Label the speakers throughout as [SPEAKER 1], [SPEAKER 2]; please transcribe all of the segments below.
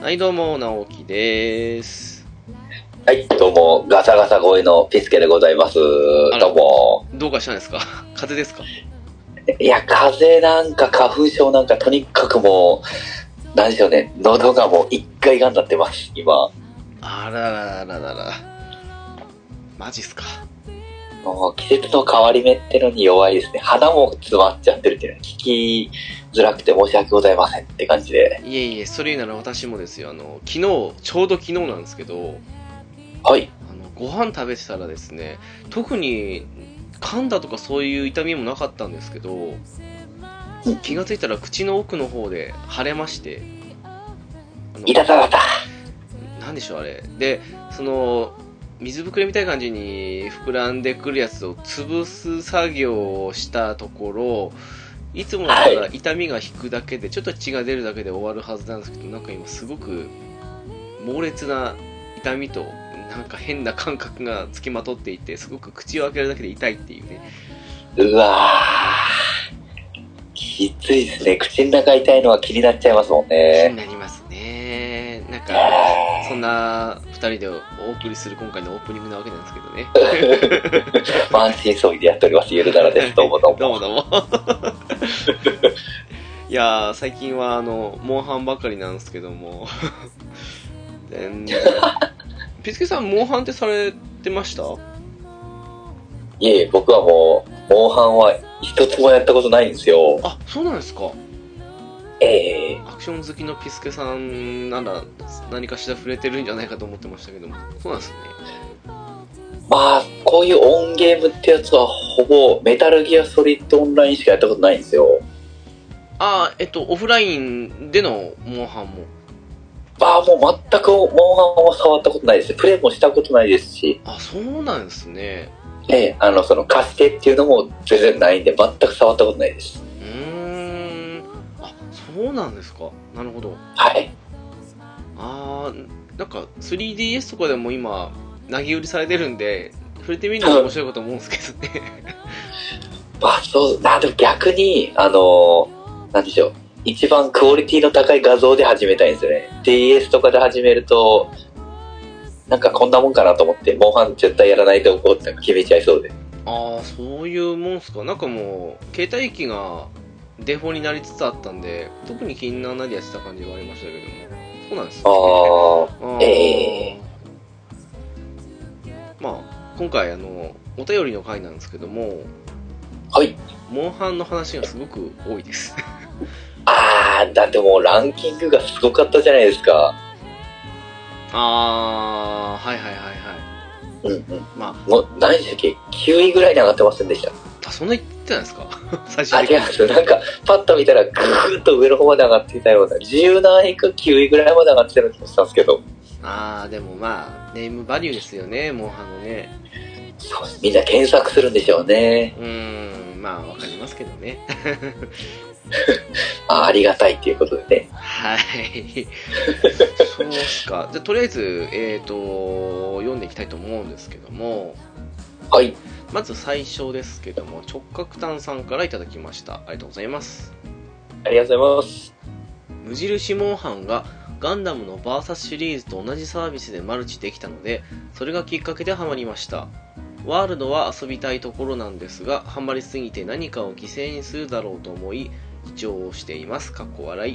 [SPEAKER 1] はい、どうも、直樹です。
[SPEAKER 2] はい、どうも、ガサガサ声のピスケでございます。
[SPEAKER 1] あら
[SPEAKER 2] どうも。
[SPEAKER 1] どうかしたんですか 風邪ですか
[SPEAKER 2] いや、風邪なんか花粉症なんかとにかくもう、なんでしょうね、喉がもう一回がになってます、今。も
[SPEAKER 1] あらららららら。マジっすか。
[SPEAKER 2] う季節の変わり目ってのに弱いですね。鼻も詰まっちゃってるっていうのは聞きづらくて申し訳ございませんって感じで。
[SPEAKER 1] いえいえ、それ言うなら私もですよ、あの、昨日、ちょうど昨日なんですけど、
[SPEAKER 2] はい。
[SPEAKER 1] あの、ご飯食べてたらですね、特に噛んだとかそういう痛みもなかったんですけど、気がついたら口の奥の方で腫れまして、あの
[SPEAKER 2] いたたたた。
[SPEAKER 1] なんでしょうあれでその水ぶくれみたいな感じに膨らんでくるやつを潰す作業をしたところいつもだったら
[SPEAKER 2] は
[SPEAKER 1] 痛みが引くだけでちょっと血が出るだけで終わるはずなんですけどなんか今すごく猛烈な痛みとなんか変な感覚がつきまとっていてすごく口を開けるだけで痛いっていうね
[SPEAKER 2] うわー。きついですね。口の中痛いのは気になっちゃいますもん
[SPEAKER 1] 気に
[SPEAKER 2] ね。
[SPEAKER 1] なりますねなん
[SPEAKER 2] い
[SPEAKER 1] か
[SPEAKER 2] やー
[SPEAKER 1] そんな2人でお送りする今回のオープニングなわけなんですけどね
[SPEAKER 2] 満身創痍でやっております。ゆるならです。どうもどう も。
[SPEAKER 1] どうもどうも。いやー、最近は、あの、モンハンばかりなんですけども。 全然。ピスケさん、モンハンってされてました
[SPEAKER 2] いえいえ、僕はもう、モンハンは一つもやったことないんですよ。
[SPEAKER 1] あ、そうなんですか。
[SPEAKER 2] ええ
[SPEAKER 1] アクション好きのピスケさんなら、何かしら触れてるんじゃないかと思ってましたけども。そうなんですね。
[SPEAKER 2] まあ、こういうオンゲームってやつは、ほぼ、メタルギアソリッドオンラインしかやったことないんですよ。
[SPEAKER 1] あー、えっと、オフラインでのモンハンも。
[SPEAKER 2] まあ、もう全くモンハンは触ったことないです。プレイもしたことないですし、
[SPEAKER 1] あ、そうなんですね。
[SPEAKER 2] ええあの、その、貸してっていうのも全然ないんで、全く触ったことないです。
[SPEAKER 1] うーん。あ、そうなんですか。なるほど。
[SPEAKER 2] はい。
[SPEAKER 1] あーなんか 3DS とかでも今投げ売りされてるんで触れてみるのも面白いかと思うんですけどね
[SPEAKER 2] まあ、そう、な、でも逆に、あのなんでしょう。一番クオリティの高い画像で始めたいんですよね。DS とかで始めると、なんかこんなもんかなと思って、モンハン絶対やらないとこうって決めちゃいそうで。
[SPEAKER 1] ああそういうもんすかなんかもう携帯機がデフォになりつつあったんで特に気にならないでやってた感じはありましたけどもそうなんです
[SPEAKER 2] あ
[SPEAKER 1] ね
[SPEAKER 2] あ、
[SPEAKER 1] あー
[SPEAKER 2] え
[SPEAKER 1] まあ今回あのお便りの回なんですけども
[SPEAKER 2] はい。
[SPEAKER 1] モンハンの話がすごく多いです
[SPEAKER 2] ああ、だってもうランキングがすごかったじゃないですか。
[SPEAKER 1] ああはいはいはいはい
[SPEAKER 2] うんうん。
[SPEAKER 1] ま
[SPEAKER 2] もう、何でしたっけ ?9 位ぐらいに上がってませんでした。
[SPEAKER 1] あそんな言ってないですか 最終
[SPEAKER 2] あ、
[SPEAKER 1] 的
[SPEAKER 2] 違い
[SPEAKER 1] に
[SPEAKER 2] ます。なんか、パッと見たら、ぐーっと上の方まで上がってたような、10何位か9位ぐらいまで上がってたような気もしたんですけど。
[SPEAKER 1] ああでもまあネームバリューですよねモンハンのね
[SPEAKER 2] そうみんな検索するんでしょうね。
[SPEAKER 1] うーんまあわかりますけどね
[SPEAKER 2] あありがたいっていうことでね。
[SPEAKER 1] はい そうっすかじゃあとりあえずえっ、と読んでいきたいと思うんですけども
[SPEAKER 2] はい。
[SPEAKER 1] まず最初ですけども直角炭さんからいただきましたありがとうございます
[SPEAKER 2] ありがとうございます。
[SPEAKER 1] 無印モンハンがガンダムのバーサスシリーズと同じサービスでマルチできたのでそれがきっかけでハマりましたワールドは遊びたいところなんですがハマりすぎて何かを犠牲にするだろうと思い視聴をしていますかっこ笑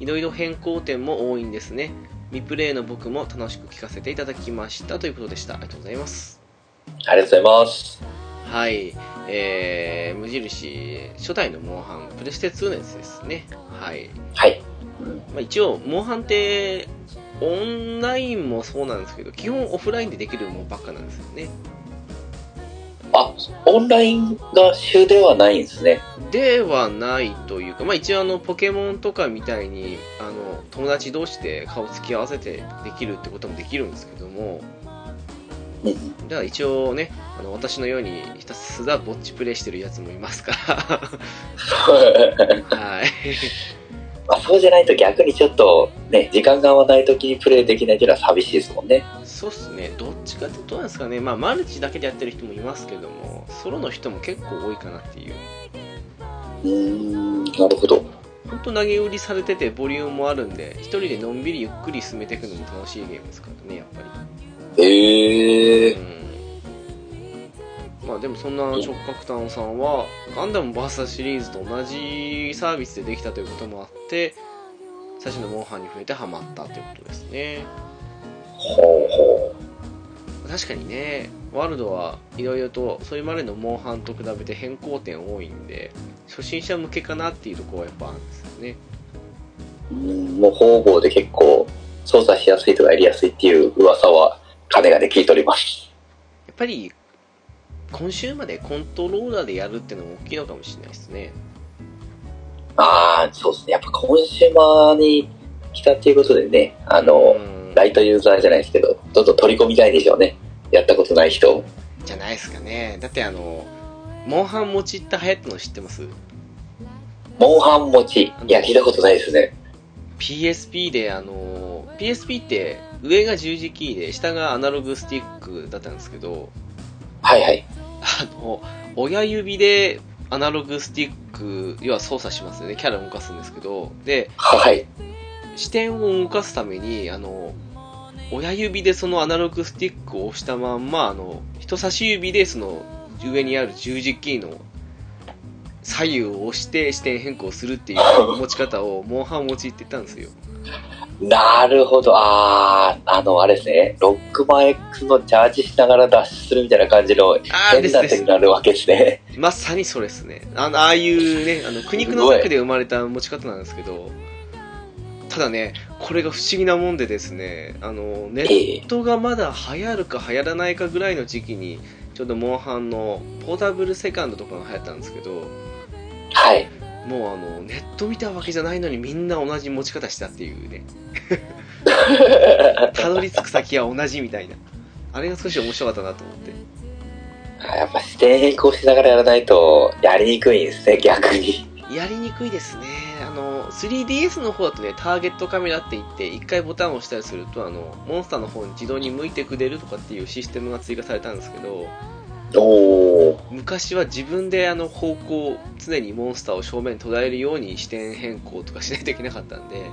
[SPEAKER 1] いいろいろ変更点も多いんですね未プレイの僕も楽しく聞かせていただきましたということでしたありがとうございます
[SPEAKER 2] ありがとうございます。
[SPEAKER 1] はい、えー、無印初代のモンハンプレステ2のやつですねはい
[SPEAKER 2] はい。
[SPEAKER 1] まあ、一応、モンハンって、オンラインもそうなんですけど、基本オフラインでできるものばっかなんですよね。
[SPEAKER 2] あ、オンラインが主ではないんですね。
[SPEAKER 1] ではないというか、まあ、一応あの、ポケモンとかみたいに、あの、友達同士で顔つき合わせてできるってこともできるんですけども、
[SPEAKER 2] うん。
[SPEAKER 1] だから一応ね、あの私のようにひたすらぼっちプレイしてるやつもいますから、はい。
[SPEAKER 2] まあ、そうじゃないと逆にちょっと、ね、時間が合わない時にプレイできないっていうのは寂しいですもんね。
[SPEAKER 1] そうっすね、どっちかってどうなんですかね、まあ、マルチだけでやってる人もいますけども、ソロの人も結構多いかなっていう
[SPEAKER 2] うーん、なるほど。
[SPEAKER 1] ほんと投げ売りされててボリュームもあるんで一人でのんびりゆっくり進めていくのも楽しいゲームですからねやっぱり
[SPEAKER 2] ええ
[SPEAKER 1] うんまあでもそんな触覚炭さんはガンダム VS シリーズと同じサービスでできたということもあって最初のモンハンに触れてハマったということですね
[SPEAKER 2] ほうほ
[SPEAKER 1] 確かにねワールドはいろいろとそれまでのモンハンと比べて変更点多いんで初心者向けかなっていうところはやっぱあるんですよね
[SPEAKER 2] う。うんもう方々で結構操作しやすいとかやりやすいっていう噂は金がで聞いております。
[SPEAKER 1] やっぱり今週までコントローラーでやるってのも大きいのかもしれないですね
[SPEAKER 2] ああ、そうですね。やっぱコンシューマーに来たっていうことでね、あの、
[SPEAKER 1] うん
[SPEAKER 2] ライトユーザーじゃないですけど、どんどん取り込みたいんでしょうね。やったことない人を。
[SPEAKER 1] じゃないですかねだってあのモンハン持ちって流行ったの知ってます
[SPEAKER 2] モンハン持ち。いや、聞いたことないですね。
[SPEAKER 1] PSP であの PSP って上が十字キーで下がアナログスティックだったんですけど
[SPEAKER 2] はいはい。
[SPEAKER 1] あの親指でアナログスティック要は操作しますよねキャラ動かすんですけどで
[SPEAKER 2] はい。
[SPEAKER 1] 視点を動かすためにあの親指でそのアナログスティックを押したまんまあの人差し指でその上にある十字キーの左右を押して視点変更するっていう持ち方をモンハン持ちって言ったんですよ
[SPEAKER 2] なるほど。あー、あの、あれですね。ロックマン X のチャージしながら脱出するみたいな感じ
[SPEAKER 1] あ
[SPEAKER 2] の
[SPEAKER 1] あで
[SPEAKER 2] 変
[SPEAKER 1] す
[SPEAKER 2] な
[SPEAKER 1] で
[SPEAKER 2] 手
[SPEAKER 1] す
[SPEAKER 2] になるわけですね。
[SPEAKER 1] まさにそれですねあのああいうねあの苦肉の策で生まれた持ち方なんですけどただねこれが不思議なもんでですねあのネッ
[SPEAKER 2] ええ
[SPEAKER 1] ネットがまだ流行るか流行らないかぐらいの時期にちょうどモンハンのポータブルセカンドとかが流行ったんですけど
[SPEAKER 2] はい。
[SPEAKER 1] もうあのネット見たわけじゃないのにみんな同じ持ち方したっていうねたどり着く先は同じみたいなあれが少し面白かったなと思って
[SPEAKER 2] やっぱ視点変更しながらやらないと、やりにくいんですね、逆に。
[SPEAKER 1] やりにくいですねあの 3DS の方だとねターゲットカメラって言って1回ボタンを押したりするとあのモンスターの方に自動に向いてくれるとかっていうシステムが追加されたんですけど
[SPEAKER 2] おー。
[SPEAKER 1] 昔は自分であの方向を常にモンスターを正面に捉えるように視点変更とかしないといけなかったんで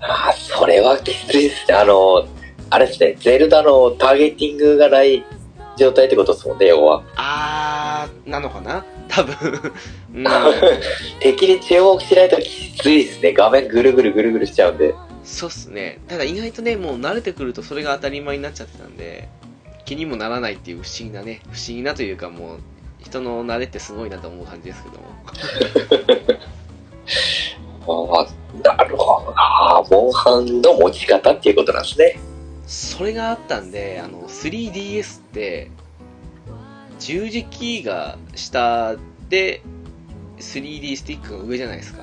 [SPEAKER 2] あー、それはきついですね。あの、あれですね、ゼルダのターゲティングがない状態ってことですもんね、要は。
[SPEAKER 1] あーなのかな多分、 うん、
[SPEAKER 2] 敵に注目しないときついですね。画面ぐるぐるぐるぐるしちゃうんで。
[SPEAKER 1] そうっすねただ意外とねもう慣れてくるとそれが当たり前になっちゃってたんで気にもならないっていう不思議なね不思議なというかもう人の慣れってすごいなと思う感じですけども
[SPEAKER 2] ああ、なるほどな。モンハンの持ち方っていうことなんですね。
[SPEAKER 1] それがあったんであの 3DS って十字キーが下で 3D スティックが上じゃないですか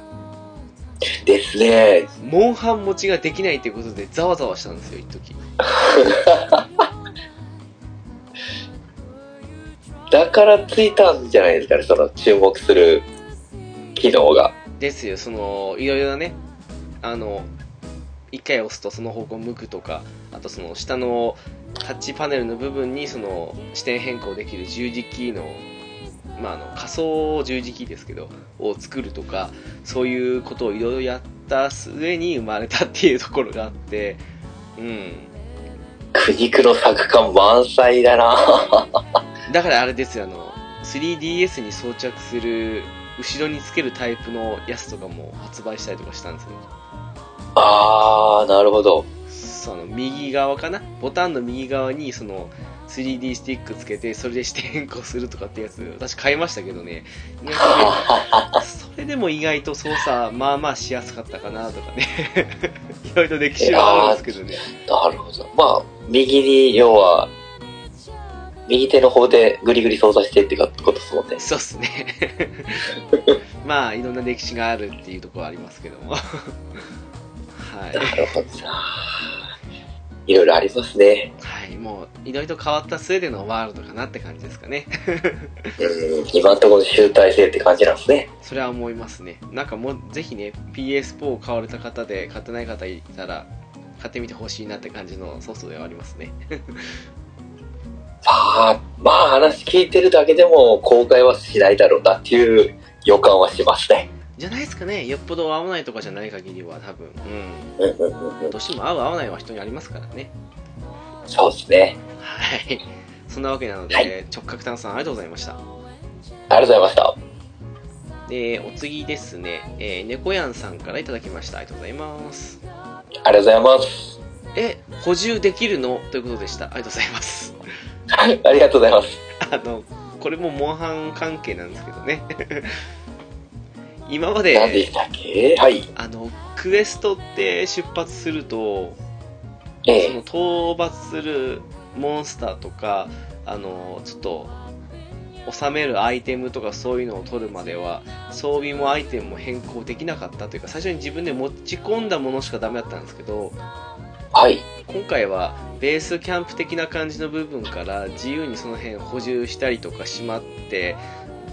[SPEAKER 2] ですね。
[SPEAKER 1] モンハン持ちができないってことでざわざわしたんですよ一時
[SPEAKER 2] だからついたんじゃないですかね、その注目する機能が。
[SPEAKER 1] ですよそのいろいろなねあの1回押すとその方向向くとかあとその下のタッチパネルの部分にその視点変更できる十字キーの,、まあ、あの仮想十字キーですけどを作るとかそういうことをいろいろやった末に生まれたっていうところがあってうん
[SPEAKER 2] 苦肉の作感満載だな。
[SPEAKER 1] だからあれですよあの 3DS に装着する後ろにつけるタイプのやつとかも発売したりとかしたんですよ
[SPEAKER 2] あー、なるほど。
[SPEAKER 1] その右側かなボタンの右側にその 3D スティックつけてそれで視点変更するとかってやつ私買いましたけどね意外とねそれでも意外と操作まあまあしやすかったかなとかね いろいろ歴史はあるんですけどね
[SPEAKER 2] なるほど。まあ、右に、要は、右手の方でぐりぐり操作してってことですもんね。
[SPEAKER 1] そうっすね まあいろんな歴史があるっていうところはありますけどもはい
[SPEAKER 2] なるほどな。いろいろありますね。
[SPEAKER 1] はいもういろいろと変わったスウェーデンのワールドかなって感じですかね
[SPEAKER 2] うん、今のところ集大成って感じなんですね。
[SPEAKER 1] それは思いますねなんかもうぜひね PS4 を買われた方で買ってない方いたら買ってみてほしいなって感じのソフトではありますね
[SPEAKER 2] さあ、まあ話聞いてるだけでも公開はしないだろうなっていう予感はしますね。
[SPEAKER 1] じゃないですかねよっぽど合わないとかじゃない限りは多分う
[SPEAKER 2] うんうんうんうん
[SPEAKER 1] んどうしても合う合わないは人にありますからね
[SPEAKER 2] そうですね。
[SPEAKER 1] はいそんなわけなので、
[SPEAKER 2] はい
[SPEAKER 1] 直角炭さんありがとうございました
[SPEAKER 2] ありがとうございました。
[SPEAKER 1] でお次ですね、えー、猫やんさんからいただきましたありがとうございます
[SPEAKER 2] ありがとうございます。
[SPEAKER 1] え補充できるのということでしたありがとうございます
[SPEAKER 2] はい、ありがとうございます。
[SPEAKER 1] あのこれもモンハン関係なんですけどね 今まで
[SPEAKER 2] 何でしたっけはい。
[SPEAKER 1] あのクエストって出発すると
[SPEAKER 2] え
[SPEAKER 1] その
[SPEAKER 2] え。
[SPEAKER 1] 討伐するモンスターとかあのちょっと収めるアイテムとかそういうのを取るまでは装備もアイテムも変更できなかったというか最初に自分で持ち込んだものしかダメだったんですけど
[SPEAKER 2] はい。
[SPEAKER 1] 今回はベースキャンプ的な感じの部分から自由にその辺補充したりとかしまって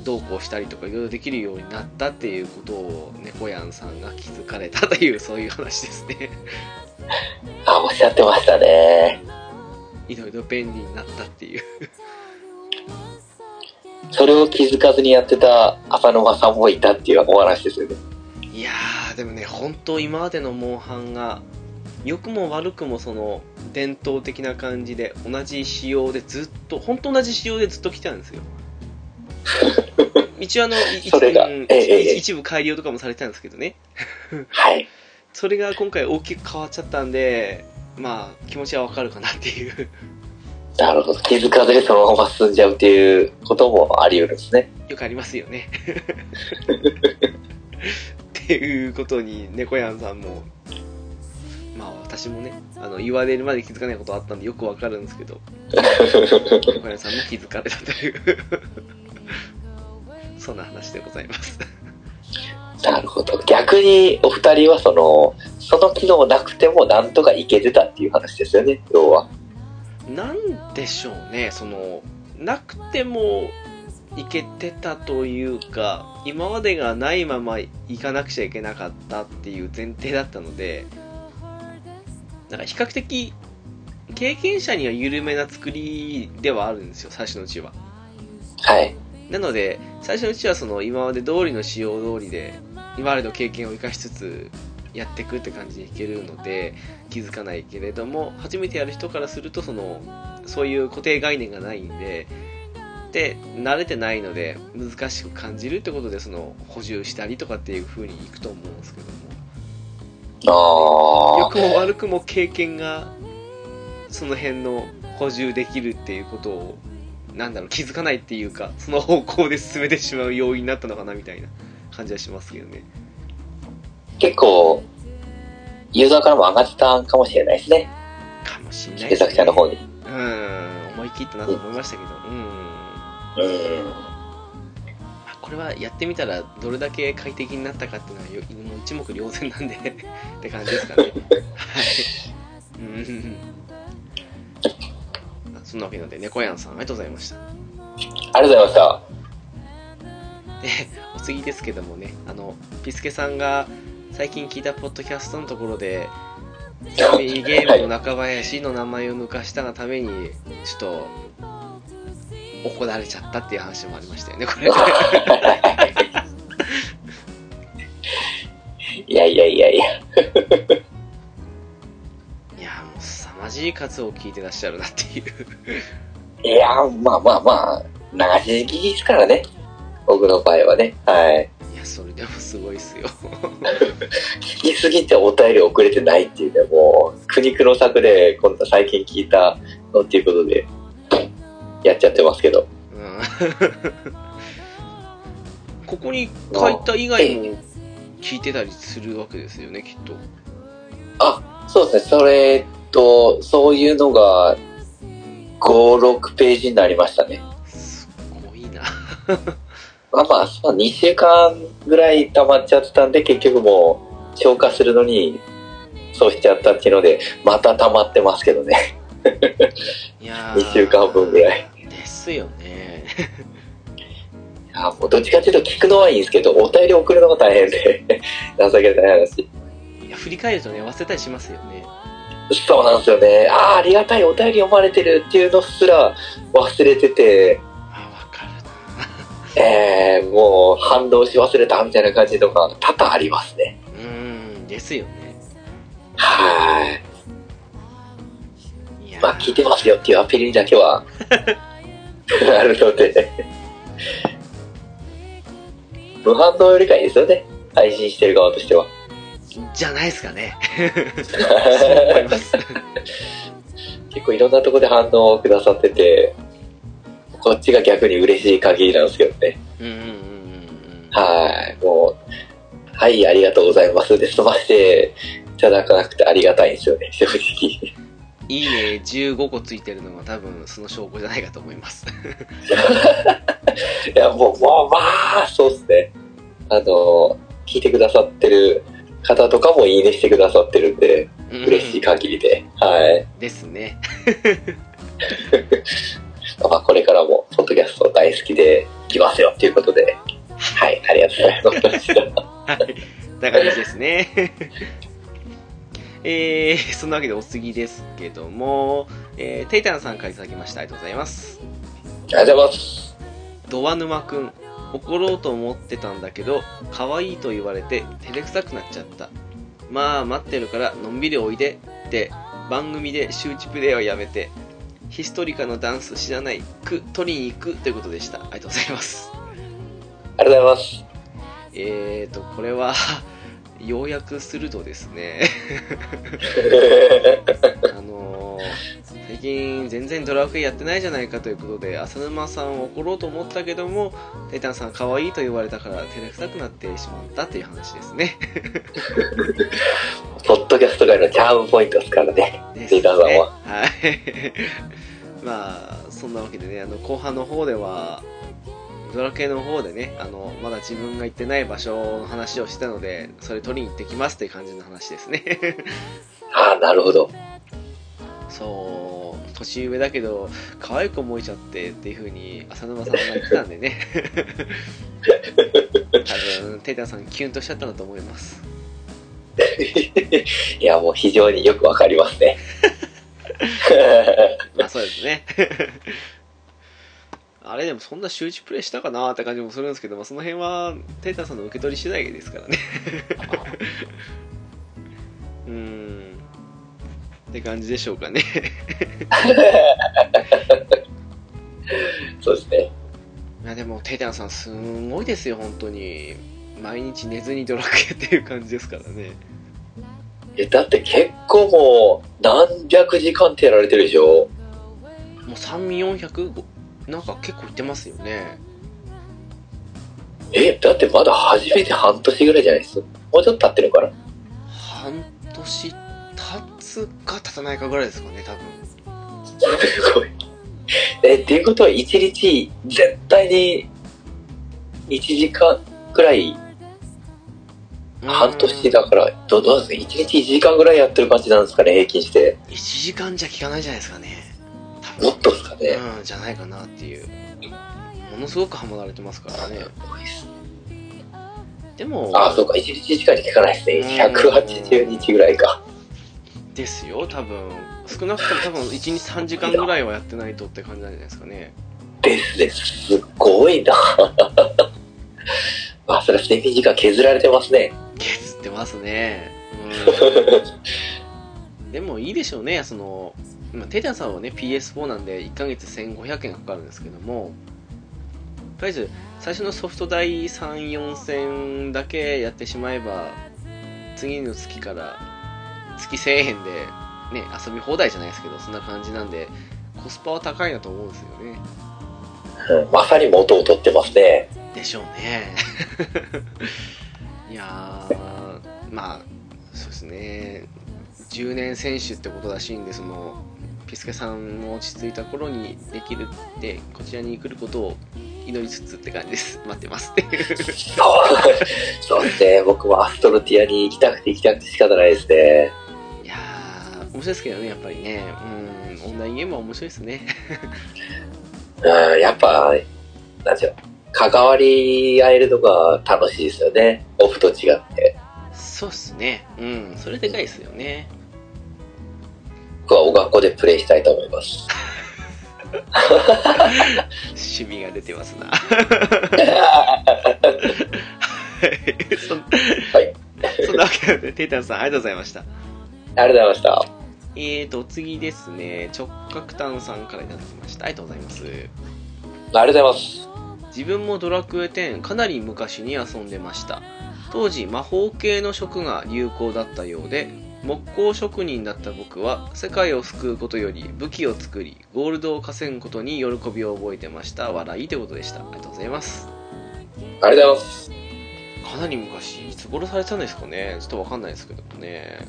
[SPEAKER 1] どうこうしたりとかいろいろできるようになったっていうことを猫やんさんが気づかれたというそういう話ですね
[SPEAKER 2] あ、おっしゃってましたね。
[SPEAKER 1] いろいろ便利になったっていう
[SPEAKER 2] それを気づかずにやってた浅沼さんもいたっていうお話ですよね。
[SPEAKER 1] いやーでもね本当今までのモンハンが良くも悪くもその伝統的な感じで同じ仕様でずっと本当同じ仕様でずっと来たん ですよ一応あのい一
[SPEAKER 2] それが
[SPEAKER 1] うん
[SPEAKER 2] ええええ
[SPEAKER 1] 一一部改良とかもされてたんですけどね
[SPEAKER 2] はい。
[SPEAKER 1] それが今回大きく変わっちゃったんでまあ気持ちはわかるかなっていう
[SPEAKER 2] なるほど。気づかずにそのまま進んじゃうっていうこともあり得るんですね。
[SPEAKER 1] よくありますよねっていうことに猫やんさんもまあ私もねあの言われるまで気づかないことあったんでよくわかるんですけど小屋さんも気づかれたというそんな話でございます
[SPEAKER 2] なるほど。逆にお二人はその、その機能なくてもなんとかいけてたっていう話ですよね、要は。
[SPEAKER 1] なんでしょうねそのなくてもいけてたというか今までがないまま行かなくちゃいけなかったっていう前提だったのでなんか比較的経験者には緩めな作りではあるんですよ最初のうちは
[SPEAKER 2] はい。
[SPEAKER 1] なので最初のうちはその今まで通りの仕様通りで今までの経験を生かしつつやっていくって感じでいけるので気づかないけれども初めてやる人からするとそのそういう固定概念がないんでで慣れてないので難しく感じるってことでその補充したりとかっていう風にいくと思うんですけども良
[SPEAKER 2] あ
[SPEAKER 1] くも悪くも経験がその辺の補充できるっていうことをなんだろう気づかないっていうかその方向で進めてしまう要因になったのかなみたいな感じはしますけどね
[SPEAKER 2] あ。結構、ユーザーからも上がってたんかもしれないですね。
[SPEAKER 1] かもしれない
[SPEAKER 2] 制作者の方に。
[SPEAKER 1] うん思い切ったなと思いましたけどうんま
[SPEAKER 2] うん。
[SPEAKER 1] あこれはやってみたらどれだけ快適になったかっていうのはよもう一目瞭然なんで って感じですかねはい うんあそんなわけなので猫やんさんありがとうございました
[SPEAKER 2] ありがとうござい
[SPEAKER 1] でお次ですけどもねあのピスケさんが最近聞いたポッドキャストのところで
[SPEAKER 2] ました。
[SPEAKER 1] ゾンビゲームの中林の名前を抜かしたがためにちょっと怒られちゃったっていう話もありましたよねこれ
[SPEAKER 2] いやいやいやい
[SPEAKER 1] い
[SPEAKER 2] や。
[SPEAKER 1] やもう凄まじい数を聞いてらっしゃるなっていう
[SPEAKER 2] いや、まあまあまあ、流し聞きですからね。僕の場合はね。はい。
[SPEAKER 1] いやそれでもすごいっすよ
[SPEAKER 2] 聞きすぎてお便り遅れてないっていうね、もう、苦肉の策で、今度最近聞いたのっていうことで、やっちゃってますけど。
[SPEAKER 1] うん ここに書いた以外も聞いてたりするわけですよねきっと
[SPEAKER 2] そうですね、それと、そういうのが、5、6ページになりましたね。
[SPEAKER 1] すごいな
[SPEAKER 2] まあまあ、そう2週間ぐらい溜まっちゃってたんで、結局もう、消化するのに、そうしちゃったっていうので、また溜まってますけどね。
[SPEAKER 1] いや
[SPEAKER 2] 2週間分ぐ
[SPEAKER 1] い
[SPEAKER 2] らい。
[SPEAKER 1] ですよね
[SPEAKER 2] あもうどっちかっていうと聞くのはいいんですけど、お便り送るのが大変で、情けない話。
[SPEAKER 1] いや振り返るとね忘れたりしますよね
[SPEAKER 2] そうなんですよね。ああ、ありがたいお便り読まれてるっていうのすら忘れてて、
[SPEAKER 1] あわかるな
[SPEAKER 2] えー、もう反動し忘れたみたいな感じとか多々ありますね。
[SPEAKER 1] うーんですよね
[SPEAKER 2] はい
[SPEAKER 1] や
[SPEAKER 2] まあ聞いてますよっていうアピールにだけは あるので無反応よりかいいですよね配信してる側としては
[SPEAKER 1] じゃないですか ねそう思います
[SPEAKER 2] 結構いろんなところで反応をくださっててこっちが逆に嬉しい限りなんですけどね
[SPEAKER 1] うんうんうんうんうん
[SPEAKER 2] はいもうはいありがとうございますで済ませていただかなくてありがたいんですよね正直
[SPEAKER 1] いいね15個ついてるのが多分その証拠じゃないかと思います
[SPEAKER 2] いやもうもうまあそうっすねあの聞いてくださってる方とかもいいねしてくださってるんで嬉しい限りで、はい。
[SPEAKER 1] うんですね
[SPEAKER 2] まあ、これからも、ポッドキャスト大好きで、来ますよ、ということで、はい、ありがとうございました。
[SPEAKER 1] だからいいですね えー、そんなわけでお次ですけども、えー、テイタンさんからいただきましたありがとうございます
[SPEAKER 2] ありがとうございます。
[SPEAKER 1] ドワヌマくん怒ろうと思ってたんだけど可愛いと言われて照れくさくなっちゃったまあ待ってるからのんびりおいでって番組で周知プレイはやめてヒストリカのダンス知らないく取りに行くということでしたありがとうございます
[SPEAKER 2] ありがとうございます。
[SPEAKER 1] えーとこれは 要約するとですねあのー最近全然ドラクエやってないじゃないかということで浅沼さんを怒ろうと思ったけどもテタンさん可愛いと言われたから照れくさくなってしまったという話です ね
[SPEAKER 2] ポッドキャスト界のチャームポイントですからね。
[SPEAKER 1] です
[SPEAKER 2] テイタンさん
[SPEAKER 1] ね
[SPEAKER 2] は
[SPEAKER 1] はい まあそんなわけでねあの後半の方ではドラクエの方でねあのまだ自分が行ってない場所の話をしたのでそれ取りに行ってきますという感じの話ですね
[SPEAKER 2] ああ、なるほど。
[SPEAKER 1] そう年上だけど可愛く思えちゃってっていう風に浅沼さんが言ってたんでね多分テイタンさんキュンとしちゃったんだと思います
[SPEAKER 2] いや、もう非常によくわかりますね。
[SPEAKER 1] まあそうですね あれでもそんな周知プレイしたかなって感じもするんですけど、まあ、その辺はテイタンさんの受け取り次第ですからね うーんって感じでしょうかね
[SPEAKER 2] そうですね。
[SPEAKER 1] いやでもテイタンさんすんごいですよ本当に毎日寝ずにドラクエっていう感じですからね
[SPEAKER 2] え、だって結構もう、何百時間ってやられてるでし
[SPEAKER 1] も
[SPEAKER 2] ょ
[SPEAKER 1] う3400400なんか結構いってますよね
[SPEAKER 2] え、だってまだ初めて半年ぐらいじゃないですもうちょっと経ってるのかな
[SPEAKER 1] 半年経つか経たないかぐらいですかね多分
[SPEAKER 2] すごい。え、っていうことは、一日、絶対に、一時間くらい、半年だから、どどうなんですか一日一時間くらいやってる感じなんですかね、平均して。
[SPEAKER 1] 1時間じゃ効かないじゃないですかね多分
[SPEAKER 2] もっとですかね。
[SPEAKER 1] うんじゃないかなっていうものすごくハマられてますからねでも
[SPEAKER 2] あ、そうか、一日一時間に効かないですね。180日くらいか。
[SPEAKER 1] ですよ多分少なくとも多分1日3時間ぐらいはやってないとって感じなんじゃないですかね
[SPEAKER 2] ですです。すっごいな。 まあ、それは睡眠時間削られてますね。
[SPEAKER 1] 削ってますねうんでもいいでしょうねそのまあテイタンさんはね PS4 なんで1ヶ月1500円かかるんですけどもとりあえず最初のソフト代34000だけやってしまえば次の月から月1000円でね遊び放題じゃないですけどそんな感じなんでコスパは高いなと思うんですよね
[SPEAKER 2] うんまさに元を取ってますね。
[SPEAKER 1] でしょう ねいやーまあそうですね10年選手ってことらしいんでそのピスケさんも落ち着いた頃にできるってこちらに来ることを祈りつつって感じです 待ってますっていう
[SPEAKER 2] そうそうですね。僕もアストロティアに行きたくて行きたくて仕方ないですね。
[SPEAKER 1] いやー面白いですけどねやっぱりねうんオンラインゲームは面白いですね
[SPEAKER 2] うん、やっぱ、なんでしょう。関わり合えるのが楽しいですよね。オフと違って。
[SPEAKER 1] そうっすねうんそれでかいです よね
[SPEAKER 2] 僕はお学校でプレイしたいと思います。
[SPEAKER 1] シミが出て ますな。は
[SPEAKER 2] はい
[SPEAKER 1] そん
[SPEAKER 2] い。
[SPEAKER 1] そんなわけで、テイタンさん、ありがとうございました。
[SPEAKER 2] ありがとうございました。
[SPEAKER 1] えーと、次ですね、直角炭さんからいただきました。ありがとうございます。
[SPEAKER 2] ありがとうございます。
[SPEAKER 1] 自分もドラクエ10かなり昔に遊んでました当時魔法系の職が流行だったようで木工職人だった僕は世界を救うことより武器を作りゴールドを稼ぐことに喜びを覚えてました笑いということでしたありがとうございます
[SPEAKER 2] ありがとうございます。
[SPEAKER 1] かなり昔いつ頃されたんですかねちょっとわかんないですけどもね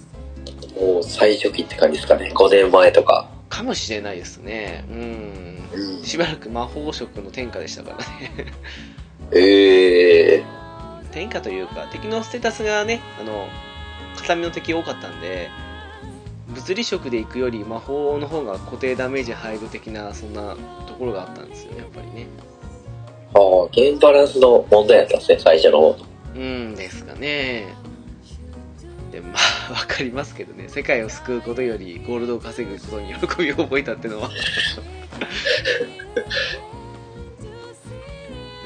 [SPEAKER 2] もう最初期って感じですかね。5年前とか。
[SPEAKER 1] かもしれないですねうん
[SPEAKER 2] うん
[SPEAKER 1] しばらく魔法職の天下でしたからね
[SPEAKER 2] ええ
[SPEAKER 1] 天下というか敵のステータスがねあの固めの敵多かったんで物理職で行くより魔法の方が固定ダメージ配る的なそんなところがあったんですよねやっぱりね
[SPEAKER 2] ああ、ゲームバランスの問題やったんですね、最初の方。
[SPEAKER 1] うんですかねでまあ わかりますけどね世界を救うことよりゴールドを稼ぐことに喜びを覚えたってのは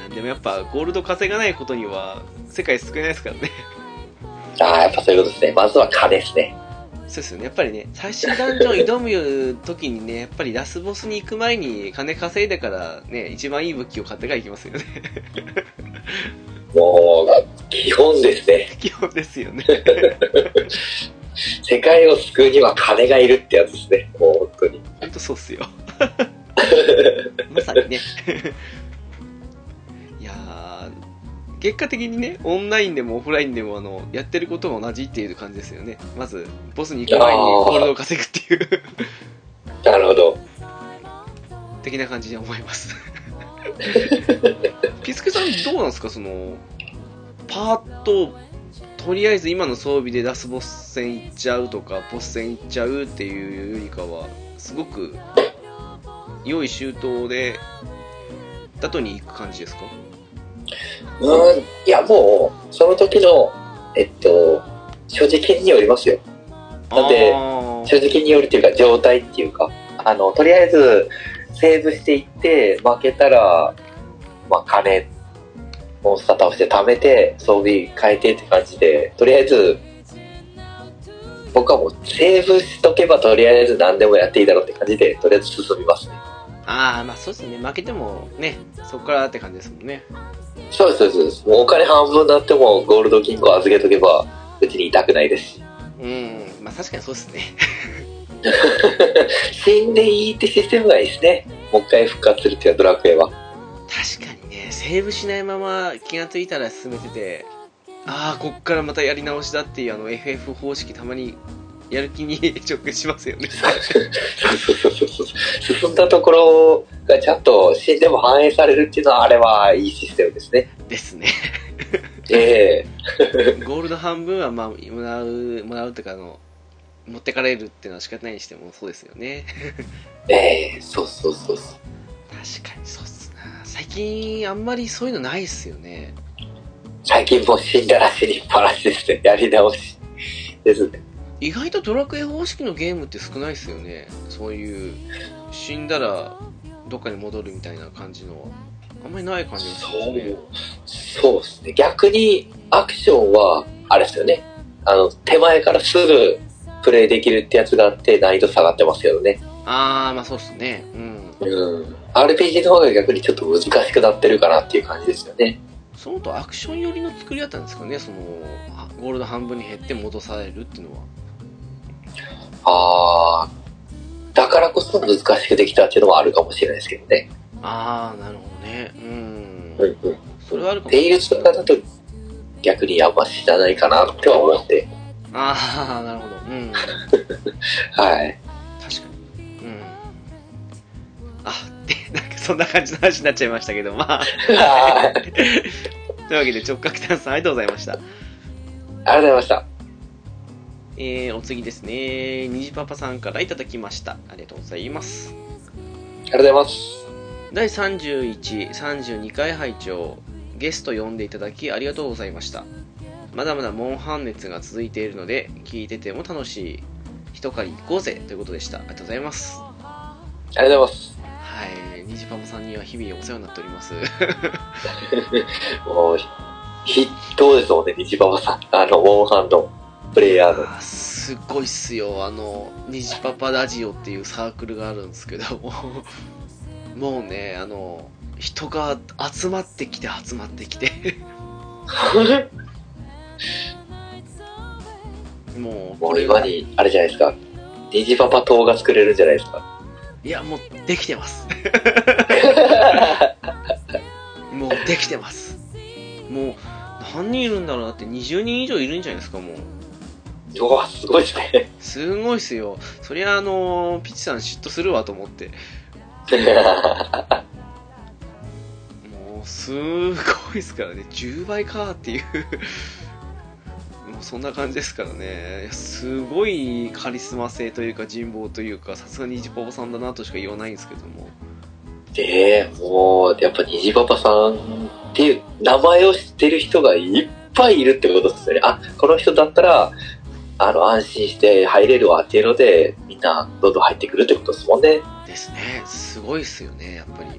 [SPEAKER 1] なんでもやっぱゴールド稼がないことには世界救えないですからね
[SPEAKER 2] ああ、やっぱそういうことですね。まずは金ですね。
[SPEAKER 1] そうですよね。やっぱりね、最終ダンジョン挑む時にね、やっぱりラスボスに行く前に金稼いでからね、一番いい武器を買ってから行きますよね。
[SPEAKER 2] もう、基本ですね。
[SPEAKER 1] 基本ですよね。
[SPEAKER 2] 世界を救うには金がいるってやつですね。もう本当に。
[SPEAKER 1] ほんとそうっすよ。 まさにね。 いやー、結果的にね、オンラインでもオフラインでもあの、やってることは同じっていう感じですよね。まず、ボスに行く前にゴールドを稼ぐっていう、
[SPEAKER 2] なるほど。
[SPEAKER 1] 的な感じに思います。ピスケさんどうなんですかそのパーッととりあえず今の装備でラスボス戦行っちゃうとかボス戦行っちゃうっていうよりかはすごく良い周到でだとに行く感じですか
[SPEAKER 2] うん、いやもう、その時の、えっと、所持金によりますよ。なんで
[SPEAKER 1] あー
[SPEAKER 2] 所持金によるっていうか、状態っていうか、あの、とりあえず、セーブしていって、負けたら、まあ、金、モンスター倒して貯めて、装備変えてって感じで、とりあえず、僕はもう、セーブしとけばとりあえず何でもやっていいだろうって感じで、とりあえず進みますね。
[SPEAKER 1] あーまあそうですね負けてもねそこからって感じですもんね
[SPEAKER 2] そうです、そうです。もうお金半分になっても、ゴールド金庫預けとけば、別に痛くないですし。
[SPEAKER 1] うんまあ確かにそうですね
[SPEAKER 2] 死んでいいってシステムがいいですね。もう一回復活するっていうのはドラクエは。
[SPEAKER 1] 確かにねセーブしないまま気がついたら進めててああこっからまたやり直しだっていうあの FF 方式たまにやる気に 直しますよね
[SPEAKER 2] そうそうそうそう。進んだところがちゃんと死んでも反映されるっていうのは、あれはいいシステムですね。
[SPEAKER 1] ですね
[SPEAKER 2] ええ
[SPEAKER 1] ゴールド半分はまあもらうもらうっていうかあの持ってかれるっていうのは仕方ないにしてもそうですよね
[SPEAKER 2] ええそうそうそうそう。
[SPEAKER 1] 確かにそうっすな最近あんまりそういうのないっすよね
[SPEAKER 2] 最近もう死んだら死にっぱなしですね。やり直しですね。
[SPEAKER 1] 意外とドラクエ方式のゲームって少ないっすよねそういう死んだらどっかに戻るみたいな感じのはあんまりない感じがしますね
[SPEAKER 2] そうですね。逆に、アクションは、あれですよね。あの、手前からすぐプレイできるってやつがあって、難易度下がってますけどね。
[SPEAKER 1] ああまあそうっすねうん
[SPEAKER 2] うん、RPG の方が逆にちょっと難しくなってるかなっていう感じですよね。
[SPEAKER 1] そのとアクション寄りの作りだったんですかねそのあゴールド半分に減って戻されるっていうのは
[SPEAKER 2] あー、だからこそ難しくできたっていうのもあるかもしれないですけどね。
[SPEAKER 1] ああなるほどねうん
[SPEAKER 2] うんうん。
[SPEAKER 1] それはあるかも
[SPEAKER 2] テイルズとかだと逆にあんま知らないかなっては思って。
[SPEAKER 1] ああなるほどうん
[SPEAKER 2] はい。
[SPEAKER 1] 確かにうんあってなんかそんな感じの話になっちゃいましたけどまあ
[SPEAKER 2] あり
[SPEAKER 1] というわけで直角炭さんありがとうございました
[SPEAKER 2] がとうございました。
[SPEAKER 1] えー、お次ですね虹パパさんからいただきましたありがとうございます
[SPEAKER 2] ありがとうございます。
[SPEAKER 1] 第3132回拝聴ゲスト呼んでいただきありがとうございましたまだまだモンハン熱が続いているので聞いてても楽しい一狩り行こうぜということでしたありがとうございます
[SPEAKER 2] ありがとうございます。
[SPEAKER 1] はいニジパムさんには日々お世話になっております
[SPEAKER 2] もう、筆頭ですもんね、西馬さん。あの、モンハンのプレイ ヤーの。
[SPEAKER 1] あーすごいっすよあのニジパパラジオっていうサークルがあるんですけども もうねあの人が集まってきて集まってきて もう
[SPEAKER 2] も
[SPEAKER 1] こ
[SPEAKER 2] う
[SPEAKER 1] れ
[SPEAKER 2] 今
[SPEAKER 1] が
[SPEAKER 2] に、あれじゃないですか。虹パパ党が作れるんじゃないですか。
[SPEAKER 1] いやもうできてます もうできてますもう何人いるんだろうなって20人以上いるんじゃないですかもう
[SPEAKER 2] うわ、すごいです ね。
[SPEAKER 1] すごいっすよそりゃあのピッチさん嫉妬するわと思ってもうすごいっすからね10倍かっていう もうそんな感じですからねすごいカリスマ性というか人望というかさすがにじぽぼさんだなとしか言わないんですけども
[SPEAKER 2] で、もう、やっぱ虹パパさんっていう名前を知ってる人がいっぱいいるってことですよね。あ、この人だったら、あの、安心して入れるわっていうので、みんなどんどん入ってくるってことですもんね。
[SPEAKER 1] ですねすごいっすよねやっぱり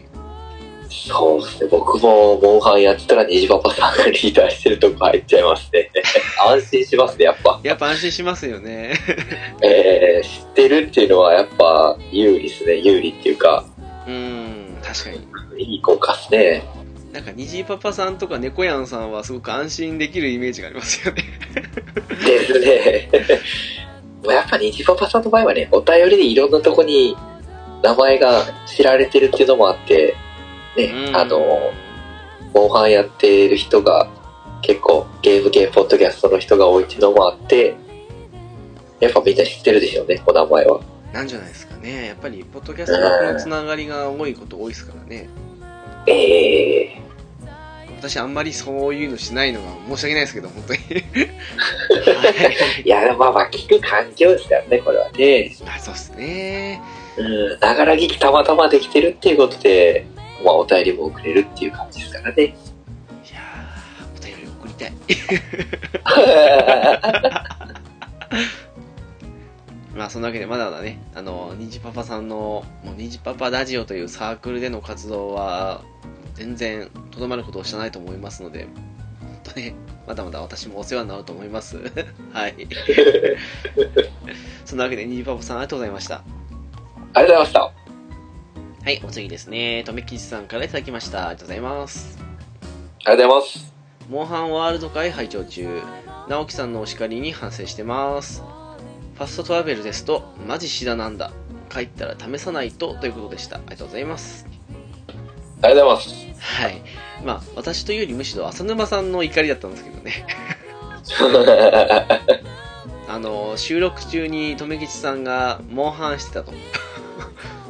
[SPEAKER 2] そうですね。僕も、モンハンやってたら、虹パパさんがリーダーしてるとこ入っちゃいますね。 安心しますね、やっぱ。
[SPEAKER 1] やっぱ安心しますよね
[SPEAKER 2] えー、知ってるっていうのは、やっぱ、有利ですね。有利っていうか、
[SPEAKER 1] うん確かに
[SPEAKER 2] いい効果ですね。
[SPEAKER 1] なんか虹パパさんとか猫やんさんはすごく安心できるイメージがありますよね
[SPEAKER 2] ですね。 やっぱ虹パパさんの場合はね、お便りでいろんなとこに名前が知られてるっていうのもあって、ね
[SPEAKER 1] う、ん
[SPEAKER 2] あの、モンハンやってる人が結構ゲーム系ポッドキャストの人が多いっていうのもあって、やっぱみんな知ってるでしょうね、お名前は。
[SPEAKER 1] なんじゃないですかねやっぱりポッドキャストのつながりが多いこと多いですからね
[SPEAKER 2] ええ
[SPEAKER 1] 私あんまりそういうのしないのが申し訳ないですけど本当に
[SPEAKER 2] いや、まあまあ聞く環境ですからね、これはね。
[SPEAKER 1] まあそうっすね
[SPEAKER 2] うん、ながら聞きたまたまできてるっていうことで、まあお便りも送れるっていう感じですから ね。
[SPEAKER 1] いやーお便り送りたいまあそんなわけでまだまだねあのニジパパさんのもうニジパパラジオというサークルでの活動は全然とどまることをしてないと思いますので本当ねまだまだ私もお世話になると思いますはいそんなわけでニジパパさんありがとうございました
[SPEAKER 2] ありがとうございました。
[SPEAKER 1] はいお次ですねとめきちさんからいただきましたありがとうございます
[SPEAKER 2] ありがとうございます。
[SPEAKER 1] モンハンワールド会拝聴中直樹さんのお叱りに反省してますファストトラベルですとマジシダなんだ帰ったら試さないとということでしたありがとうございます
[SPEAKER 2] ありがとうございます。
[SPEAKER 1] はいまあ私というよりむしろ浅沼さんの怒りだったんですけどね あの収録中に留吉さんがモンハンしてたと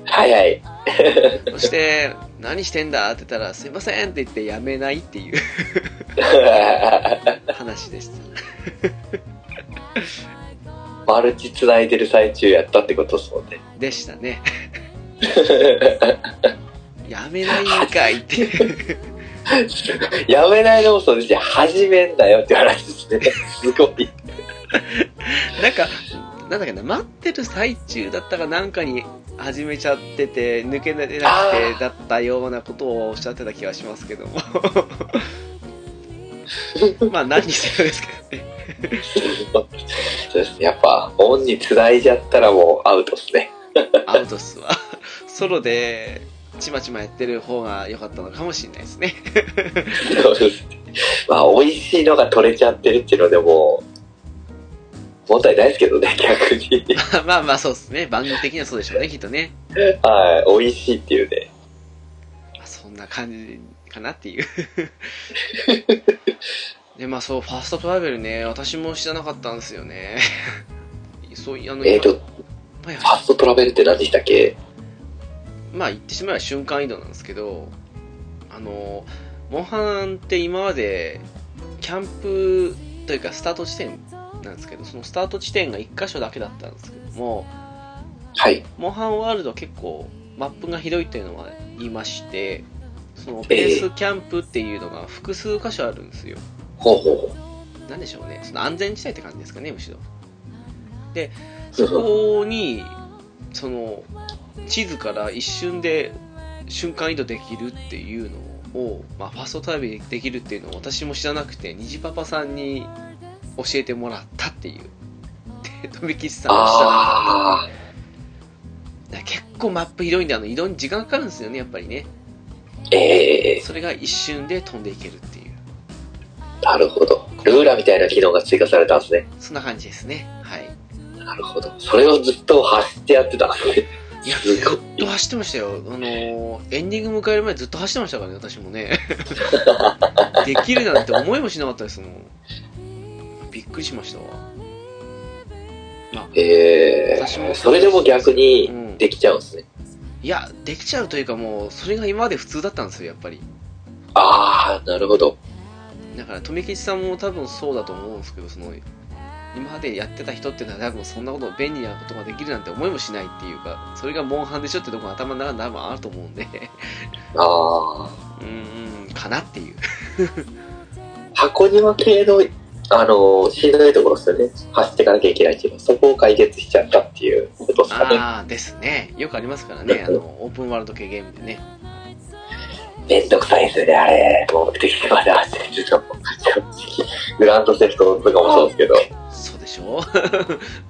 [SPEAKER 2] はいはい。
[SPEAKER 1] そして 「何してんだ?」って言ったら「すいません」って言ってやめないっていう話でした
[SPEAKER 2] マルチ繋いでる最中やったってことですもんね。
[SPEAKER 1] でしたねやめないんかいっていう
[SPEAKER 2] やめないのもそうですし、始めんなよって話ですね。 すごい。
[SPEAKER 1] なんか、なんだっけな、待ってる最中だったかなんかに始めちゃってて、抜けられなく
[SPEAKER 2] あ
[SPEAKER 1] てだったようなことをおっしゃってた気がしますけども。まあ、何にせよですけどね。
[SPEAKER 2] そうですね。やっぱ、オンに繋いじゃったらもうアウトですね。
[SPEAKER 1] アウトスは、ソロで、ちまちまやってる方が良かったのかもしれないですね。
[SPEAKER 2] そうですね。まあ、美味しいのが取れちゃってるっていうのでもう、問題ないですけどね、逆に。
[SPEAKER 1] まあまあ、そうですね。番組的にはそうでしょうね、きっとね。
[SPEAKER 2] はい。美味しいっていうね。
[SPEAKER 1] まあそんな感じかな っていうでまあそうファーストトラベルね私も知らなかったんですよねそういあの
[SPEAKER 2] えっ、と、フ
[SPEAKER 1] はいはい
[SPEAKER 2] ァストトラベルって何でしたっけ
[SPEAKER 1] まあ言ってしまえば瞬間移動なんですけどあのモンハンって今までキャンプというかスタート地点なんですけどそのスタート地点が1箇所だけだったんですけども
[SPEAKER 2] はい。
[SPEAKER 1] モンハンワールドは結構マップがひどいっていうのは言いましてそのベースキャンプっていうのが複数箇所あるんですよ
[SPEAKER 2] ほうほうほう。
[SPEAKER 1] なんでしょうね、その安全地帯って感じですかね、むしろ。で、そこに、その、地図から一瞬で瞬間移動できるっていうのを、まあ、ファストトラベルできるっていうのを私も知らなくて虹パパさんに教えてもらったっていうで飛び吉さんがおっしゃ
[SPEAKER 2] あ
[SPEAKER 1] るんだ結構マップ広いんであの移動に時間かかるんですよねやっぱりね
[SPEAKER 2] ー、ええ
[SPEAKER 1] それが一瞬で飛んでいけるっていう
[SPEAKER 2] なるほど。ルーラみたいな機能が追加されたんですね。
[SPEAKER 1] そんな感じですねはい
[SPEAKER 2] なるほど。それをずっと走ってやってたんですね。
[SPEAKER 1] いやず
[SPEAKER 2] すごい
[SPEAKER 1] っと走ってましたよあのーエンディング迎える前ずっと走ってましたからね私も ねできるなんて思いもしなかったですもんびっくりしましたわ
[SPEAKER 2] ええ
[SPEAKER 1] 私も
[SPEAKER 2] それでも逆
[SPEAKER 1] う
[SPEAKER 2] に
[SPEAKER 1] ん
[SPEAKER 2] できちゃうんですね。
[SPEAKER 1] いやできちゃうというかもうそれが今まで普通だったんですよやっぱり
[SPEAKER 2] ああ、なるほど。
[SPEAKER 1] だから富吉さんも多分そうだと思うんですけどその今までやってた人ってのは多分そんなこと便利なことができるなんて思いもしないっていうかそれがモンハンでしょってとこが頭の中に多分あると思うんで
[SPEAKER 2] ああ。
[SPEAKER 1] うーんかなっていう
[SPEAKER 2] 箱庭系の、あの、しんどいところですよね。走っていかなきゃいけないっていうのは、そこを解決しちゃったっていうことですかね。
[SPEAKER 1] ああですねよくありますからねあのオープンワールド系ゲームでね
[SPEAKER 2] めんどくさいですよね、あれ。もう、できてまで走ってるのも、正直。グランドセフトとかもそうですけど、
[SPEAKER 1] そうでしょ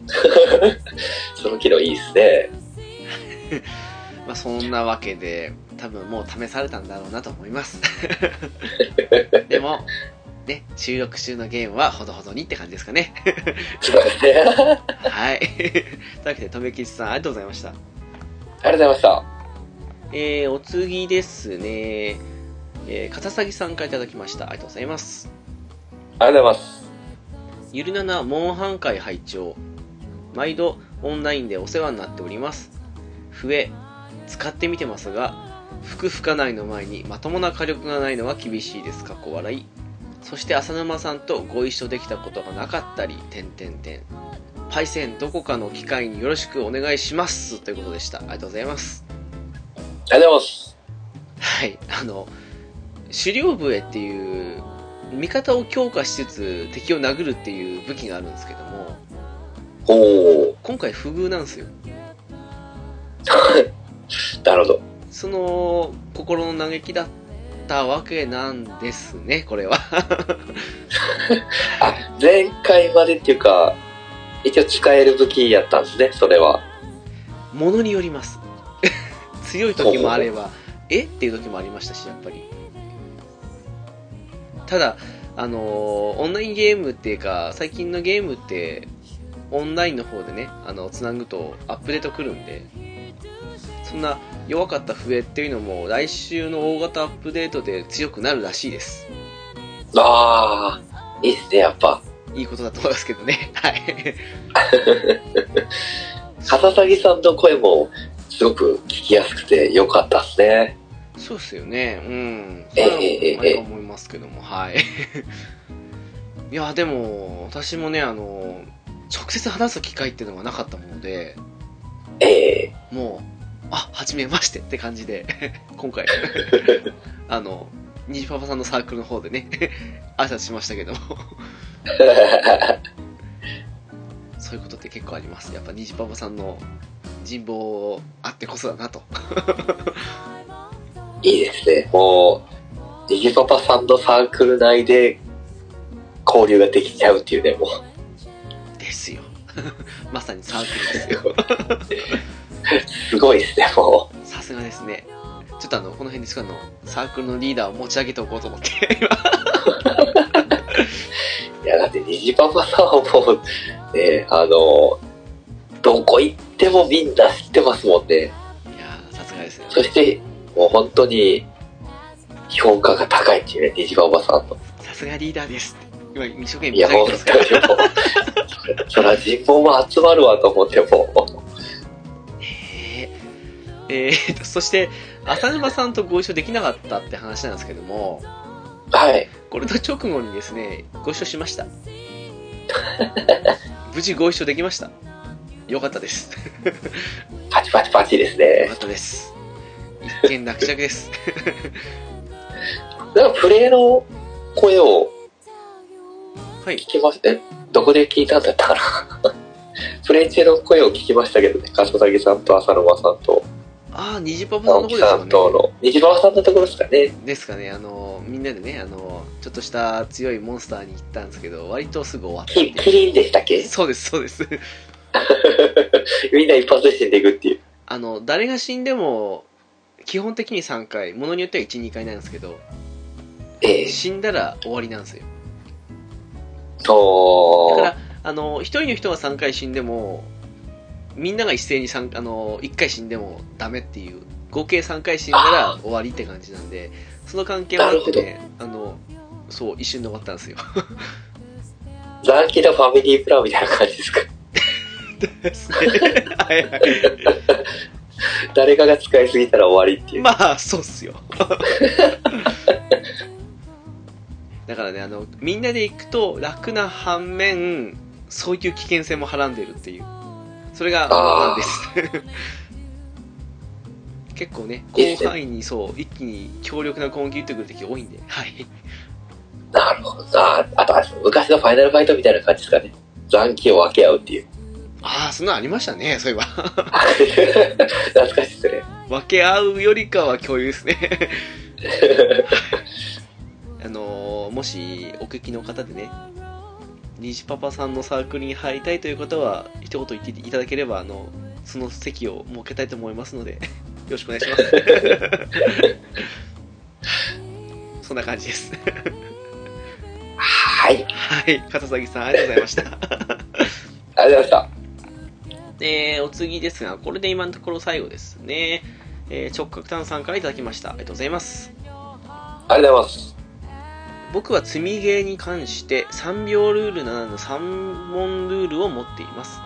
[SPEAKER 2] その機能いいっすね。
[SPEAKER 1] まあそんなわけで多分もう試されたんだろうなと思います でもね収録中のゲームはほどほどにって感じですかね
[SPEAKER 2] そうですね。ありがと
[SPEAKER 1] はい というわけでとめきちさんありがとうございました
[SPEAKER 2] うございました。
[SPEAKER 1] えー、お次ですねえー、片崎さんからいただきましたありがとうございます
[SPEAKER 2] ありがとうございます。
[SPEAKER 1] ゆるななモンハン会拝聴毎度オンラインでお世話になっております笛使ってみてますが服吹かないの前にまともな火力がないのは厳しいですかっこ笑いそして浅沼さんとご一緒できたことがなかったり点点点パイセンどこかの機会によろしくお願いしますということでしたありがとうございます
[SPEAKER 2] ありがとうございます。
[SPEAKER 1] はいあの狩猟笛っていう味方を強化しつつ敵を殴るっていう武器があるんですけども
[SPEAKER 2] おー。
[SPEAKER 1] 今回不遇なんですよ
[SPEAKER 2] なるほど。
[SPEAKER 1] その心の嘆きだったわけなんですねこれは
[SPEAKER 2] あ、前回までっていうか、一応使える武器やったんですね、それは。
[SPEAKER 1] ものによります 強い時もあればえっていう時もありましたしやっぱりただあのーオンラインゲームっていうか最近のゲームってオンラインの方でねあのつなぐとアップデート来るんでそんな弱かった笛っていうのも来週の大型アップデートで強くなるらしいです
[SPEAKER 2] ああ、いいっすね、やっぱ。
[SPEAKER 1] いいことだと思いますけどねはい
[SPEAKER 2] 笠崎さんの声もすごく聞きやすくて良かったですね。
[SPEAKER 1] そうですよね、うん。
[SPEAKER 2] ええ
[SPEAKER 1] それは思いますけども、はい。 いや、でも、私もね、あの、直接話す機会っていうのがなかったもので、
[SPEAKER 2] ええ
[SPEAKER 1] もう、あ、はじめましてって感じで、 今 回、あの、虹パパさんのサークルの方でね、 挨拶しましたけ ども、そういうことって結構あります。やっぱ虹パパさんの人望あってこそだなと。
[SPEAKER 2] いいですね。もう、ニジパパさんのサークル内で交流ができちゃうっていうね、もう、
[SPEAKER 1] ですよ。 まさにサークルですよ。
[SPEAKER 2] すごいですね、も
[SPEAKER 1] さすがですね。ちょっとあの、この辺ですかあの、サークルのリーダーを持ち上げておこうと思って、 今。
[SPEAKER 2] う。いや、だってニジパパさんはもう、ね、あの、どこ行ってもみんな知ってますもんね。
[SPEAKER 1] いやー、さすがですね。
[SPEAKER 2] そして、もう本当に、評価が高いっていうね、ニジパパさんの。
[SPEAKER 1] さすがリーダーですって。今、一生懸
[SPEAKER 2] い
[SPEAKER 1] 命持
[SPEAKER 2] や、
[SPEAKER 1] ち上げ
[SPEAKER 2] も
[SPEAKER 1] て
[SPEAKER 2] う、も
[SPEAKER 1] ま
[SPEAKER 2] う
[SPEAKER 1] すから。い
[SPEAKER 2] そりゃ人望も集まるわと思って、もう。
[SPEAKER 1] えーっと、そして、浅沼さんとご一緒できなかったって話なんですけども、
[SPEAKER 2] はい。
[SPEAKER 1] これと直後にですね、ご一緒しま した。無事ご一緒できました。よかったです。
[SPEAKER 2] パチパチパチです
[SPEAKER 1] よ
[SPEAKER 2] ね
[SPEAKER 1] か。ったです。一見落着です。
[SPEAKER 2] なんかプレイの声を
[SPEAKER 1] はい
[SPEAKER 2] 聞。きました、え、どこで聞いたんだったかな プレイ中の声を聞きましたけどね、笠崎さんと浅沼さんと。
[SPEAKER 1] ああ、虹パパさん
[SPEAKER 2] 青
[SPEAKER 1] の方
[SPEAKER 2] 木
[SPEAKER 1] です
[SPEAKER 2] さ
[SPEAKER 1] よ
[SPEAKER 2] んと
[SPEAKER 1] ね。
[SPEAKER 2] の、虹パパさんのところですかね。
[SPEAKER 1] ですかね、あの、みんなでね、あの、ちょっとした強いモンスターに行ったんですけど、割とすぐ終わったってい
[SPEAKER 2] キ
[SPEAKER 1] う
[SPEAKER 2] キリンでしたっけ
[SPEAKER 1] そうです、そうです。
[SPEAKER 2] みんな一発で死んでいくっていう。
[SPEAKER 1] あの、誰が死んでも、基本的に3回、ものによっては1、2回なんですけど、
[SPEAKER 2] ええ
[SPEAKER 1] 死んだら終わりなんですよ。だ
[SPEAKER 2] お
[SPEAKER 1] か
[SPEAKER 2] ー
[SPEAKER 1] ら、あの、1人の人が3回死んでも、みんなが一斉に三あの1回死んでもダメっていう、合計3回死んだら終わりって感じなんで、その関係もあってね、あの、そう、一瞬で終わったんですよ。
[SPEAKER 2] ザーキのファミリープランみたいな感じですか。
[SPEAKER 1] ですね。はいはい。
[SPEAKER 2] 誰かが使いすぎたら終わりっていう。
[SPEAKER 1] まあ、そうっすよ。 だからね、あの、みんなで行くと楽な反面、そういう危険性もはらんでるっていう。それが、なん
[SPEAKER 2] あ
[SPEAKER 1] です。 結構ね、
[SPEAKER 2] いいっす
[SPEAKER 1] 広範
[SPEAKER 2] ね
[SPEAKER 1] 囲にそう、一気に強力な攻撃打ってくる時多いんで、はい。
[SPEAKER 2] なるほど。あーあと、あ昔のファイナルファイトみたいな感じですかね。残機を分け合うっていう。
[SPEAKER 1] ああ、そんなのありましたね、そういえば。
[SPEAKER 2] 懐かしいですね。
[SPEAKER 1] 分け合うよりかは共有です ね。あのーもしお聞きの方でね虹パパさんのサークルに入りたいという方は一言言っていただければあのその席を設けたいと思いますので よろしくお願いします そんな感じです
[SPEAKER 2] はい。
[SPEAKER 1] はい片崎さんありがとうございました
[SPEAKER 2] ありがとうございました。
[SPEAKER 1] えーお次ですがこれで今のところ最後ですね、えー直角炭さんからいただきましたありがとうございます
[SPEAKER 2] ありがとうございます。
[SPEAKER 1] 僕は積みゲーに関して3秒ルールならぬ3問ルールを持っています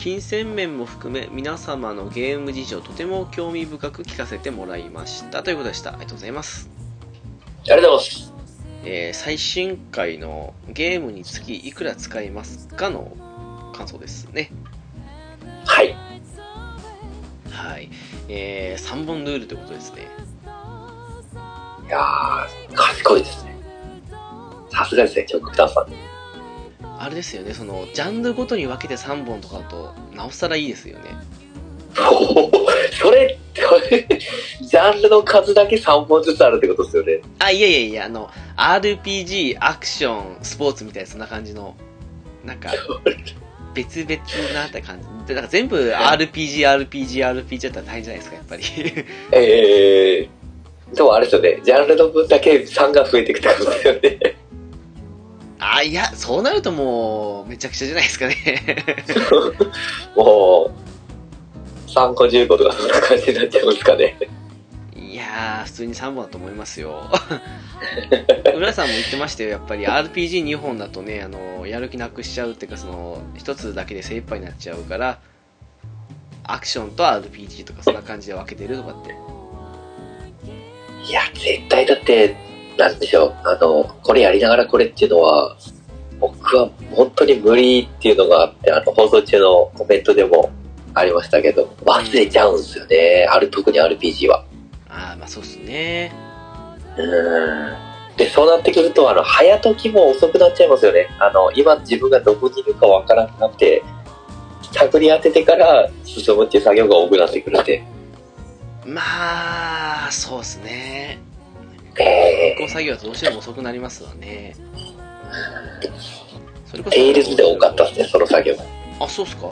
[SPEAKER 1] 金銭面も含め皆様のゲーム事情とても興味深く聞かせてもらいましたということでしたありがとうございます、
[SPEAKER 2] ありがとうございます。
[SPEAKER 1] えー最新回のゲームにつきいくら使いますかの感想ですね
[SPEAKER 2] はい。
[SPEAKER 1] はい、えー、3本ルールということですね
[SPEAKER 2] いやー、賢いですね。さすがですね、極端さん。
[SPEAKER 1] あれですよねそのジャンルごとに分けて3本とかだとなおさらいいですよね
[SPEAKER 2] おー それ、それ、ジャンルの数だけ3本ずつあるってことですよね。
[SPEAKER 1] あ、いやいやいや、あの、RPG、アクション、スポーツみたいな、そんな感じの、なんか、別々なって感じ。でなんか全部 RPG、RPG、RPG だったら大変じゃないですか、やっぱり。
[SPEAKER 2] えー、でもあれですよね、ジャンルの分だけ3が増えていくってことですよね。
[SPEAKER 1] あ、いや、そうなるともう、めちゃくちゃじゃないですかね。
[SPEAKER 2] もう、3個15とかそんな感じになっちゃうんですかね。
[SPEAKER 1] いやー、普通に3本だと思いますよ。 浦さんも言ってましたよ、やっぱり RPG2 本だとね、あの、やる気なくしちゃうっていうか、その、一つだけで精一杯になっちゃうから、アクションと RPG とか、そんな感じで分けてるとかって。
[SPEAKER 2] いや、絶対だって、なんでしょう、あの、これやりながらこれっていうのは、僕は本当に無理っていうのがあって、あの、放送中のコメントでもありましたけど、忘れちゃうんですよね。ある、特に RPG は。
[SPEAKER 1] ああまあそうっすね
[SPEAKER 2] うーん。で、そうなってくると、あの、早時も遅くなっちゃいますよね。あの、今自分がどこにいるかわからなくなって、探り当ててから進むっていう作業が多くなってくるんで。
[SPEAKER 1] まあそうっすね
[SPEAKER 2] え
[SPEAKER 1] こう作業はどうしても遅くなりますわねそれこ
[SPEAKER 2] ー、テイルズで多かったですね、その作業が。
[SPEAKER 1] あそうっすか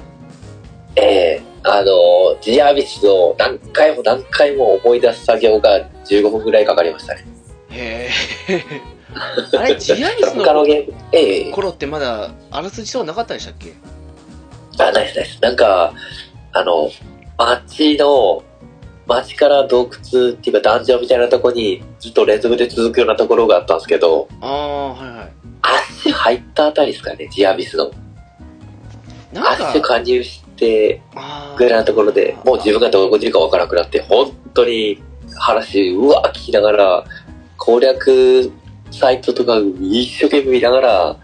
[SPEAKER 2] ええあの、ジアビスを何回も何回も思い出す作業が15分ぐらいかかりましたね。
[SPEAKER 1] へえ あれジアリス
[SPEAKER 2] 他の
[SPEAKER 1] の
[SPEAKER 2] ゲーム、ええ
[SPEAKER 1] 頃ってまだあらすじとかなかったんでしたっけ
[SPEAKER 2] あ、ナイスナイス。なんか、あの、街の、街から洞窟っていうかダンジョンみたいなとこにずっと連続で続くようなところがあったんですけど、
[SPEAKER 1] ああはいはい
[SPEAKER 2] 足入ったあたりですかね、ジアビスの。
[SPEAKER 1] なんか
[SPEAKER 2] 足加入して
[SPEAKER 1] あ
[SPEAKER 2] ぐらいなところで、もう自分がどこにいるかわからなくなって、本当に話、うわ、聞きながら、攻略サイトとか一生懸命見ながら、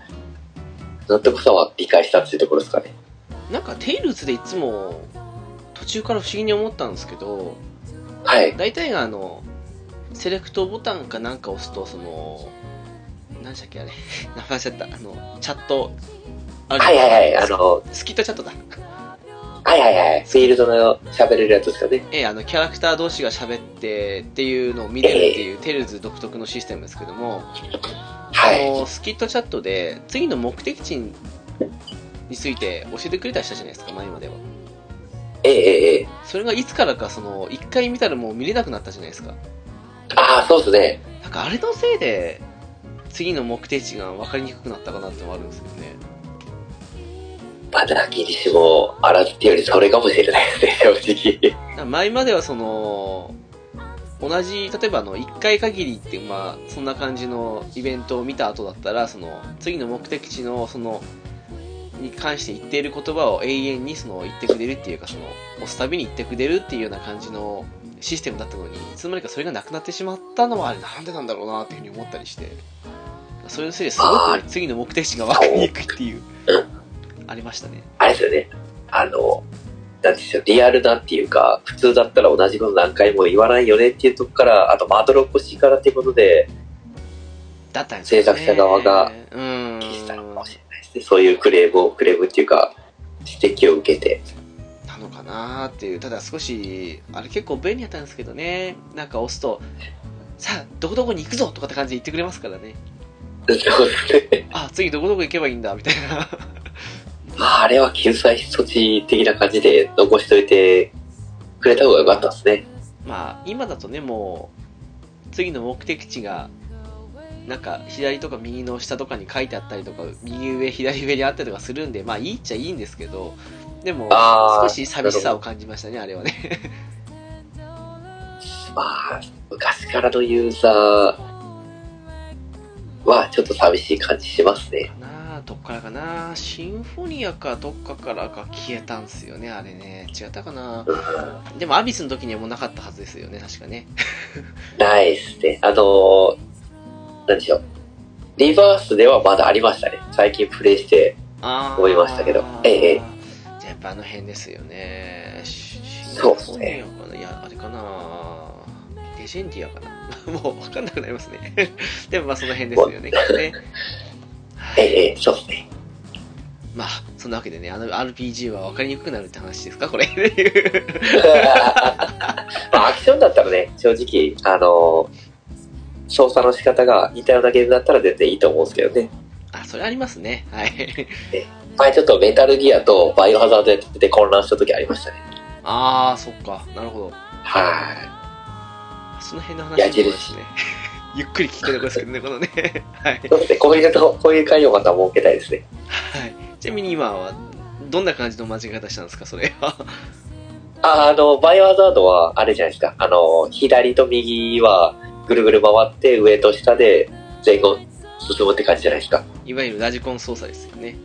[SPEAKER 2] 納得さは理解したっていうところですかね。
[SPEAKER 1] ーなんかテイルズでいつも途中から不思議に思ったんですけど
[SPEAKER 2] はい。
[SPEAKER 1] 大体があのセレクトボタンかなんか押すとその何でしたっけあれ 名前忘れちゃったあのチャットある
[SPEAKER 2] はいはいはい、あ
[SPEAKER 1] の
[SPEAKER 2] の、
[SPEAKER 1] スキットチャットだ
[SPEAKER 2] はいはいはい。フィールドの喋れるやつですかね。
[SPEAKER 1] ええあのキャラクター同士が喋ってっていうのを見てるっていう、テルズ独特のシステムですけども、
[SPEAKER 2] は
[SPEAKER 1] あ
[SPEAKER 2] い。
[SPEAKER 1] のスキットチャットで次の目的地について教えてくれた人じゃないですか前までは
[SPEAKER 2] ええええええ。
[SPEAKER 1] それがいつからかその1回見たらもう見れなくなったじゃないですか
[SPEAKER 2] ああ、そうですね。
[SPEAKER 1] なんかあれのせいで次の目的地が分かりにくくなったかなってのはあるんですけどね
[SPEAKER 2] まだなきにしもあらずっていうよりそれかもしれないですね、 正
[SPEAKER 1] だ
[SPEAKER 2] 直。
[SPEAKER 1] から前まではその同じ例えばあの1回限りってまあそんな感じのイベントを見た後だったらその次の目的地のそのに関して言っている言葉を永遠にその言ってくれるっていうかその押すたびに言ってくれるっていうような感じのシステムだったのにいつの間にかそれがなくなってしまったのはあれなんでなんだろうなっていうふうに思ったりしてそれのせいですご
[SPEAKER 2] あ
[SPEAKER 1] く次の目的地が分かりにくいっていうありましたね
[SPEAKER 2] あれですよね。あの、なんていうんでしょう、リアルなんていうか、普通だったら同じこと何回も言わないよねっていうとこから、あとまどろっこしいからっていうことで、
[SPEAKER 1] だったんですよね
[SPEAKER 2] 制作者側が
[SPEAKER 1] うん
[SPEAKER 2] 消したのかもしれないですね。そういうクレームを、クレームっていうか、指摘を受けて。
[SPEAKER 1] なのかなーっていうただ少しあれ結構便利だったんですけどねなんか押すと「さあどこどこに行くぞ!」とかって感じで言ってくれますからね
[SPEAKER 2] そうですね。
[SPEAKER 1] 「あ次どこどこ行けばいいんだ」みたいな
[SPEAKER 2] まあ、あれは救済措置的な感じで残しといてくれた方が良かったですね。
[SPEAKER 1] まあ今だとねもう次の目的地がなんか左とか右の下とかに書いてあったりとか右上左上にあったりとかするんでまあいいっちゃいいんですけどでも
[SPEAKER 2] あー
[SPEAKER 1] 少し寂しさを感じましたねあれはね
[SPEAKER 2] まあ、昔からのユーザーはちょっと寂しい感じしますね。
[SPEAKER 1] なあどっからかなシンフォニアかどっかからか消えたんすよねあれね違ったかな
[SPEAKER 2] うん
[SPEAKER 1] でもアビスの時にはもうなかったはずですよね確かね
[SPEAKER 2] ないですね。あのー、なんでしょう。リバースではまだありましたね。最近プレイして。
[SPEAKER 1] あー
[SPEAKER 2] 思いましたけどええええ
[SPEAKER 1] じゃあやっぱあの辺ですよねシシンフ
[SPEAKER 2] そうっす
[SPEAKER 1] ォニ
[SPEAKER 2] ね
[SPEAKER 1] アかないやあれかなレジェンディアかな もう分かんなくなりますね でもまあその辺ですよねきっとね
[SPEAKER 2] ええ、ええ、そうですね。
[SPEAKER 1] まあそんなわけでねあの RPG は分かりにくくなるって話ですかこれ
[SPEAKER 2] まあ、アクションだったらね、正直、あのー操作の仕方が似たようなゲームだったら全然いいと思うんですけどね。
[SPEAKER 1] あそれありますねはい
[SPEAKER 2] 前ちょっとメタルギアとバイオハザードやってて混乱した時ありましたね。
[SPEAKER 1] ああそっかなるほど
[SPEAKER 2] は
[SPEAKER 1] その辺の
[SPEAKER 2] いや
[SPEAKER 1] 話もですね。 ゆっくり聞きたいところですけどね、このね。 はい
[SPEAKER 2] い。。そうですね。こういうと、こういう会をまた設けたいですね。
[SPEAKER 1] はい。ちなみに今は、どんな感じの間違い方したんですか、それは。
[SPEAKER 2] ああの、バイオハザードは、あれじゃないですか。あの、左と右は、ぐるぐる回って、上と下で、前後、進むって感じじゃないですか。
[SPEAKER 1] いわゆるラジコン操作ですよね。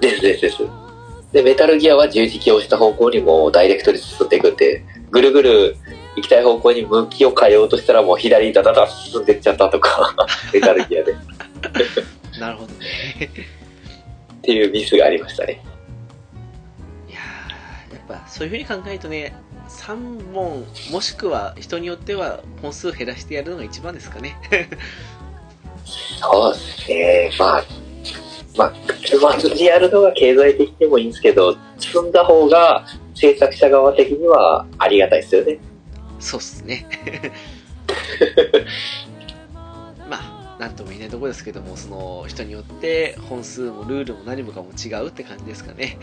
[SPEAKER 2] ですですです。で、メタルギアは十字キーを押した方向にもうダイレクトに進んでいくんで、ぐるぐる行きたい方向に向きを変えようとしたらもう左にダダダ進んでっちゃったとか、 メタルギアで。っ
[SPEAKER 1] なるほどね。
[SPEAKER 2] ていうミスがありましたね。
[SPEAKER 1] いやー、やっぱそういう風に考えるとね、3本、もしくは人によっては本数減らしてやるのが一番ですかね。
[SPEAKER 2] そうですね。まあ、まあ、まずにやるのが経済的でもいいんですけど、進んだ方が制作者側的にはありがたいですよね。
[SPEAKER 1] そうっすね。 まあ、なんとも言えないところですけども、その人によって本数もルールも何もかも違うって感じですかね。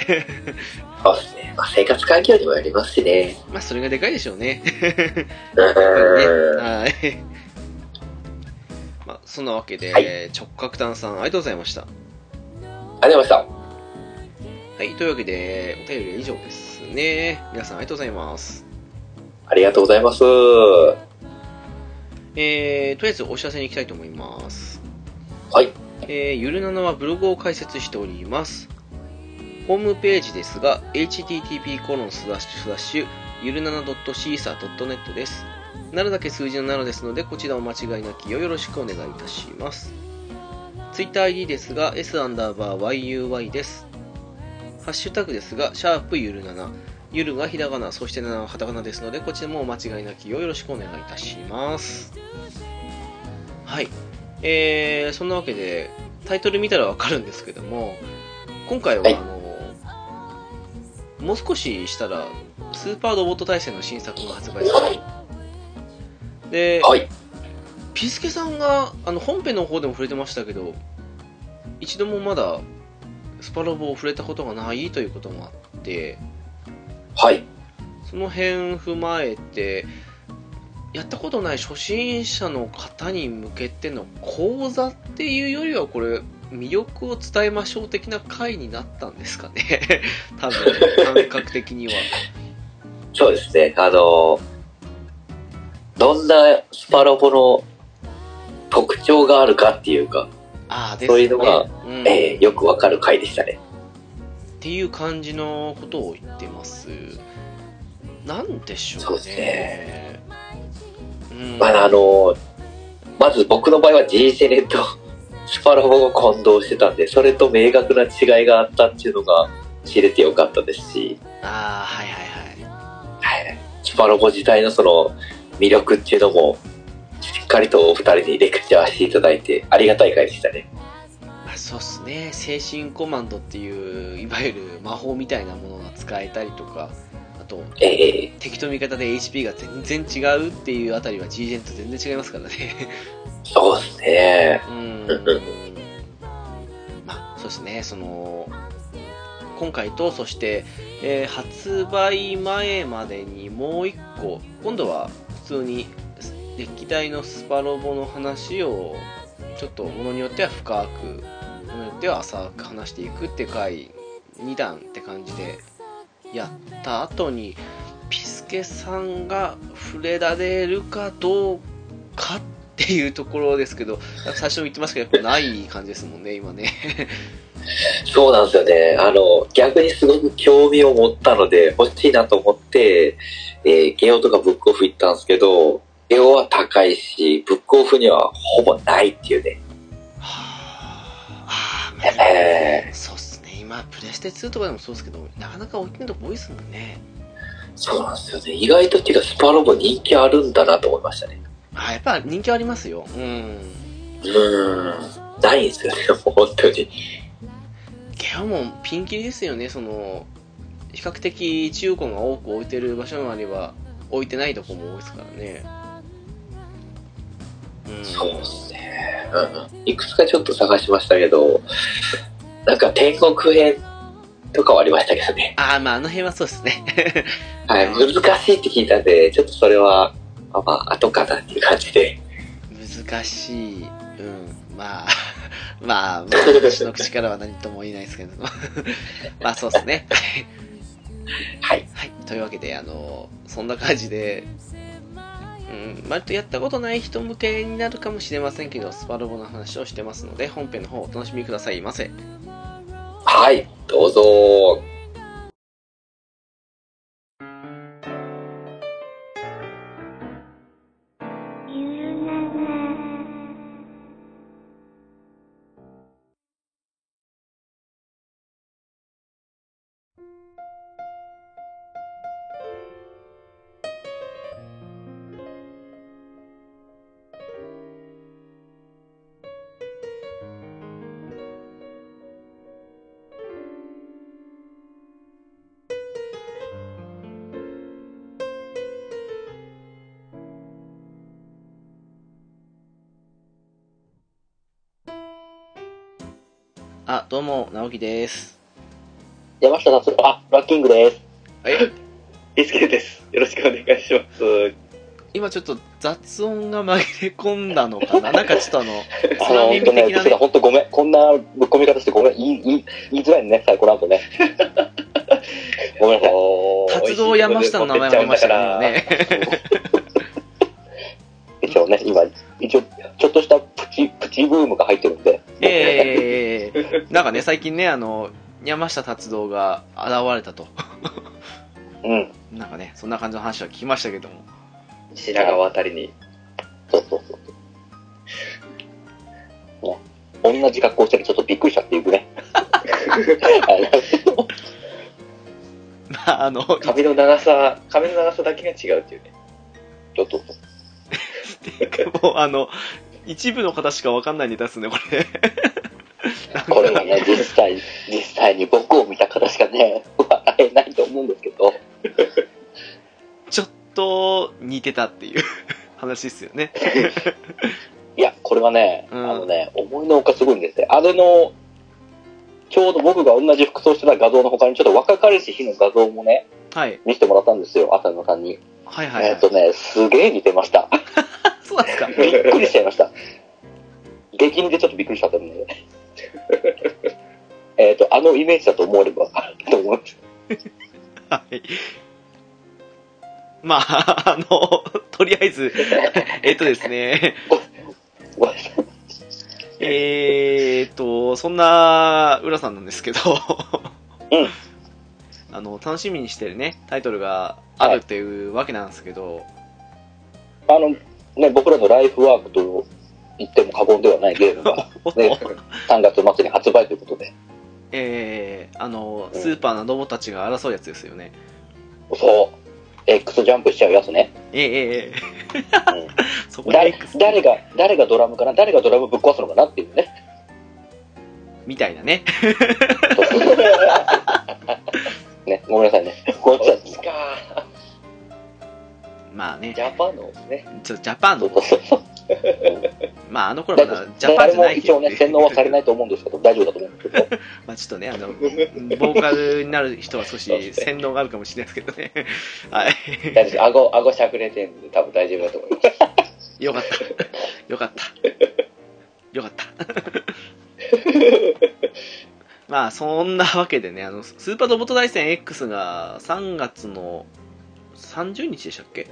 [SPEAKER 2] そうですね。まあ、生活環境にもよりますしね。
[SPEAKER 1] まあ、それがでかいでしょうね。
[SPEAKER 2] うーん。
[SPEAKER 1] はい。 まあ、そんなわけで、
[SPEAKER 2] はい
[SPEAKER 1] 直角炭さん、ありがとうございました。
[SPEAKER 2] ありがとうございました。
[SPEAKER 1] はい、というわけで、お便りは以上ですね。皆さん、ありがとうございます。
[SPEAKER 2] ありがとうございます。は
[SPEAKER 1] えー、とりあえずお知らせに行きたいと思います。
[SPEAKER 2] い。
[SPEAKER 1] えー、ゆるななはブログを開設しております。ホームページですが、http コロンスラッシュスラッシュゆるなな .caesar.net です。なるだけ数字の7ですので、こちらお間違いなきをよろしくお願いいたします。TwitterID ですが、s アンダーバー yuy です。ハッシュタグですが、シャープゆるなな。ゆるがひらがな、そして7はカタカナですので、こちらもお間違いなきをよろしくお願いいたします。はい。えー、そんなわけで、タイトル見たらわかるんですけども、今回は、
[SPEAKER 2] はい
[SPEAKER 1] あの、もう少ししたらスーパーロボット大戦の新作が発売されるで、
[SPEAKER 2] はい。
[SPEAKER 1] ピスケさんがあの本編の方でも触れてましたけど一度もまだスパロボを触れたことがないということもあって
[SPEAKER 2] はい。
[SPEAKER 1] その辺踏まえてやったことない初心者の方に向けての講座っていうよりはこれ魅力を伝えましょう的な回になったんですかね 多分感覚的には
[SPEAKER 2] そうですね。あの、どんなスパロボの特徴があるかっていうか、
[SPEAKER 1] ああですね
[SPEAKER 2] そういうのが
[SPEAKER 1] うん
[SPEAKER 2] えーよくわかる回でしたね。
[SPEAKER 1] っていう感じのことを言ってますなんでしょうね
[SPEAKER 2] そうですね
[SPEAKER 1] うん
[SPEAKER 2] まあ、あの、まず僕の場合は G セレとスパロボを混同してたんで、それと明確な違いがあったっていうのが知れてよかったですし、
[SPEAKER 1] あーはいはいはい
[SPEAKER 2] はいスパロボ自体のその魅力っていうのも、しっかりとお二人にレクチャーしていただいて、ありがたい回でしたね。
[SPEAKER 1] まあそうっすね精神コマンドっていういわゆる魔法みたいなものが使えたりとかあと
[SPEAKER 2] え
[SPEAKER 1] 敵と味方で HP が全然違うっていうあたりは G ジェンと全然違いますからね
[SPEAKER 2] ーそうですね。
[SPEAKER 1] う
[SPEAKER 2] うん
[SPEAKER 1] んまあそうですねその今回とそして、えー発売前までにもう一個今度は普通に歴代のスパロボの話をちょっとものによっては深くものによっては浅く話していくって回2段って感じでやった後にピスケさんが触れられるかどうかっていうところですけど最初も言ってましたけどやっぱない感じですもんね今ね
[SPEAKER 2] そうなんですよね。あの、逆にすごく興味を持ったので、欲しいなと思って、えーゲオとかブックオフ行ったんですけど、ゲオは高いし、ブックオフにはほぼないっていうね。
[SPEAKER 1] はあまあ
[SPEAKER 2] え
[SPEAKER 1] そうっすね今プレステ2とかでもそうですけどなかなか大きなとこ多いですもんね
[SPEAKER 2] ーそうなんですよね。意外とっていうか、スパロボ人気あるんだなと思いましたね。
[SPEAKER 1] あやっぱ人気ありますようん
[SPEAKER 2] うーん。ないんですよね、 もう本当に。
[SPEAKER 1] ゲオもピンキリですよねその比較的中古が多く置いてる場所もあれば置いてないとこも多いですからねうん
[SPEAKER 2] そうですね。うん。いくつかちょっと探しましたけど、なんか天国編とかはありましたけどね。
[SPEAKER 1] ああまああの辺はそうですね
[SPEAKER 2] はい、難しいって聞いたんで、ちょっとそれは、まあまあ、後かなっていう感じで。
[SPEAKER 1] 難しいうんまあ まあ、まあ、私の口からは何とも 言えないですけどまあそうですね
[SPEAKER 2] はい。
[SPEAKER 1] はい、というわけで、あの、そんな感じで、うん、割とやったことない人向けになるかもしれませんけど、スパロボの話をしてますので、本編の方お楽しみくださいませ。
[SPEAKER 2] はい、どうぞ。
[SPEAKER 1] あ、どうも、直樹です。
[SPEAKER 3] 山下達郎、あ、ラッキングです。
[SPEAKER 1] はい、
[SPEAKER 3] ビスケです。よろしくお願いします。
[SPEAKER 1] 今ちょっと雑音が紛れ込んだのかななんかちょっとあの、
[SPEAKER 3] あの、本当ね、ビスケさん、本当ごめん。こんなぶっ込み方してごめん。言い、言い、言いづらいね、最後の後ね。ごめんなさい。
[SPEAKER 1] 活動山下の名前も出ましたからね。
[SPEAKER 3] 一応ね、今、一応、ちょっとしたプチ、プチブームが入ってるんで。
[SPEAKER 1] ええなんかね、最近ね、あの、山下達郎が現れたと。
[SPEAKER 3] うん。
[SPEAKER 1] なんかね、そんな感じの話は聞きましたけども。
[SPEAKER 2] 品川あたりに。
[SPEAKER 3] そうそうそう。ね同じ格好してるちょっとびっくりしたっていうね。
[SPEAKER 1] まあ、あの、
[SPEAKER 2] 髪の長さ、髪の長さだけが違うっていうね。
[SPEAKER 3] ちょっと、
[SPEAKER 1] もうあの、一部の方しかわかんないネタですね、これ。
[SPEAKER 3] これはね、実際、実際に僕を見た方しかね、笑えないと思うん
[SPEAKER 1] 似てたっていう話っすよね。
[SPEAKER 2] いや、これはね、
[SPEAKER 1] うん
[SPEAKER 2] あのね、思いのほかすごいんですね。あれの、ちょうど僕が同じ服装してた画像の他に、ちょっと若かりし日の画像もね、
[SPEAKER 1] はい。
[SPEAKER 2] 見せてもらったんですよ、浅野さんに。
[SPEAKER 1] はいはい、
[SPEAKER 2] え
[SPEAKER 1] は
[SPEAKER 2] っ
[SPEAKER 1] い
[SPEAKER 2] と。ね、すげえ似てま した。
[SPEAKER 1] そうなんですか。
[SPEAKER 2] びっくりしちゃいました。激似でちょっとびっくりしちゃったんで。 えっと、あのイメージだと思えれば、 と思って。
[SPEAKER 1] はい。まあ、あの、とりあえず、えっとですね、
[SPEAKER 2] ごめんなさい
[SPEAKER 1] えーっと、そんな、浦さんなんですけど、
[SPEAKER 2] うん
[SPEAKER 1] あの、楽しみにしてるね、タイトルがあるっていうわけなんですけど、
[SPEAKER 2] あの、ね、僕らのライフワークと言っても過言ではないゲームが、
[SPEAKER 1] おっと
[SPEAKER 2] ね、3月末に発売ということで。
[SPEAKER 1] えー、あの、
[SPEAKER 2] うん
[SPEAKER 1] スーパーなロボたちが争うやつですよね。
[SPEAKER 2] そう。X ジャンプしちゃうやつね。
[SPEAKER 1] えー、えーえー
[SPEAKER 2] うん
[SPEAKER 1] そこで
[SPEAKER 2] 誰
[SPEAKER 1] X
[SPEAKER 2] 誰が、誰がドラムかな誰がドラムぶっ壊すのかなっていうね。
[SPEAKER 1] みたいなね。
[SPEAKER 2] ね、ごめんなさいね。ごめんなさい。ジ
[SPEAKER 1] まあね、
[SPEAKER 4] ャパンのね。
[SPEAKER 1] ちょジャパン
[SPEAKER 2] そう
[SPEAKER 1] の、
[SPEAKER 2] そうそう。
[SPEAKER 1] まああの頃
[SPEAKER 2] だ
[SPEAKER 1] まだ
[SPEAKER 2] いぶ
[SPEAKER 1] ジャパンじゃないけ
[SPEAKER 2] 誰も
[SPEAKER 1] ど、
[SPEAKER 2] 一応ね、洗脳はされないと思うんですけど、大丈夫だと思うんですけど。
[SPEAKER 1] まあちょっとね、あの、ボーカルになる人は少し洗脳があるかもしれないですけどね。 はい。
[SPEAKER 4] 大丈夫。顎、顎しゃくれてるんで多分大丈夫だと思います。
[SPEAKER 1] よかった。よかった。よかった。 まあ、そんなわけでね、あの、スーパーロボット大戦 X が3月の30日でしたっけ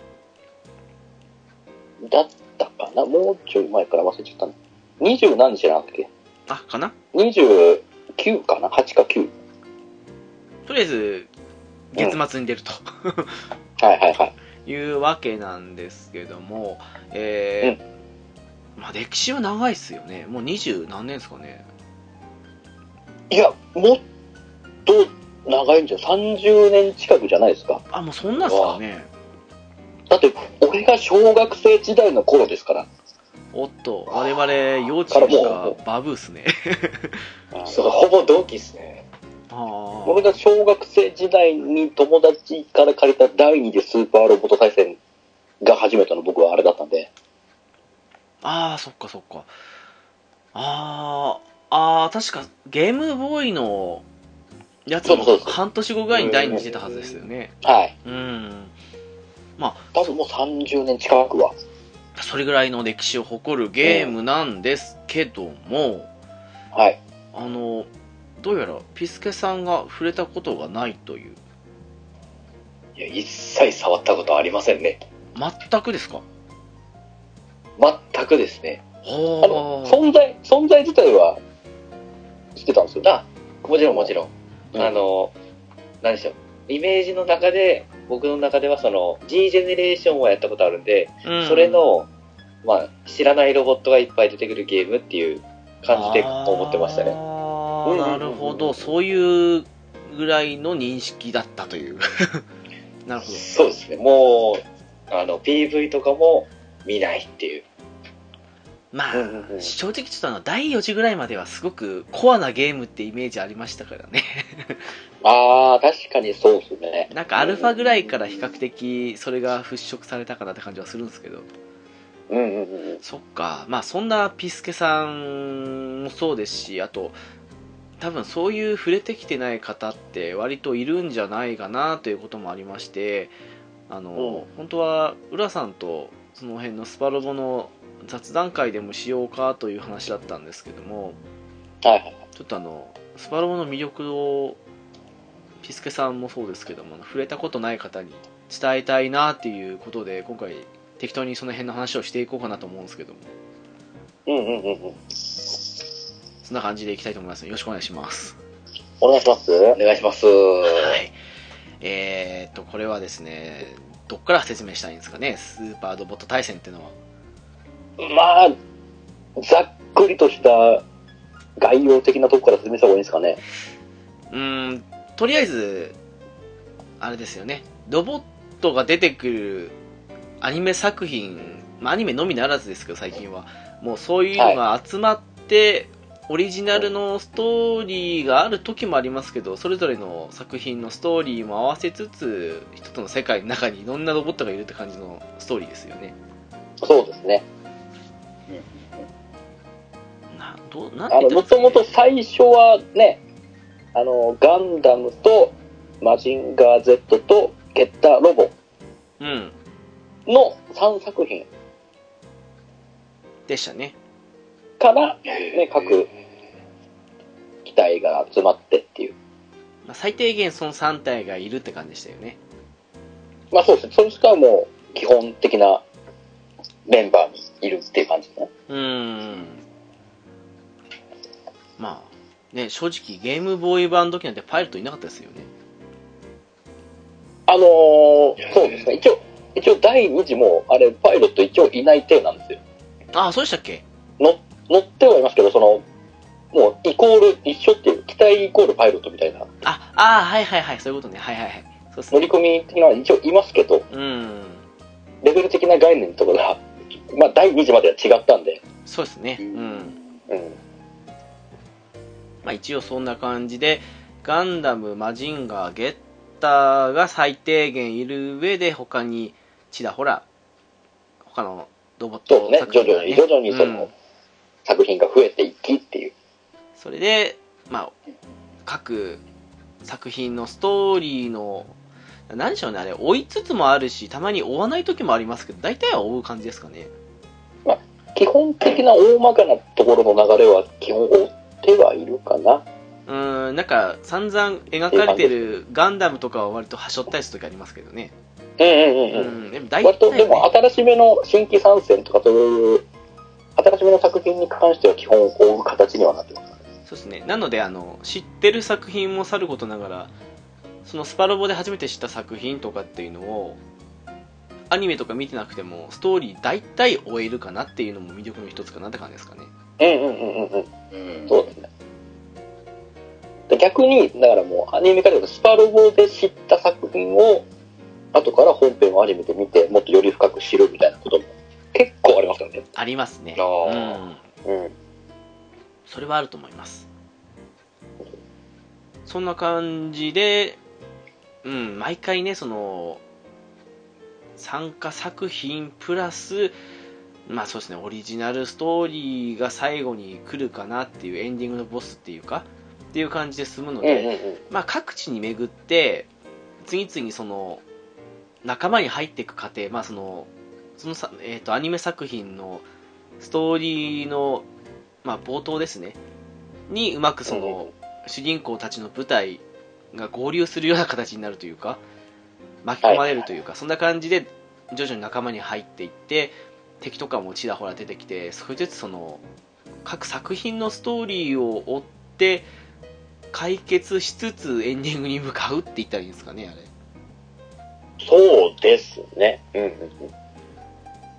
[SPEAKER 2] だったかなもうちょい前から忘れちゃったな。20何日なんだっけ
[SPEAKER 1] あ、かな
[SPEAKER 2] ?29 かな ?8 か9。
[SPEAKER 1] とりあえず、月末に出ると。
[SPEAKER 2] はいはいはい。
[SPEAKER 1] いうわけなんですけども、えーまあ歴史は長いっすよね。もう二十何年ですかね。
[SPEAKER 2] いや、もっと長いんじゃん。30年近くじゃないですか。
[SPEAKER 1] あ、もうそんなんっすかね。
[SPEAKER 2] だって、俺が小学生時代の頃ですから。
[SPEAKER 1] おっと、我々幼稚園
[SPEAKER 2] から
[SPEAKER 1] が
[SPEAKER 2] も
[SPEAKER 1] バブーっすね。
[SPEAKER 4] そう、ほぼ同期っすね。
[SPEAKER 1] あ
[SPEAKER 2] 俺が小学生時代に友達から借りた第2でスーパーロボット対戦が始めたの僕はあれだったんで。
[SPEAKER 1] ああー、そっかそっか。ああ、ああ、確かゲームボーイのやつ
[SPEAKER 2] そ
[SPEAKER 1] も
[SPEAKER 2] うそうそう
[SPEAKER 1] 半年後ぐらいに第二次出たはずですよね。
[SPEAKER 2] はい。
[SPEAKER 1] うん。
[SPEAKER 2] 多分もう30年近くは。
[SPEAKER 1] それぐらいの歴史を誇るゲームなんですけども、
[SPEAKER 2] はい。
[SPEAKER 1] あのどうやらピスケさんが触れたことがないという
[SPEAKER 4] いや、一切触ったことありませんね。
[SPEAKER 1] 全くですか
[SPEAKER 4] 全くですね。
[SPEAKER 1] あ
[SPEAKER 2] あの、
[SPEAKER 1] あ
[SPEAKER 2] 存在、存在自体は知ってたんですよね。
[SPEAKER 4] あ、もちろんもちろん。
[SPEAKER 2] うん
[SPEAKER 4] あの、何でしょう。イメージの中で、僕の中ではその G ジェネレーションはやったことあるんで、それの、まあ、知らないロボットがいっぱい出てくるゲームっていう感じで思ってましたね。う
[SPEAKER 1] あ
[SPEAKER 4] ん
[SPEAKER 1] あ
[SPEAKER 4] うんうん
[SPEAKER 1] なるほどそういうぐらいの認識だったという なるほど
[SPEAKER 4] そうですね。もう、あの、PV とかも見ないっていう。
[SPEAKER 1] まあ
[SPEAKER 4] うんうんうん
[SPEAKER 1] 正直ちょっとあの第4次ぐらいまではすごくコアなゲームってイメージありましたからね
[SPEAKER 2] ああ、確かにそうですね。
[SPEAKER 1] なんかアルファぐらいから比較的それが払拭されたかなって感じはするんですけど
[SPEAKER 2] うんうんうんうん。
[SPEAKER 1] そっか、まあそんなピスケさんもそうですし、あと、多分そういう触れてきてない方って割といるんじゃないかなということもありまして、あの、本当は浦さんとその辺のスパロボの雑談会でもしようかという話だったんですけども、
[SPEAKER 2] はいはい。
[SPEAKER 1] ちょっとあの、スパロボの魅力をピスケさんもそうですけども、触れたことない方に伝えたいなっていうことで、今回適当にその辺の話をしていこうかなと思うんですけども。
[SPEAKER 2] うんうんうんうん。
[SPEAKER 1] そんな感じでいきたいと思います。よろしくお願いします。
[SPEAKER 2] お願いします。
[SPEAKER 4] お願いします。
[SPEAKER 1] はい。えー、っと、これはですね、どっから説明したらいいんですかね、スーパーロボット対戦っていうのは。
[SPEAKER 2] まあ、ざっくりとした概要的なとこから説明した方がいいんですかね。
[SPEAKER 1] うーん、とりあえず、あれですよね、ロボットが出てくるアニメ作品、まあ、アニメのみならずですけど、最近は、もうそういうのが集まって、オリジナルのストーリーがある時もありますけどそれぞれの作品のストーリーも合わせつつ一つの世界の中にいろんなロボットがいるって感じのストーリーですよね
[SPEAKER 2] そうですね。
[SPEAKER 1] などうなん
[SPEAKER 2] あ
[SPEAKER 1] て言
[SPEAKER 2] の、
[SPEAKER 1] ったらい
[SPEAKER 2] も
[SPEAKER 1] いです
[SPEAKER 2] と
[SPEAKER 1] かね
[SPEAKER 2] もと最初はね、あの、ガンダムとマジンガー Z とゲッターロボ
[SPEAKER 1] うん
[SPEAKER 2] の3作品
[SPEAKER 1] でしたね
[SPEAKER 2] から、ね、各機体が集まってっていう。
[SPEAKER 1] まあ、最低限その3体がいるって感じでしたよね
[SPEAKER 2] まあそうですね。それしかもう基本的なメンバーにいるっていう感じですね。
[SPEAKER 1] うーんまあね正直ゲームボーイ版の時なんてパイロットいなかったですよね
[SPEAKER 2] あのーそうですね。一応、一応第2次も、あれ、パイロット一応いない体なんですよ。
[SPEAKER 1] ああそうでしたっけ
[SPEAKER 2] 乗乗ってはいますけど、その、もうイコール一緒っていう、機体イコールパイロットみたいな、
[SPEAKER 1] ああーはいはいはいそういうことねはいはいはいそうです
[SPEAKER 2] 乗
[SPEAKER 1] ね
[SPEAKER 2] 組員的なのは一応いますけど、
[SPEAKER 1] うん
[SPEAKER 2] レベル的な概念とかが、まあ第2次までは違ったんで、
[SPEAKER 1] そうですねうん
[SPEAKER 2] うん。
[SPEAKER 1] まあ一応そんな感じでガンダムマジンガーゲッターが最低限いる上で他にちらほら他のロボッ
[SPEAKER 2] そう
[SPEAKER 1] ト
[SPEAKER 2] ですね。徐
[SPEAKER 1] 品
[SPEAKER 2] 々
[SPEAKER 1] が
[SPEAKER 2] に、徐々にそ
[SPEAKER 1] うん
[SPEAKER 2] の、作品が増えていきっていう。
[SPEAKER 1] それで、まあ、各作品のストーリーの何でしょうねあれ追いつつもあるしたまに追わない時もありますけど大体は追う感じですかね
[SPEAKER 2] 基本的な大まかなところの流れは基本追ってはいるかな。
[SPEAKER 1] うーんなんか散々描かれてるガンダムとかは割とはしょったりする時ありますけどね
[SPEAKER 2] うんう
[SPEAKER 1] う
[SPEAKER 2] んうんうん。
[SPEAKER 1] んでも大体は
[SPEAKER 2] 割
[SPEAKER 1] ね
[SPEAKER 2] と、でも新しめの新規参戦とかそういう、新しめの作品に関しては基本追う形にはなってます。
[SPEAKER 1] そうですねなのであの知ってる作品もさることながらそのスパロボで初めて知った作品とかっていうのをアニメとか見てなくてもストーリー大体終えるかなっていうのも魅力の一つかなって感じですかね
[SPEAKER 2] うんうんうんうんうん。
[SPEAKER 5] うん
[SPEAKER 2] そうですね。で逆に、だからもうアニメから言うとスパロボで知った作品を、後から本編をアニメで見て、もっとより深く知るみたいなことも結構ありますよね。
[SPEAKER 1] ありますね
[SPEAKER 5] あー
[SPEAKER 1] うん
[SPEAKER 2] うん。
[SPEAKER 1] それはあると思いますそんな感じでうん毎回ねその参加作品プラスまあそうですねオリジナルストーリーが最後に来るかなっていうエンディングのボスっていうかっていう感じで進むの
[SPEAKER 2] うん
[SPEAKER 1] で、
[SPEAKER 2] うんうん。
[SPEAKER 1] まあ、各地に巡って次々にその仲間に入っていく過程、まあ、そのそのさ、えー、とアニメ作品のストーリーの、まあ、冒頭ですねにうまくその主人公たちの舞台が合流するような形になるというか巻き込まれるというか、そんな感じで徐々に仲間に入っていって敵とかもちらほら出てきて少しずつその各作品のストーリーを追って解決しつつエンディングに向かうって言ったらいいんですかね
[SPEAKER 2] そうですね。うんうんうん。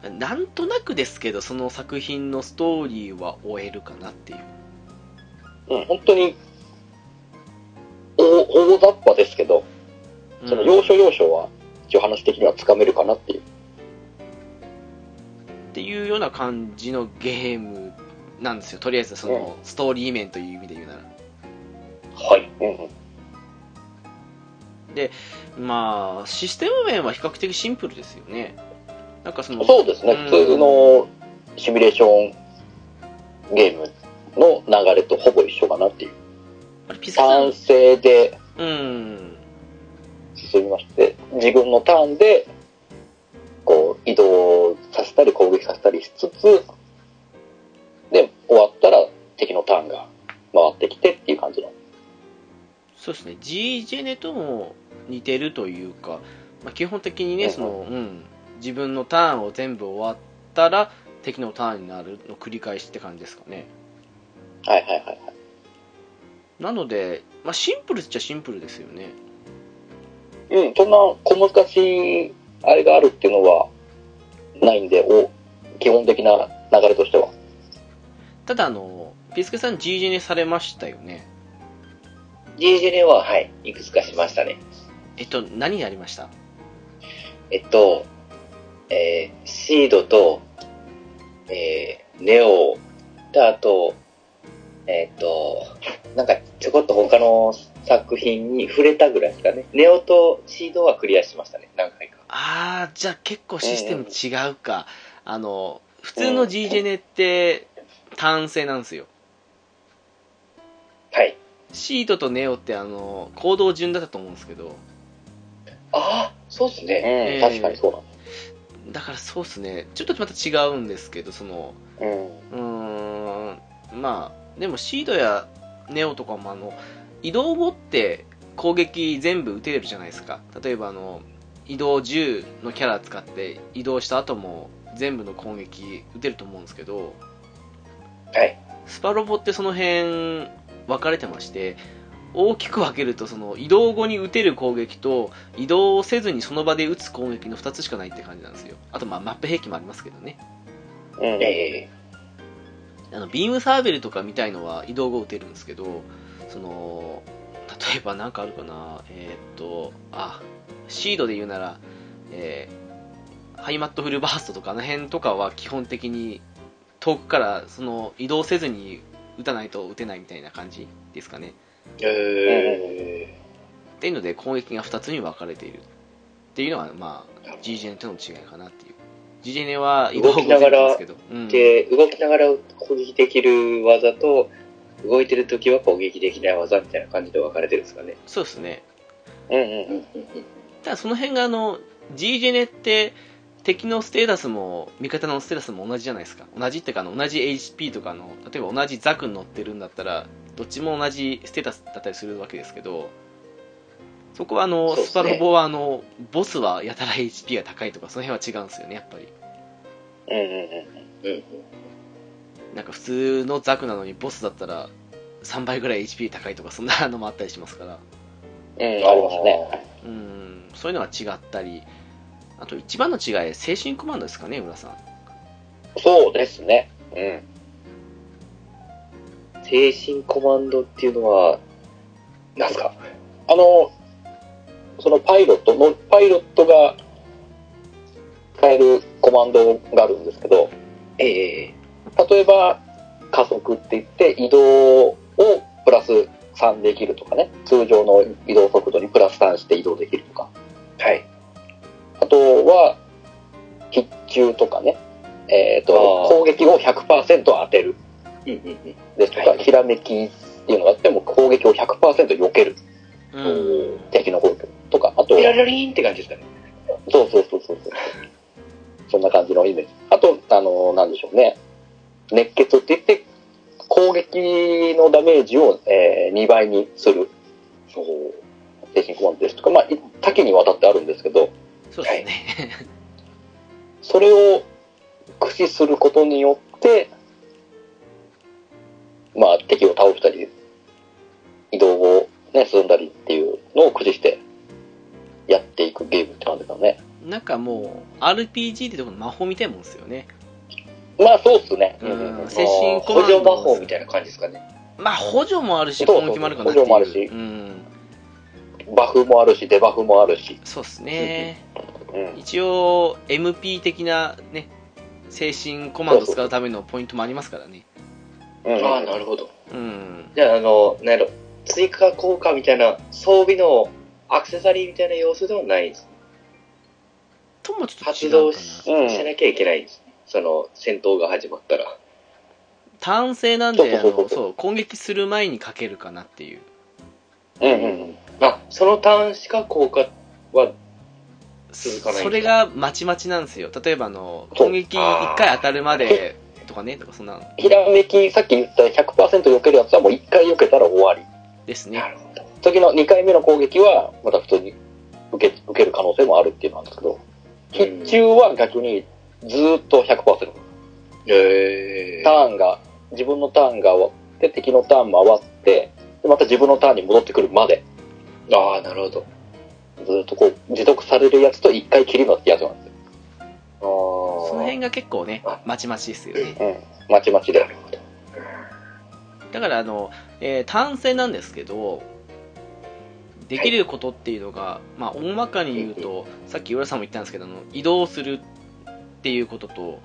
[SPEAKER 1] あれなんとなくですけどその作品のストーリーは終えるかなっていう
[SPEAKER 2] うん、本当に、大大雑把ですけど、
[SPEAKER 1] うん
[SPEAKER 2] その要所要所は、一応話的にはつかめるかなっていう。
[SPEAKER 1] っていうような感じのゲームなんですよとりあえずそのストーリー面という意味で言うなら
[SPEAKER 2] はい。うんうん。
[SPEAKER 1] まあシステム面は比較的シンプルですよねなんかその
[SPEAKER 2] そうですね、
[SPEAKER 1] うん
[SPEAKER 2] 普通のシミュレーションゲームの流れとほぼ一緒かなっていう。
[SPEAKER 1] あれピザさ
[SPEAKER 2] 単
[SPEAKER 1] ん
[SPEAKER 2] 成で
[SPEAKER 1] うん
[SPEAKER 2] 進みまして、自分のターンで、こう、移動させたり攻撃させたりしつつ、で、終わったら敵のターンが回ってきてっていう感じの。
[SPEAKER 1] そうですね G ジェネとも似てるというか、まあ、基本的にね、
[SPEAKER 2] うん
[SPEAKER 1] そのうん、自分のターンを全部終わったら敵のターンになるの繰り返しって感じですかね
[SPEAKER 2] はいはいはい。
[SPEAKER 1] なので、まあ、シンプルっちゃシンプルですよね
[SPEAKER 2] うん、そんな小難しいあれがあるっていうのはないんで、お基本的な流れとしては。
[SPEAKER 1] ただあのピスケさん G ジェネされましたよね
[SPEAKER 5] G ジェネは、はい、いくつかしましたね。
[SPEAKER 1] えっと何やりました
[SPEAKER 5] えっと、えーシードと、えーネオ、で、あと、
[SPEAKER 2] えーっと、なんかちょこっと他の作品に触れたぐらいですかね。ネオとシードはクリアしましたね、何回か。
[SPEAKER 1] ああじゃあ結構システム違うか、あの普通の G ジェネって単性なんですよ
[SPEAKER 2] はい。
[SPEAKER 1] シートとネオってあの行動順だったと思うんですけど
[SPEAKER 2] ああ、そうっす
[SPEAKER 1] え
[SPEAKER 2] ね。
[SPEAKER 1] ー
[SPEAKER 3] うん、確かにそう
[SPEAKER 1] だからそうっすねちょっとまた違うんですけどその
[SPEAKER 3] なんうん。
[SPEAKER 1] うーんまあでもシードやネオとかもあの移動を持って攻撃全部打てれるじゃないですか例えばあの移動10のキャラ使って移動した後も全部の攻撃打てると思うんですけど
[SPEAKER 2] はい
[SPEAKER 1] スパロボってその辺分かれてまして大きく分けるとその移動後に打てる攻撃と移動せずにその場で打つ攻撃の2つしかないって感じなんですよあとまあマップ兵器もありますけどね
[SPEAKER 3] うん。
[SPEAKER 2] え
[SPEAKER 1] あのビームサーベルとかみたいのは移動後打てるんですけどその例えば何かあるかなえーっとあシードで言うなら、えーハイマットフルバーストとかあの辺とかは基本的に遠くからその移動せずに打たないと打てないみたいな感じですかね
[SPEAKER 2] ー、え
[SPEAKER 1] っていうので攻撃が2つに分かれているっていうのがまあ GGN との違いかなっていう GGN は移動後
[SPEAKER 2] 動きながら
[SPEAKER 1] 打つんですけど、うん
[SPEAKER 2] ーで、動きながら攻撃できる技と、動いてる時は攻撃できない技みたいな感じで分かれてるんですかね。
[SPEAKER 1] そうですね
[SPEAKER 3] うんうんうん。
[SPEAKER 1] ただその辺があの G ジェネって敵のステータスも味方のステータスも同じじゃないですか同じっていうかあの同じ HP とかの例えば同じザクに乗ってるんだったらどっちも同じステータスだったりするわけですけどそこはあの、
[SPEAKER 2] そうです
[SPEAKER 1] スパ
[SPEAKER 2] ね
[SPEAKER 1] ロボはあのボスはやたら HP が高いとかその辺は違うんですよねやっぱり
[SPEAKER 3] うんうんうん。
[SPEAKER 2] うん。
[SPEAKER 1] なんか普通のザクなのにボスだったら3倍ぐらい HP 高いとかそんなのもあったりしますから
[SPEAKER 3] うん、ありますね。
[SPEAKER 1] うんそういうのが違ったりあと一番の違い精神コマンドですかね浦さん
[SPEAKER 3] そうですね。うん。
[SPEAKER 2] 精神コマンドっていうのは、なんすか
[SPEAKER 3] あの、そのパイロットの、パイロットが使えるコマンドがあるんですけど、
[SPEAKER 2] ええ
[SPEAKER 3] 例えば、加速って言って移動をプラス3できるとかね、通常の移動速度にプラス3して移動できるとか、
[SPEAKER 2] はい。
[SPEAKER 3] あとは、必中とかね、えっ、と、
[SPEAKER 2] あー
[SPEAKER 3] 攻撃を100%当てる
[SPEAKER 2] うんうんうん。
[SPEAKER 3] ですとか、
[SPEAKER 2] はい
[SPEAKER 3] ひらめきっていうのがあっても、攻撃を100%避ける。
[SPEAKER 1] うん
[SPEAKER 3] 敵の攻撃とか、あと
[SPEAKER 2] ピ、ララリーンって感じですかね。
[SPEAKER 3] そうそうそうそうそう。そんな感じのイメージ。あと、あの、なんでしょうね。熱血って言って、攻撃のダメージを、え2倍にする。そう。精神コマンドですとか、まあ、い多岐にわたってあるんですけど、
[SPEAKER 1] そうですね、
[SPEAKER 3] それを駆使することによって、まあ、敵を倒したり、移動を、ね、進んだりっていうのを駆使して、やっていくゲームって感じだね。
[SPEAKER 1] なんかもう RPG ってとこの魔法みたいなもんですよね
[SPEAKER 3] まあそうっすね。
[SPEAKER 1] うん
[SPEAKER 3] そ
[SPEAKER 1] 精神コ
[SPEAKER 2] 補
[SPEAKER 1] マンド
[SPEAKER 2] 助魔法みたいな感じですかね。
[SPEAKER 1] まあ補助もあるし
[SPEAKER 3] そうそう
[SPEAKER 1] 攻撃もあるかなっていう
[SPEAKER 3] 補助もあるし
[SPEAKER 1] うん、
[SPEAKER 3] うバフもあるし、デバフもあるし。
[SPEAKER 1] そうですね
[SPEAKER 3] うん。
[SPEAKER 1] 一応 MP 的なね精神コマンド使うためのポイントもありますからね
[SPEAKER 3] うん
[SPEAKER 2] ああ、なるほど。
[SPEAKER 1] うん
[SPEAKER 2] じゃあ、あの、なんやろ、追加効果みたいな、装備のアクセサリーみたいな要素ではないんです。
[SPEAKER 1] ともちょっと違
[SPEAKER 2] 発
[SPEAKER 1] うか
[SPEAKER 2] 動
[SPEAKER 1] な
[SPEAKER 2] し,、しなきゃいけないんです。その、戦闘が始まったら。
[SPEAKER 1] 単性なんであ
[SPEAKER 3] そうそうそう
[SPEAKER 1] のそう攻撃する前にかけるかなっていう
[SPEAKER 3] うんうん。
[SPEAKER 2] あ、そのターンしか効果は、続かないんだ
[SPEAKER 1] それがまちまちなんですよ例えばあの
[SPEAKER 3] そう
[SPEAKER 1] 攻撃1回当たるまでとかねとかそんな
[SPEAKER 3] ひらめき、さっき言った100%避けるやつはもう1回避けたら終わり。
[SPEAKER 1] ですね
[SPEAKER 2] なるほど。
[SPEAKER 3] 次の2回目の攻撃は、また普通に受け、受ける可能性もあるっていうのなんですけど、
[SPEAKER 2] うん
[SPEAKER 3] 必中は逆にずーっと100%。
[SPEAKER 2] え
[SPEAKER 3] ターンが、自分のターンが終わって、敵のターンも終わって、でまた自分のターンに戻ってくるまで、
[SPEAKER 2] ああ、なるほど。
[SPEAKER 3] ずーっとこう、持続されるやつと1回切りのってやつなんですよ。
[SPEAKER 2] あー
[SPEAKER 1] その辺が結構ねまちまちですよね
[SPEAKER 3] うん。まちまちで。
[SPEAKER 1] だからあの、えー単線なんですけどできることっていうのが、まあ大まかに言うとさっき浦さんも言ったんですけどあの移動するっていうことと、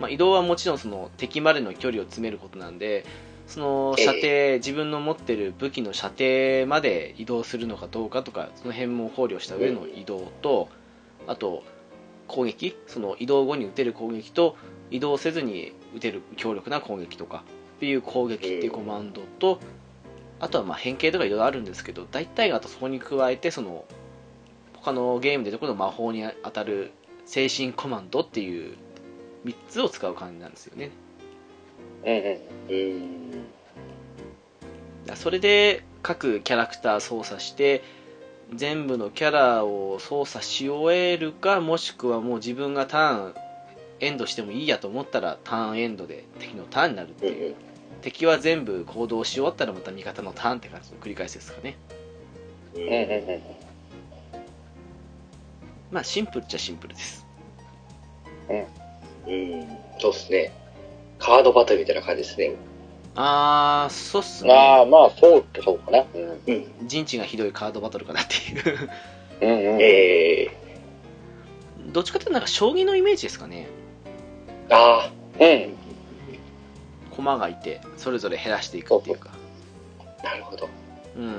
[SPEAKER 1] まあ、移動はもちろんその敵までの距離を詰めることなんでその
[SPEAKER 6] ええ
[SPEAKER 1] 射程、自分の持ってる武器の射程まで移動するのかどうかとかその辺も考慮した上の移動と、あと攻撃その移動後に打てる攻撃と移動せずに打てる強力な攻撃とかっていう攻撃っていうコマンドと、あとはまあ変形とかいろいろあるんですけど大体あとそこに加えてその他のゲームでどこの魔法に当たる精神コマンドっていう3つを使う感じなんですよね
[SPEAKER 3] うんうん。
[SPEAKER 6] うん。
[SPEAKER 1] だそれで各キャラクター操作して全部のキャラを操作し終えるかもしくはもう自分がターンエンドしてもいいやと思ったらターンエンドで敵のターンになるっていう、敵は全部行動し終わったらまた味方のターンって感じの繰り返しですかね
[SPEAKER 6] うん
[SPEAKER 3] うんうんうん。
[SPEAKER 1] まあシンプルっちゃシンプルです
[SPEAKER 6] うん。そうっすね。カードバトルみたいな感じですね。
[SPEAKER 1] あーそうっす
[SPEAKER 3] ま
[SPEAKER 1] ね
[SPEAKER 3] あまあ、そうか、そうかね。うん。
[SPEAKER 6] うん。
[SPEAKER 1] 陣地がひどいカードバトルかなっていう
[SPEAKER 3] うんうん。
[SPEAKER 6] ええ
[SPEAKER 1] どっちかっていうとなんか将棋のイメージですかね
[SPEAKER 6] ああ。
[SPEAKER 3] うん。
[SPEAKER 1] 駒がいてそれぞれ減らしていくっていうか
[SPEAKER 6] なるほど。
[SPEAKER 1] うん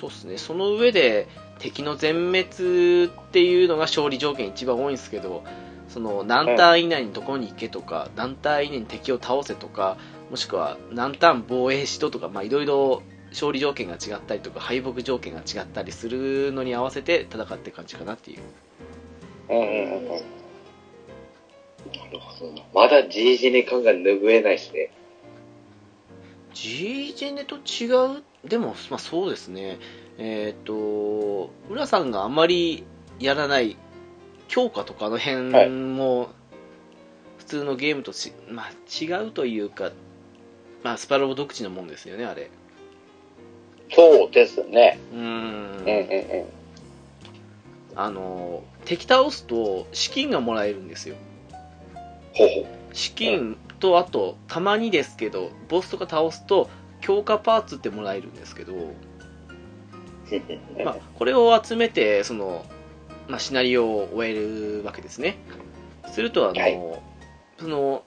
[SPEAKER 1] そうですね、その上で敵の全滅っていうのが勝利条件一番多いんですけど、その何ターン以内にどこに行けとか、何ターン以内に敵を倒せとか、もしくは何ターン防衛しろとか、まあいろいろ勝利条件が違ったりとか、敗北条件が違ったりするのに合わせて戦ってる感じかなっていう。
[SPEAKER 3] うんうんうんうん。
[SPEAKER 6] なるほどな。まだ GG に感が拭えないですね。
[SPEAKER 1] G ジェネと違うでも、まあ、そうですねえっ、と浦さんがあまりやらない強化とかあの辺も普通のゲームとち、まあ、違うというか、まあ、スパロボ独自のもんですよねあれ
[SPEAKER 3] そうですね。
[SPEAKER 1] うーん
[SPEAKER 3] うんうんうん。
[SPEAKER 1] あの敵倒すと資金がもらえるんですよ
[SPEAKER 6] ほうほう。
[SPEAKER 1] 資金とあとたまにですけどボスとか倒すと強化パーツってもらえるんです けど、まあ、これを集めてその、まあ、シナリオを終えるわけですねするとあの、
[SPEAKER 6] はい
[SPEAKER 1] その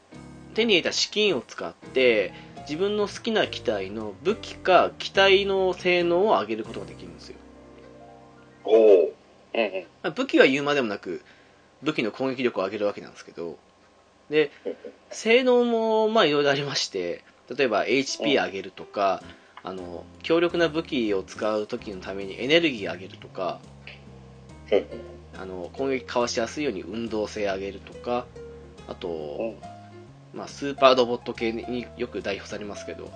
[SPEAKER 1] 手に入れた資金を使って自分の好きな機体の武器か機体の性能を上げることができるんですよ、
[SPEAKER 6] おお。
[SPEAKER 3] うんうん。
[SPEAKER 1] まあ武器は言うまでもなく武器の攻撃力を上げるわけなんですけどで性能もまあいろいろありまして例えば HP 上げるとか、あの強力な武器を使う時のためにエネルギー上げるとか
[SPEAKER 6] うん
[SPEAKER 1] あの攻撃かわしやすいように運動性上げるとかあと、まあ、スーパードボット系によく代表されますけど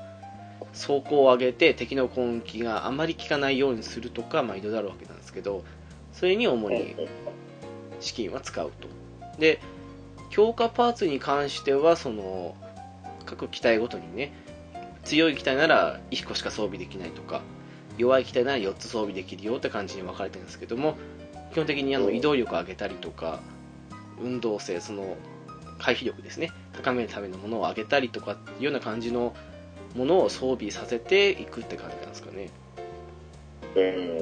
[SPEAKER 1] 走行を上げて敵の攻撃があまり効かないようにするとか、まあ、いろいろあるわけなんですけどそれに主に資金は使うとで強化パーツに関してはその各機体ごとにね強い機体なら1個しか装備できないとか弱い機体なら4つ装備できるよって感じに分かれてるんですけども基本的にあの移動力を上げたりとか運動性その回避力ですね高めるためのものを上げたりとかっていうような感じのものを装備させていくって感じなんですかね
[SPEAKER 6] うん。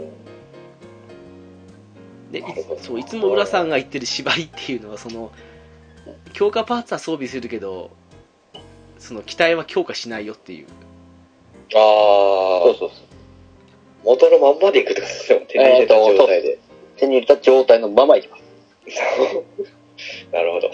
[SPEAKER 1] でいつそういつも浦さんが言ってる縛りっていうのはその強化パーツは装備するけどその機体は強化しないよっていう
[SPEAKER 6] ああ。
[SPEAKER 3] そうそうそう。
[SPEAKER 6] 元のまんまでいくってことですよ。手に入れた状態で。
[SPEAKER 3] 手に入れた状態のままいきます。
[SPEAKER 6] なるほど。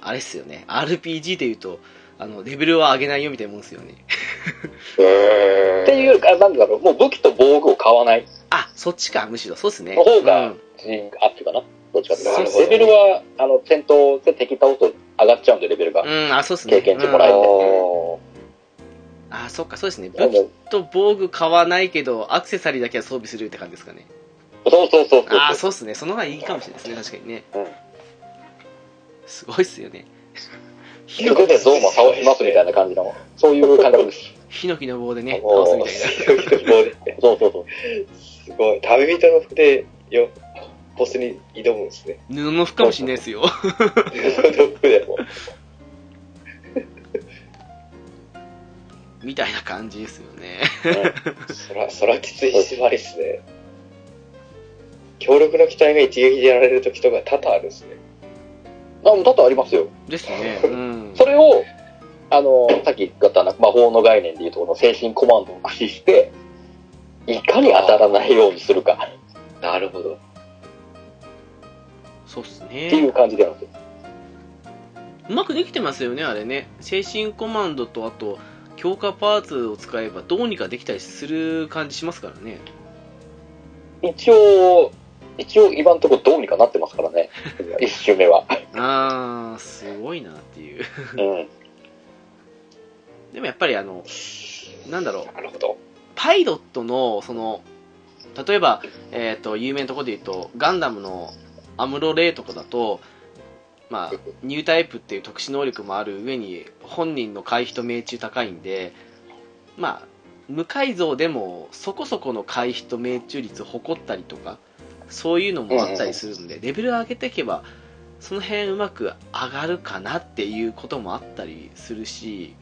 [SPEAKER 1] あれっすよね RPG でいうとあのレベルは上げないよみたいなもんですよね
[SPEAKER 6] っ
[SPEAKER 3] っていうよりか、なんだろう、もう武器と防具を買わない。
[SPEAKER 1] あそっちかむしろそうっすね
[SPEAKER 3] の方が
[SPEAKER 1] うん
[SPEAKER 3] あっていうかな。どっちかっていう
[SPEAKER 1] そうそう
[SPEAKER 3] と。レベルは、あの、戦闘で敵倒すと上がっちゃうんで、レベルが。
[SPEAKER 1] うん、あそうっすね
[SPEAKER 3] 経験値もらえて。
[SPEAKER 1] うん
[SPEAKER 3] うん
[SPEAKER 1] あそっかそうですね武
[SPEAKER 3] なん
[SPEAKER 1] 器
[SPEAKER 3] で
[SPEAKER 1] と防具買わないけどアクセサリーだけは装備するって感じですかね
[SPEAKER 3] そうそうそうそう。
[SPEAKER 1] ああそうっすねその方がいいかもしれないですね確かにね、
[SPEAKER 3] うん
[SPEAKER 1] すごいっすよねヒ
[SPEAKER 3] そ
[SPEAKER 1] ノ
[SPEAKER 3] こでゾウも倒しますみたいな感じの、そういう感覚です。
[SPEAKER 1] ヒノキの棒でね
[SPEAKER 3] お
[SPEAKER 1] 倒
[SPEAKER 3] ー
[SPEAKER 1] すみたいな
[SPEAKER 3] そうそうそう。
[SPEAKER 6] すごい。旅人の服で、よ、ボスに挑むん ですね。
[SPEAKER 1] 布の服かもしれないですよ
[SPEAKER 6] 旅人の服でも。
[SPEAKER 1] みたいな感じですよね
[SPEAKER 6] そら、そらきつい縛りっすね。強力な機体が一撃でやられる時とか多々あるんですね。
[SPEAKER 3] あ、もう多々ありますよ。
[SPEAKER 1] ですねうん
[SPEAKER 3] それを、あの、さっき言ったな魔法の概念でいうとこの精神コマンドを駆使して、いかに当たらないようにするかっ
[SPEAKER 2] なるほど。
[SPEAKER 1] そうっす
[SPEAKER 3] てい
[SPEAKER 1] ね
[SPEAKER 3] う感じでなんですよ。
[SPEAKER 1] うまくできてますよねあれね精神コマンドとあと強化パーツを使えばどうにかできたりする感じしますからね
[SPEAKER 3] 一応、一応今のところどうにかなってますか らね。一周目は。
[SPEAKER 1] あーすごいなっていう
[SPEAKER 3] うん。
[SPEAKER 1] でもやっぱりあのなんだろう
[SPEAKER 2] なるほど。
[SPEAKER 1] パイロットのその例えば、えー、と有名なところで言うとガンダムのアムロ・レイとかだと、まあ、ニュータイプっていう特殊能力もある上に本人の回避と命中高いんで、まあ、無改造でもそこそこの回避と命中率を誇ったりとかそういうのもあったりするんで、レベルを上げていけばその辺うまく上がるかなっていうこともあったりするし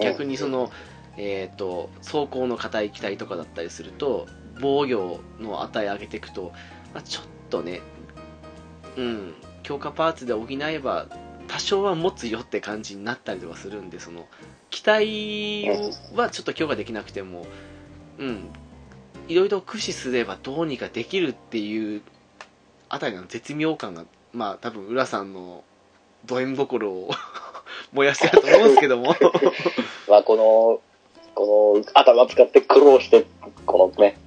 [SPEAKER 1] 逆にその、えー、と走行の硬い機体とかだったりすると防御の値上げていくと、まあ、ちょっとねうん強化パーツで補えば多少は持つよって感じになったりとかするんでその機体はちょっと強化できなくてもうんいろいろ駆使すればどうにかできるっていうあたりの絶妙感がまあ多分浦さんのド M 心を 燃やしてると思うんですけど も
[SPEAKER 3] まあ、この、この頭使って苦労して、このね、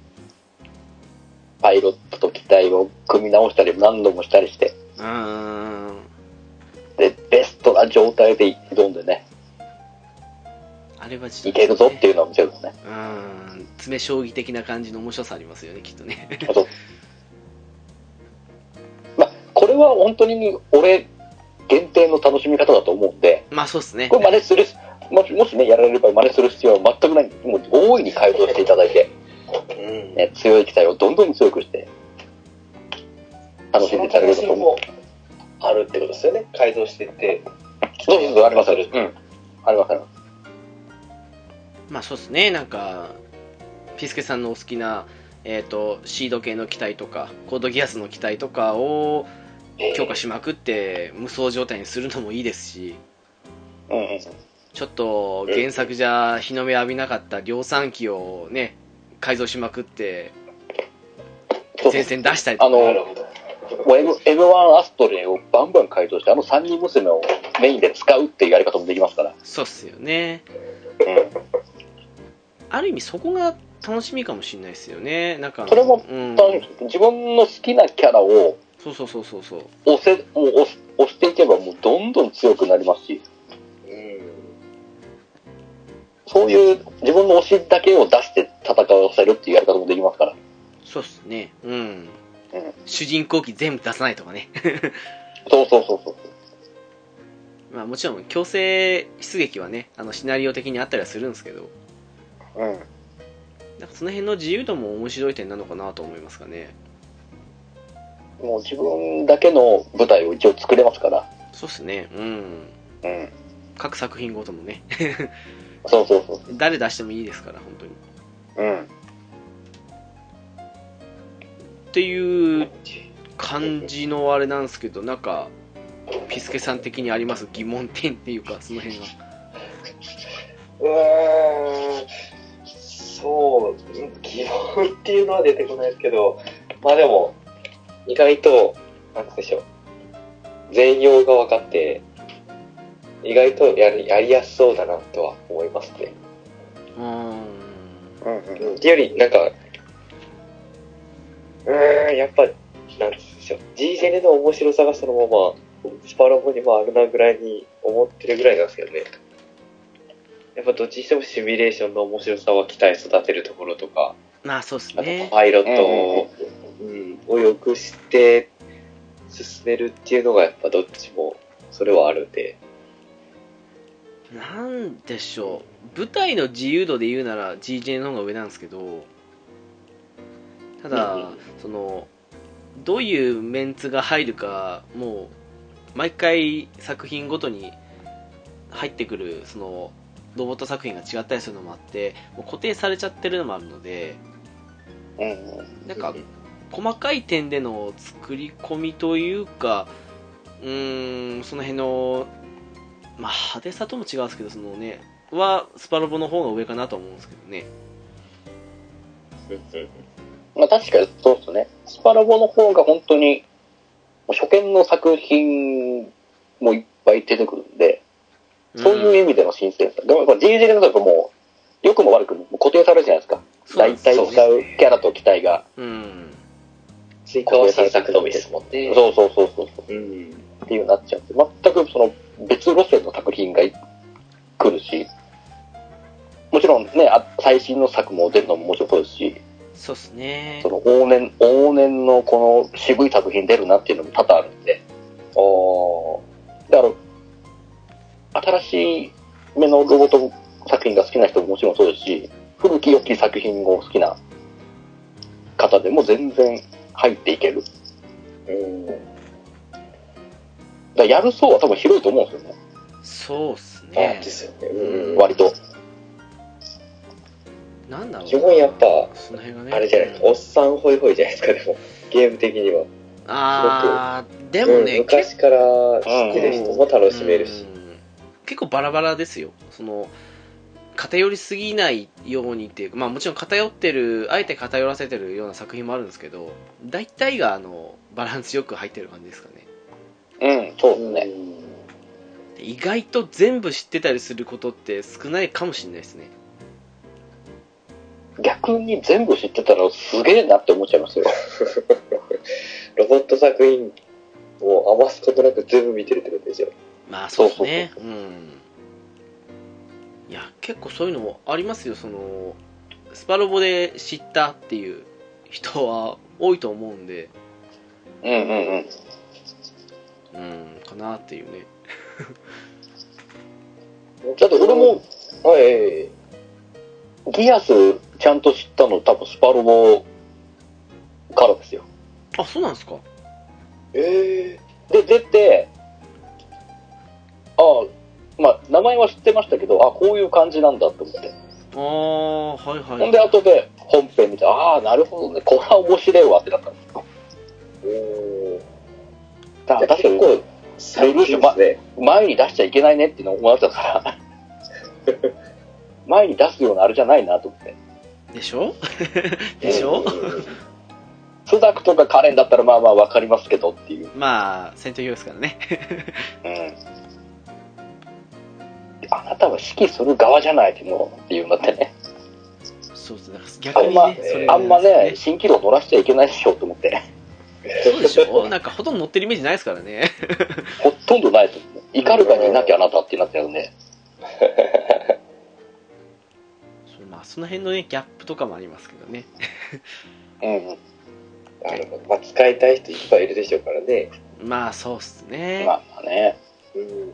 [SPEAKER 3] パイロットと機体を組み直したり何度もしたりして、
[SPEAKER 1] うーん
[SPEAKER 3] で、ベストな状態で挑んでね、
[SPEAKER 1] あれはちょ
[SPEAKER 3] い
[SPEAKER 1] っとね
[SPEAKER 3] けるぞっていうのは見せるのね。
[SPEAKER 1] うーん詰将棋的な感じの面白さありますよねきっとね
[SPEAKER 3] あと、まあ、これは本当に俺限定の楽しみ方だと思うんで、
[SPEAKER 1] まあそうっすね
[SPEAKER 3] これ真似する、もしもしね、やられれば真似する必要は全くないんで、もう大いに改造していただいて、
[SPEAKER 2] うん。
[SPEAKER 3] ね、強い機体をどんどん強くして、楽しんでいただけると思う。
[SPEAKER 2] あるってことですよね。改造してって。
[SPEAKER 3] そうそうそう、あります、あります。うん。あります、ありま
[SPEAKER 1] まあそうっすねなんかピスケさんのお好きなえっ、とシード系の機体とかコードギアスの機体とかを強化しまくって無双状態にするのもいいですし
[SPEAKER 3] す。うんうん。
[SPEAKER 1] ちょっと原作じゃ日の目浴びなかった量産機をね改造しまくって
[SPEAKER 3] そう
[SPEAKER 1] 前線出したりと
[SPEAKER 3] あ
[SPEAKER 1] か
[SPEAKER 3] の、
[SPEAKER 2] なるほど。
[SPEAKER 3] もう M- M1 アストレイをバンバン改造して、あの3人娘をメインで使うっていうやり方もできますから。
[SPEAKER 1] そうっすよね
[SPEAKER 3] うん。
[SPEAKER 1] ある意味そこが楽しみかもしれないですよねなんかあの
[SPEAKER 3] それも
[SPEAKER 1] うん、
[SPEAKER 3] 自分の好きなキャラを、
[SPEAKER 1] そうそうそうそうそう
[SPEAKER 3] 押せ、もう押す押していけばもうどんどん強くなりますし、
[SPEAKER 2] うん。
[SPEAKER 3] そういう自分の推しだけを出して戦わせるっていうやり方もできますから。
[SPEAKER 1] そうっすねうん、主人公機全部出さないとかね
[SPEAKER 3] そうそうそうそう。
[SPEAKER 1] まあもちろん強制出撃はねあのシナリオ的にあったりはするんですけど
[SPEAKER 3] うん。
[SPEAKER 1] なんかその辺の自由度も面白い点なのかなと思いますかね
[SPEAKER 3] もう自分だけの舞台を一応作れますから。
[SPEAKER 1] そうっすねうん
[SPEAKER 3] うん。
[SPEAKER 1] 各作品ごとのね
[SPEAKER 3] そうそうそ
[SPEAKER 1] 誰出してもいいですから本当に
[SPEAKER 3] う。うん。
[SPEAKER 1] っていう感じのあれなんですけどなんかピスケさん的にあります疑問点っていうかその辺は
[SPEAKER 2] うーん。そう、疑問っていうのは出てこないですけど、まあでも、意外と、なんて言うんでしょう。全容が分かって、意外とやりやりやすそうだなとは思いますね。
[SPEAKER 1] うーん
[SPEAKER 3] うん
[SPEAKER 2] うんっていうより、なんか、うーん、やっぱ、なんて言うんでしょう。G ジェネの面白さがそのまま、スパロボにもあるなぐらいに思ってるぐらいなんですけどね。やっぱどっちにしてもシミュレーションの面白さは期待育てるところとか、
[SPEAKER 1] まあそうっす
[SPEAKER 2] あ
[SPEAKER 1] ね
[SPEAKER 2] とパイロットを、うん、を良くして進めるっていうのがやっぱどっちもそれはあるんで。
[SPEAKER 1] なんでしょう舞台の自由度で言うなら GJ の方が上なんですけどただ、
[SPEAKER 2] うんうん
[SPEAKER 1] そのどういうメンツが入るかもう毎回作品ごとに入ってくるそのロボット作品が違ったりするのもあってもう固定されちゃってるのもあるので
[SPEAKER 3] うん。
[SPEAKER 1] なんか細かい点での作り込みというかうーんその辺のまあ派手さとも違うんですけどそのねはスパロボの方が上かなと思うんですけどね
[SPEAKER 3] まあ確かにそうですね。スパラボの方が本当に、もう初見の作品もいっぱい出てくるんで、そういう意味での新鮮さ。でもやっぱ GG のだともう、良くも悪くも固定されるじゃないですか。
[SPEAKER 1] そう
[SPEAKER 3] 大
[SPEAKER 1] です
[SPEAKER 3] 体使うキャラと機体が。
[SPEAKER 1] うん
[SPEAKER 6] 追加は新作のみですもんね。
[SPEAKER 3] そうそうそうそう。
[SPEAKER 6] うん。
[SPEAKER 3] っていうようになっちゃって、全くその別路線の作品が来るし、もちろんね、あ最新の作も出るのももちろんそうですし、
[SPEAKER 1] そうっすね
[SPEAKER 3] その往年、往年のこの渋い作品出るなっていうのも多々あるんで。だから、新しい目のロボット作品が好きな人ももちろんそうですし、古き良き作品を好きな方でも全然入っていける。うん。だからやる層は多分広いと思うんですよね。
[SPEAKER 1] そうっす
[SPEAKER 6] あ
[SPEAKER 1] ね
[SPEAKER 6] ですよね。うん。
[SPEAKER 3] 割と。
[SPEAKER 1] なんだろうな
[SPEAKER 6] 基本やっぱ
[SPEAKER 1] その辺がね
[SPEAKER 6] あれじゃないですか。おっさんホイホイじゃないですか、でも。ゲーム的には。
[SPEAKER 1] あーでも
[SPEAKER 6] う
[SPEAKER 1] ね
[SPEAKER 6] ん昔から知ってる人も楽
[SPEAKER 1] 結
[SPEAKER 6] し
[SPEAKER 1] 構
[SPEAKER 6] めるし
[SPEAKER 1] う。ん結構バラバラですよその偏りすぎないようにっていうかまあもちろん偏ってるあえて偏らせてるような作品もあるんですけど大体があのバランスよく入ってる感じですかね
[SPEAKER 3] うん、そうですね。
[SPEAKER 1] 意外と全部知ってたりすることって少ないかもしれないですね
[SPEAKER 3] 逆に全部知ってたらすげえなって思っちゃいますよ。
[SPEAKER 6] ロボット作品を余すことなく全部見てるってことでしょ。
[SPEAKER 1] まあそうですねうんいや結構そういうのもありますよそのスパロボで知ったっていう人は多いと思うんで
[SPEAKER 3] うんうんうん。
[SPEAKER 1] うんかなっていうね
[SPEAKER 3] だって俺も、
[SPEAKER 6] はい。
[SPEAKER 3] ギアスちゃんと知ったの多分スパロボからですよ。
[SPEAKER 1] あそうなんですか
[SPEAKER 6] え
[SPEAKER 3] で、出て、ああ、まあ、名前は知ってましたけど、あこういう感じなんだと思って。
[SPEAKER 1] ああはいはい
[SPEAKER 3] ほんで、後で本編見て、ああ、なるほどね、これは面白いわってなったんですよ。
[SPEAKER 6] ー。おー
[SPEAKER 3] だから確か
[SPEAKER 6] 結
[SPEAKER 3] に
[SPEAKER 6] 構、最近ですね。
[SPEAKER 3] 前に出しちゃいけないねっていうのを思われた から、前に出すようなあれじゃないなと思って。
[SPEAKER 1] でしょ でしょ
[SPEAKER 3] スザクとかカレンだったらまあまあわかりますけどっていう。
[SPEAKER 1] まあ戦闘用ですからね
[SPEAKER 3] うん。あなたは指揮する側じゃないってもうっていうんだってね。
[SPEAKER 1] そうですね逆にね
[SPEAKER 3] あんま
[SPEAKER 1] それ
[SPEAKER 3] あんまね、新機能乗らしちゃいけないでしょと思って。
[SPEAKER 1] そうでしょなんかほとんど乗ってるイメージないですからね
[SPEAKER 3] ほとんどないですもんね。怒るかにいなきゃあなたってなっちゃうんで。
[SPEAKER 1] そうまあその辺のねギャップとかもありますけどね
[SPEAKER 3] うんうん。
[SPEAKER 6] なるほど。まあ、使いたい人いっぱいいるでしょうからね。
[SPEAKER 1] まあそうっすね、
[SPEAKER 3] まあね。
[SPEAKER 6] うん。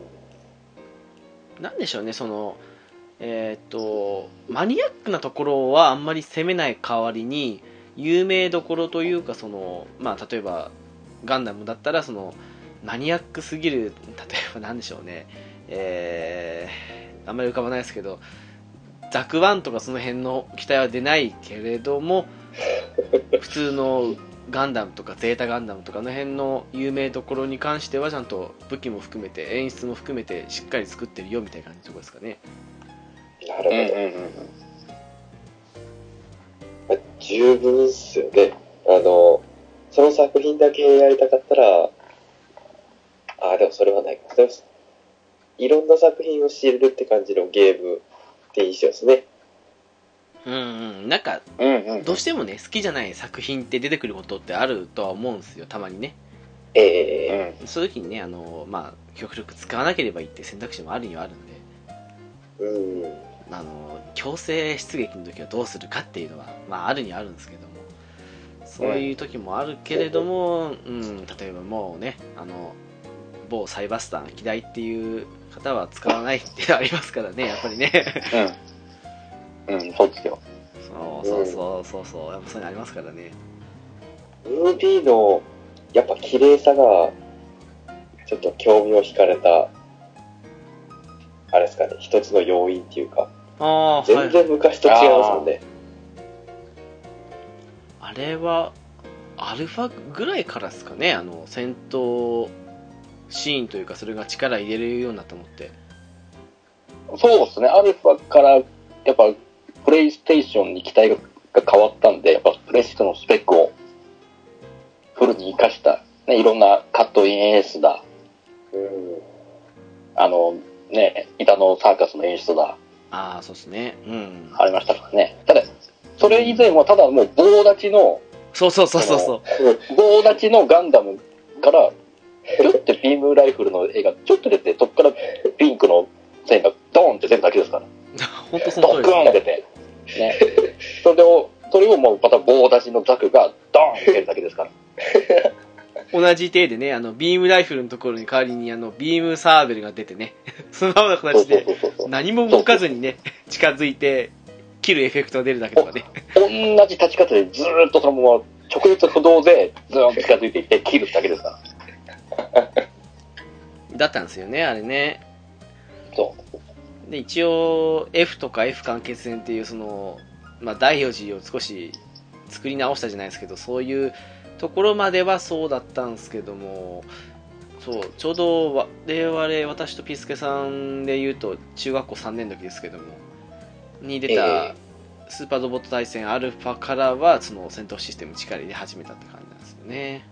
[SPEAKER 1] なんでしょうねそのえーっとマニアックなところはあんまり攻めない代わりに有名どころというかそのまあ例えばガンダムだったらそのマニアックすぎる例えばなんでしょうねえー、あんまり浮かばないですけどザクワンとかその辺の機体は出ないけれども普通のガンダムとかゼータガンダムとかあの辺の有名どころに関してはちゃんと武器も含めて演出も含めてしっかり作ってるよみたいな感じのとこですかね
[SPEAKER 6] なるほど。
[SPEAKER 3] うん。
[SPEAKER 6] 十分っすよね。あの、その作品だけやりたかったら、あ、でもそれはないか。でもいろんな作品を知れるって感じのゲームって印象ですね。
[SPEAKER 1] うんうんなんか
[SPEAKER 3] うんうん。
[SPEAKER 1] どうしてもね好きじゃない作品って出てくることってあるとは思うんですよたまにね
[SPEAKER 6] ええ
[SPEAKER 1] そういう時にねあのまあ極力使わなければいいって選択肢もあるにはあるんで
[SPEAKER 6] うん。
[SPEAKER 1] あの強制出撃の時はどうするかっていうのは、まあ、あるにはあるんですけどもそういう時もあるけれども、うん、例えばもうねあの某サイバスター嫌いっていう方は使わないってありますからねやっぱりね
[SPEAKER 3] うん。うん、そうですよ。
[SPEAKER 1] そうそうそうそうそうやっぱそういうのありますからね
[SPEAKER 6] MD の、やっぱ綺麗さが、ちょっと興味を惹かれた、あれですかね、一つの要因っていうか、
[SPEAKER 1] ああは
[SPEAKER 6] 全
[SPEAKER 1] い
[SPEAKER 6] 然昔と違いますもんね。
[SPEAKER 1] あれはアルファぐらいからですかねあの戦闘シーンというかそれが力入れるようになったのって
[SPEAKER 3] そうですね、アルファから、やっぱ、プレイステーションに機体が変わったんで、やっぱ、プレイステのスペックをフルに活かした、ね、いろんなカットイン演出だ、
[SPEAKER 6] うん。
[SPEAKER 3] あの、ね、板のサーカスの演出だ、
[SPEAKER 1] ああ、そうですね。うん。
[SPEAKER 3] ありましたからね。ただ、それ以前は、ただもう棒立ちの、
[SPEAKER 1] そうそうそうそうそう。
[SPEAKER 3] 棒立ちのガンダムから、ちょってビームライフルの絵がちょっと出て、そこからピンクの線がドーンって出るだけですから。
[SPEAKER 1] 本当その
[SPEAKER 3] ド
[SPEAKER 1] 通り
[SPEAKER 3] ク
[SPEAKER 1] で
[SPEAKER 3] ーン出て、ね、それを、それをもうまた棒出しのザクがドーンって出るだけです から。
[SPEAKER 1] す。同じ手でね、あの、ビームライフルのところに代わりに、あの、ビームサーベルが出てね、 そのままの
[SPEAKER 3] そう
[SPEAKER 1] 形
[SPEAKER 3] そう
[SPEAKER 1] で、
[SPEAKER 3] そうそう。
[SPEAKER 1] 何も動かずにね、近づいて、切るエフェクトが出るだけとかね。
[SPEAKER 3] 同じ立ち方でずーっとそのまま直立不動でずーんと近づいていって切るだけですから。
[SPEAKER 1] だったんですよね、あれね。
[SPEAKER 3] そう。
[SPEAKER 1] で一応 F とか F 完結編っていうその、まあ、第4次を少し作り直したじゃないですけどそういうところまではそうだったんですけどもそうちょうどわ我々私とピスケさんで言うと中学校3年の時ですけどもに出た
[SPEAKER 6] え
[SPEAKER 1] スーパーロボット対戦アルファからはその戦闘システム力で始めたって感じなんですよね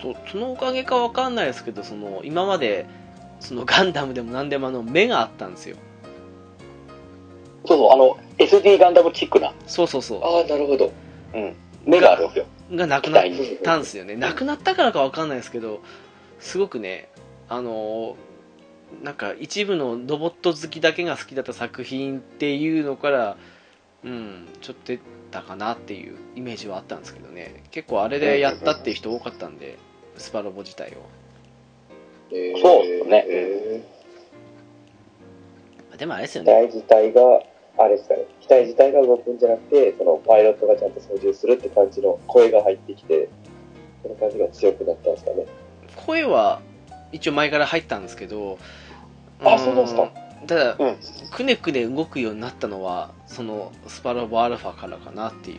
[SPEAKER 1] そうそのおかげかわかんないですけどその今までそのガンダムでも何でもあの目があったんですよ
[SPEAKER 3] そうそう、あの、SD ガンダムチックな
[SPEAKER 1] そうそうそう
[SPEAKER 6] ああ、なるほど。
[SPEAKER 3] 目があるんですよ。
[SPEAKER 1] がなく
[SPEAKER 3] 機
[SPEAKER 1] なっ
[SPEAKER 3] 体に。
[SPEAKER 1] たんですよねなくなったからかわかんないですけどすごくねあのーなんか一部のロボット好きだけが好きだった作品っていうのからうんちょっと出たかなっていうイメージはあったんですけどね結構あれでやったっていう人多かったんでスパロボ自体を
[SPEAKER 6] えー
[SPEAKER 3] そうですね
[SPEAKER 6] え
[SPEAKER 1] でもあれですよ
[SPEAKER 6] ー機
[SPEAKER 1] ね
[SPEAKER 6] 体自体が、あれですかね、機体自体が動くんじゃなくて、そのパイロットがちゃんと操縦するって感じの声が入ってきて、その感じが強くなったんですかね。
[SPEAKER 1] 声は一応前から入ったんですけど
[SPEAKER 3] あそうなんですか
[SPEAKER 1] ただ、
[SPEAKER 3] うん
[SPEAKER 1] くねくね動くようになったのはそのスパロボアルファからかなってい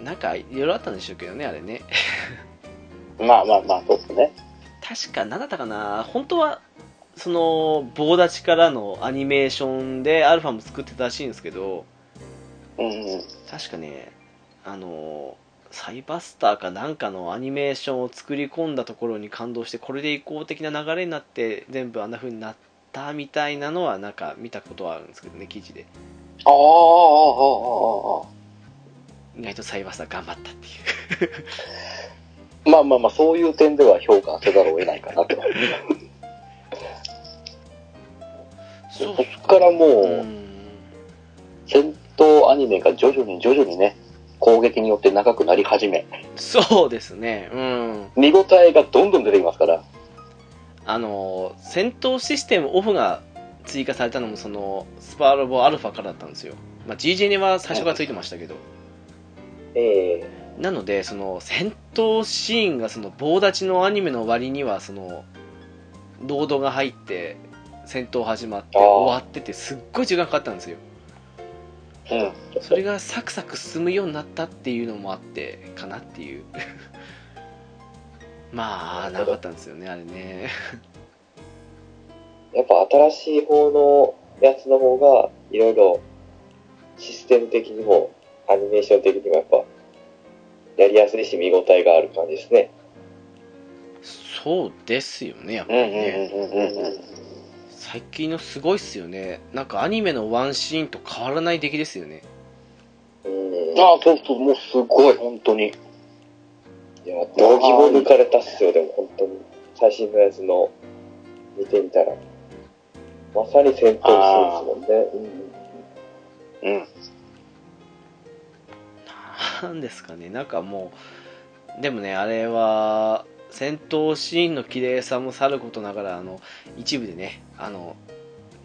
[SPEAKER 1] うなんかいろいろあったんでしょうけどねあれね
[SPEAKER 3] まあまあまあ、そうですね。
[SPEAKER 1] 確か何だったかな本当はその棒立ちからのアニメーションでアルファも作ってたらしいんですけど
[SPEAKER 3] うんうん。
[SPEAKER 1] 確かねあのサイバスターかなんかのアニメーションを作り込んだところに感動してこれで移行的な流れになって全部あんな風になったみたいなのはなんか見たことはあるんですけどね記事で
[SPEAKER 3] ああ、ああ、ああ、ああ
[SPEAKER 1] 意外とサイバスター頑張ったっていう
[SPEAKER 3] あ。まあまあまあ、そういう点では評価せざるを得ないかなと。
[SPEAKER 1] そう
[SPEAKER 3] そっからもう、
[SPEAKER 1] うん
[SPEAKER 3] 戦闘アニメが徐々に徐々にね、攻撃によって長くなり始め、
[SPEAKER 1] そうですねうん
[SPEAKER 3] 見応えがどんどん出てきますから、
[SPEAKER 1] あの戦闘システムオフが追加されたのもそのスパロボアルファからだったんですよ、まあ、GJ には最初からついてましたけど
[SPEAKER 6] ええ
[SPEAKER 1] なのでその戦闘シーンがその棒立ちのアニメの割にはそのロードが入って戦闘始まって
[SPEAKER 3] あー
[SPEAKER 1] 終わっててすっごい時間かかったんですよ
[SPEAKER 3] うん、
[SPEAKER 1] それがサクサク進むようになったっていうのもあってかなっていう まあなかったんですよねあれね
[SPEAKER 6] やっぱ新しい方のやつの方が、いろいろシステム的にも、アニメーション的にもやっぱ、やりやすいし見応えがある感じですね。
[SPEAKER 1] そうですよねやっぱ
[SPEAKER 3] うん、
[SPEAKER 1] り
[SPEAKER 3] う
[SPEAKER 1] ね、
[SPEAKER 3] ん、うん、うん、うん。
[SPEAKER 1] 最近のすごいっすよねなんかアニメのワンシーンと変わらない出来ですよね
[SPEAKER 6] うん。
[SPEAKER 3] ああ、そうそう、もうすごい、本当に。
[SPEAKER 6] いや、度肝抜かれたっすよ、でも本当に。最新のやつの、見てみたら。まさに戦闘シーンですもんね。
[SPEAKER 3] うん。
[SPEAKER 1] なんですかねなんかもうでもねあれは戦闘シーンの綺麗さもさることながらあの一部でねあの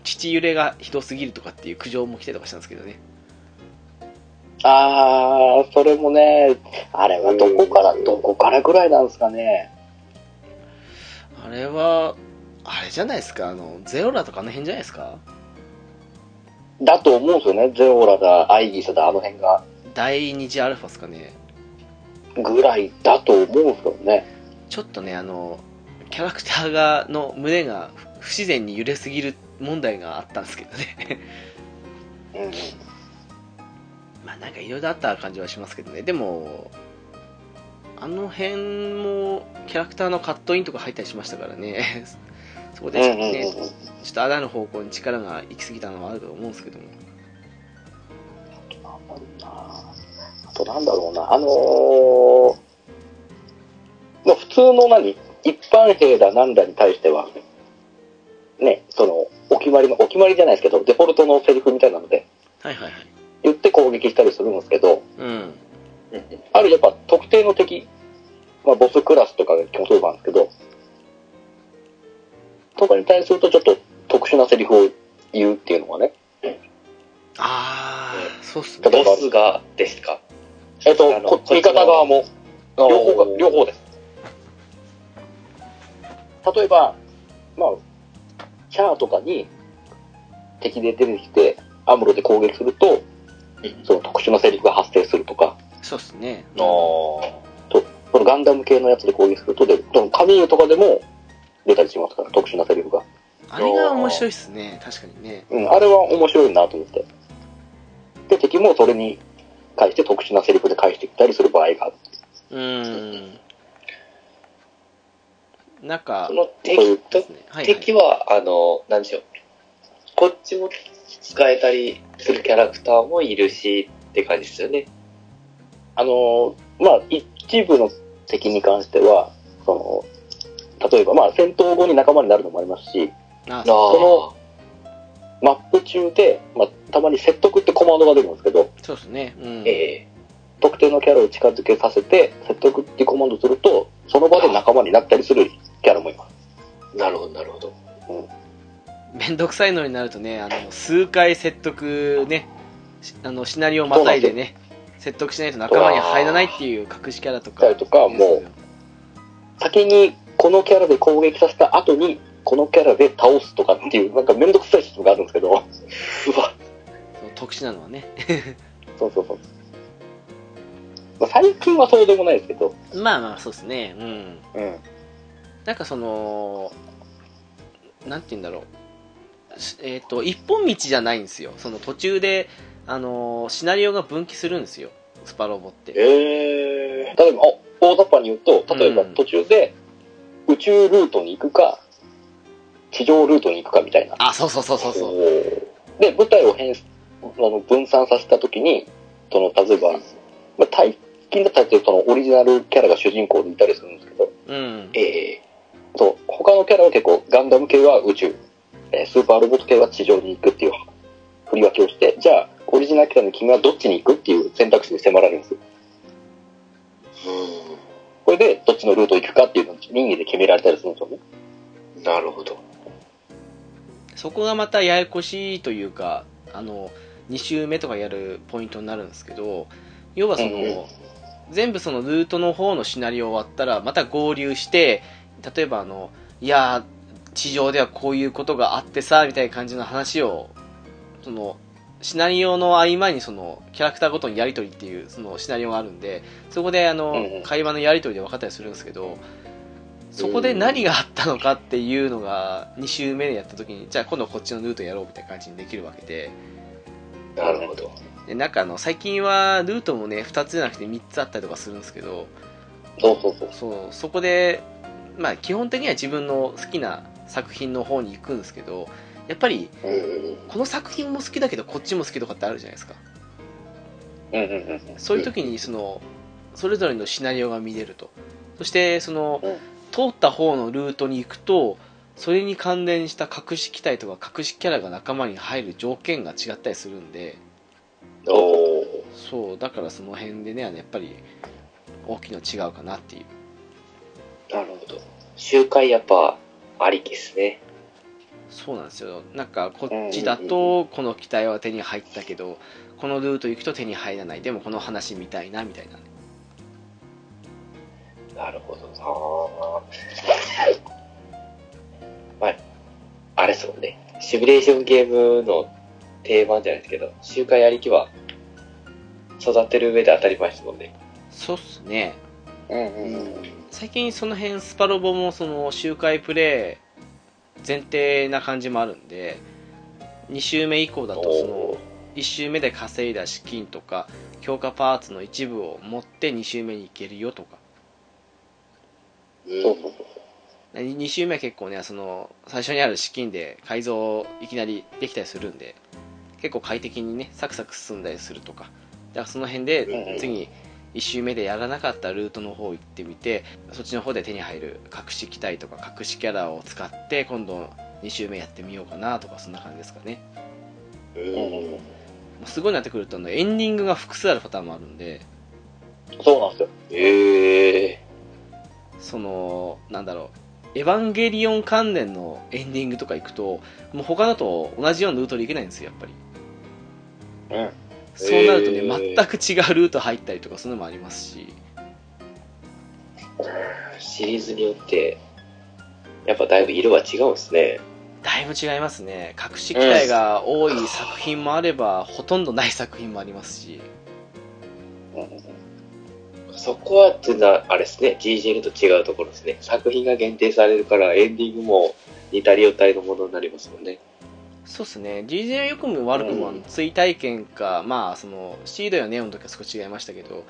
[SPEAKER 1] 父揺れがひどすぎるとかっていう苦情も来てとかしたんですけどね
[SPEAKER 3] ああ、それもね、あれはどこから、どこからぐらいなんですかね。
[SPEAKER 1] あれはあれじゃないですかあのゼロラとかあの辺じゃないですか
[SPEAKER 3] だと思うんですよね、ゼオラだ、アイギスだ、あの辺が、
[SPEAKER 1] 第二次アルファですかね
[SPEAKER 3] ぐらいだと思うんですけどね。
[SPEAKER 1] ちょっとねあのキャラクターがの胸が不自然に揺れすぎる問題があったんですけどね
[SPEAKER 3] うん。
[SPEAKER 1] まあなんかいろいろあった感じはしますけどねでもあの辺もキャラクターのカットインとか入ったりしましたからね そこでちょっとね、
[SPEAKER 3] うんうんうん
[SPEAKER 1] ちょっと穴の方向に力が行き過ぎたのはあると思うんですけども
[SPEAKER 3] なんだろうなあとなんだろうな、あのーまあ普通の何、一般兵だなんだに対しては、ね、その、お決まりの、お決まりじゃないですけど、デフォルトのセリフみたいなので、
[SPEAKER 1] はいはいはい
[SPEAKER 3] 言って攻撃したりするんですけど、
[SPEAKER 1] うん
[SPEAKER 3] あるやっぱ特定の敵、まあボスクラスとかが基本そうなんですけど、とかに対するとちょっと特殊なセリフを言うっていうのがね、
[SPEAKER 1] ああそうっすね
[SPEAKER 3] 例えば
[SPEAKER 6] ボスがですか
[SPEAKER 3] えっと
[SPEAKER 6] あ、の
[SPEAKER 3] こ
[SPEAKER 6] こっ
[SPEAKER 3] 味
[SPEAKER 6] ちの
[SPEAKER 3] 方側も、両方
[SPEAKER 6] お
[SPEAKER 3] が
[SPEAKER 6] ー
[SPEAKER 3] 両方です。例えば、まあ、キャーとかに敵で出てきて、アムロで攻撃すると、その特殊なセリフが発生するとか、
[SPEAKER 1] そうっすね
[SPEAKER 3] そのガンダム系のやつで攻撃するとで、そのカミーユとかでも出たりしますから、特殊なセリフが。
[SPEAKER 1] あれが面白いっすね確かにね
[SPEAKER 3] うん、あれは面白いなと思って。で、敵もそれに対して特殊なセリフで返してきたりする場合がある。
[SPEAKER 1] うーんなんか
[SPEAKER 6] その
[SPEAKER 3] そうい
[SPEAKER 6] 敵
[SPEAKER 1] で
[SPEAKER 3] う
[SPEAKER 6] と
[SPEAKER 1] すねはいはい
[SPEAKER 6] 敵は、あの、何でしょう。こっちも使えたりするキャラクターもいるし、って感じですよね。
[SPEAKER 3] あのーまあ、一部の敵に関しては、その、例えば、まあ、戦闘後に仲間になるのもありますし、
[SPEAKER 1] あ
[SPEAKER 6] あー
[SPEAKER 3] そマップ中で、まあ、たまに説得ってコマンドが出るんですけど、
[SPEAKER 1] そうっすねうん
[SPEAKER 6] え
[SPEAKER 3] 特定のキャラを近づけさせて、説得ってコマンドすると、その場で仲間になったりするキャラもいます。
[SPEAKER 6] えなるほど、なるほど。
[SPEAKER 1] めんどくさいのになるとねあの数回説得ねしあのシナリオをまたいでね説得しないと仲間に入らないっていう隠しキャラと
[SPEAKER 3] キャ
[SPEAKER 1] か
[SPEAKER 3] ラとか、もう、先にこのキャラで攻撃させた後に、このキャラで倒すとかっていう、なんかめんどくさいシステムがあるんですけど、うわ、
[SPEAKER 1] その特殊なのはね
[SPEAKER 3] そうそうそう。まあ、最近はそうでもないですけど、
[SPEAKER 1] まあまあそうっすねうん
[SPEAKER 3] うん。
[SPEAKER 1] なんかそのなんて言うんだろうしえっ、と一本道じゃないんですよその途中であのシナリオが分岐するんですよスパロボって
[SPEAKER 3] え例えば、お大雑把に言うと、例えば
[SPEAKER 1] うん
[SPEAKER 3] 途中で宇宙ルートに行くか、地上ルートに行くかみたいな。
[SPEAKER 1] あそうそうそうそうそう
[SPEAKER 3] で、舞台を変すあの分散させたときに、その、例えば、まあ、大金だったりすると、そのオリジナルキャラが主人公でいたりするんですけど、
[SPEAKER 1] うん
[SPEAKER 3] ええそう、他のキャラは結構、ガンダム系は宇宙、えースーパーロボット系は地上に行くっていう振り分けをして、じゃあ、オリジナルキャラの君はどっちに行くっていう選択肢に迫られるんですよこれで、どっちのルート行くかっていうのを任意で決められたりするんですよね。
[SPEAKER 6] うん。なるほど。
[SPEAKER 1] そこがまたややこしいというかあの2周目とかやるポイントになるんですけど要はその、
[SPEAKER 3] うんうん
[SPEAKER 1] 全部そのルートの方のシナリオを割ったらまた合流して例えばあのいやー地上ではこういうことがあってさみたいな感じの話をそのシナリオの合間にそのキャラクターごとにやり取りっていうそのシナリオがあるんでそこであの、
[SPEAKER 3] うんうん
[SPEAKER 1] 会話のやり取りで分かったりするんですけどそこで何があったのかっていうのが2周目でやった時にじゃあ今度こっちのルートやろうみたいな感じにできるわけで
[SPEAKER 6] なるほど。
[SPEAKER 1] でなんかあの最近はルートもね2つじゃなくて3つあったりとかするんですけど
[SPEAKER 3] そうそうそう。
[SPEAKER 1] そうそこで、まあ、基本的には自分の好きな作品の方に行くんですけどやっぱり
[SPEAKER 3] うんうん
[SPEAKER 1] この作品も好きだけどこっちも好きとかってあるじゃないですか
[SPEAKER 3] うん。うんうんうん。
[SPEAKER 1] そういう時にそのそれぞれのシナリオが見れるとそしてその
[SPEAKER 3] うん
[SPEAKER 1] 通った方のルートに行くとそれに関連した隠し機体とか隠しキャラが仲間に入る条件が違ったりするんで
[SPEAKER 3] おー
[SPEAKER 1] そうだからその辺でねあのやっぱり大きな違うかなっていう
[SPEAKER 6] なるほど。周回やっぱ、ありきですね。
[SPEAKER 1] そうなんですよなんかこっちだとこの機体は手に入ったけどこのルート行くと手に入らないでもこの話見たいなみたいな
[SPEAKER 6] なるほどなまあ、あれですもんね。シミュレーションゲームの定番じゃないですけど、周回ありきは、育てる上で当たり前ですもんね。
[SPEAKER 1] そうっすね
[SPEAKER 3] うんうんうん
[SPEAKER 1] 最近その辺スパロボもその周回プレイ前提な感じもあるんで2周目以降だとその1周目で稼いだ資金とか強化パーツの一部を持って2周目に行けるよとか
[SPEAKER 3] うんそうそうそう
[SPEAKER 1] 2周目は結構ねその最初にある資金で改造いきなりできたりするんで結構快適にねサクサク進んだりするとかだからその辺
[SPEAKER 3] うんう
[SPEAKER 1] で
[SPEAKER 3] ん
[SPEAKER 1] 次1周目でやらなかったルートの方行ってみてそっちの方で手に入る隠し機体とか隠しキャラを使って今度2周目やってみようかなとかそんな感じですかね
[SPEAKER 3] うんうん
[SPEAKER 1] もうすごいなってくるとあのエンディングが複数あるパターンもあるんで
[SPEAKER 3] そうなんですよ
[SPEAKER 2] ええ
[SPEAKER 1] そのなんだろうエヴァンゲリオン関連のエンディングとか行くともう他だと同じようなルートで行けないんですよやっぱり
[SPEAKER 3] うん
[SPEAKER 1] そうなるとね、
[SPEAKER 2] えー
[SPEAKER 1] 全く違うルート入ったりとかそういうのもありますし
[SPEAKER 2] シリーズによってやっぱだいぶ色が違うんですね
[SPEAKER 1] だいぶ違いますね隠し機体が多い作品もあれば、ほとんどない作品もありますし
[SPEAKER 2] そこはっていうのはあれですね GGL と違うところですね作品が限定されるからエンディングも似たり寄ったりのものになりますもんね
[SPEAKER 1] そうっすね DJ 良くも悪くもあの追体験か、まあそのシードやネオンの時は少し違いましたけど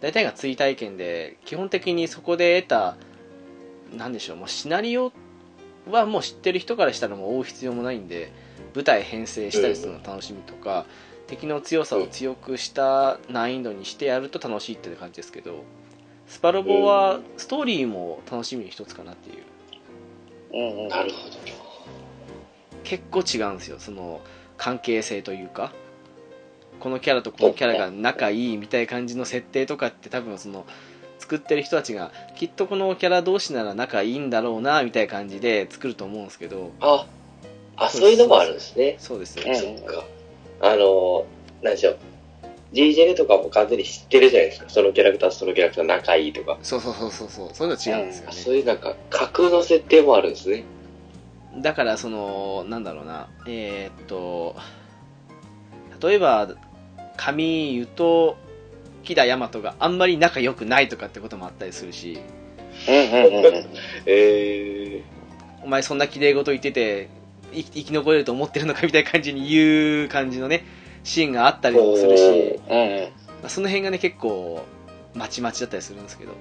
[SPEAKER 1] 大体が追体験で基本的にそこで得たなんでしょうもうシナリオはもう知ってる人からしたらもう追う必要もないんで舞台編成したりするの楽しみとか、敵の強さを強くした難易度にしてやると楽しいっていう感じですけどスパロボはストーリーも楽しみの一つかなっていう
[SPEAKER 3] うんうん
[SPEAKER 2] なるほど
[SPEAKER 1] 結構違うんですよその関係性というかこのキャラとこのキャラが仲いいみたいな感じの設定とかって多分その作ってる人たちがきっとこのキャラ同士なら仲いいんだろうなみたいな感じで作ると思うんですけど
[SPEAKER 2] ああそういうのもあるんですね
[SPEAKER 1] そうです
[SPEAKER 3] うん
[SPEAKER 1] ね
[SPEAKER 2] そっかあの何でしょう GGL とかも完全に知ってるじゃないですかそのキャラクターとそのキャラクター仲いいとか
[SPEAKER 1] そうそうそうそうそうそういうの違うんですよ
[SPEAKER 2] あ
[SPEAKER 1] ね、
[SPEAKER 2] そういうなんか架空の設定もあるんですね
[SPEAKER 1] だからそのなんだろうなえーっと例えば神湯と木田大和があんまり仲良くないとかってこともあったりするし
[SPEAKER 3] うんうんうんうん
[SPEAKER 2] ええ
[SPEAKER 1] お前そんな綺麗事言っててい生き残れると思ってるのかみたいな感じに言う感じのねシーンがあったりもするし
[SPEAKER 3] うんうん
[SPEAKER 1] まあその辺がね結構まちまちだったりするんですけど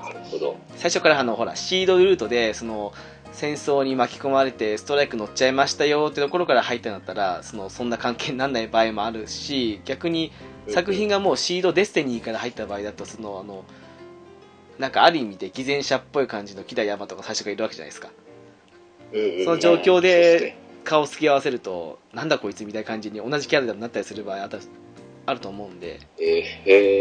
[SPEAKER 2] なるほど
[SPEAKER 1] 最初からあのほらシードルートでその戦争に巻き込まれてストライク乗っちゃいましたよってところから入ったんだったらそのそんな関係にならない場合もあるし逆に作品がもうシードデスティニーから入った場合だとそのあのなんかある意味で偽善者っぽい感じの木田山とか最初からいるわけじゃないですかその状況で顔つき合わせるとなんだこいつみたいな感じに同じキャラでもなったりする場合あったあると思うんで、
[SPEAKER 2] え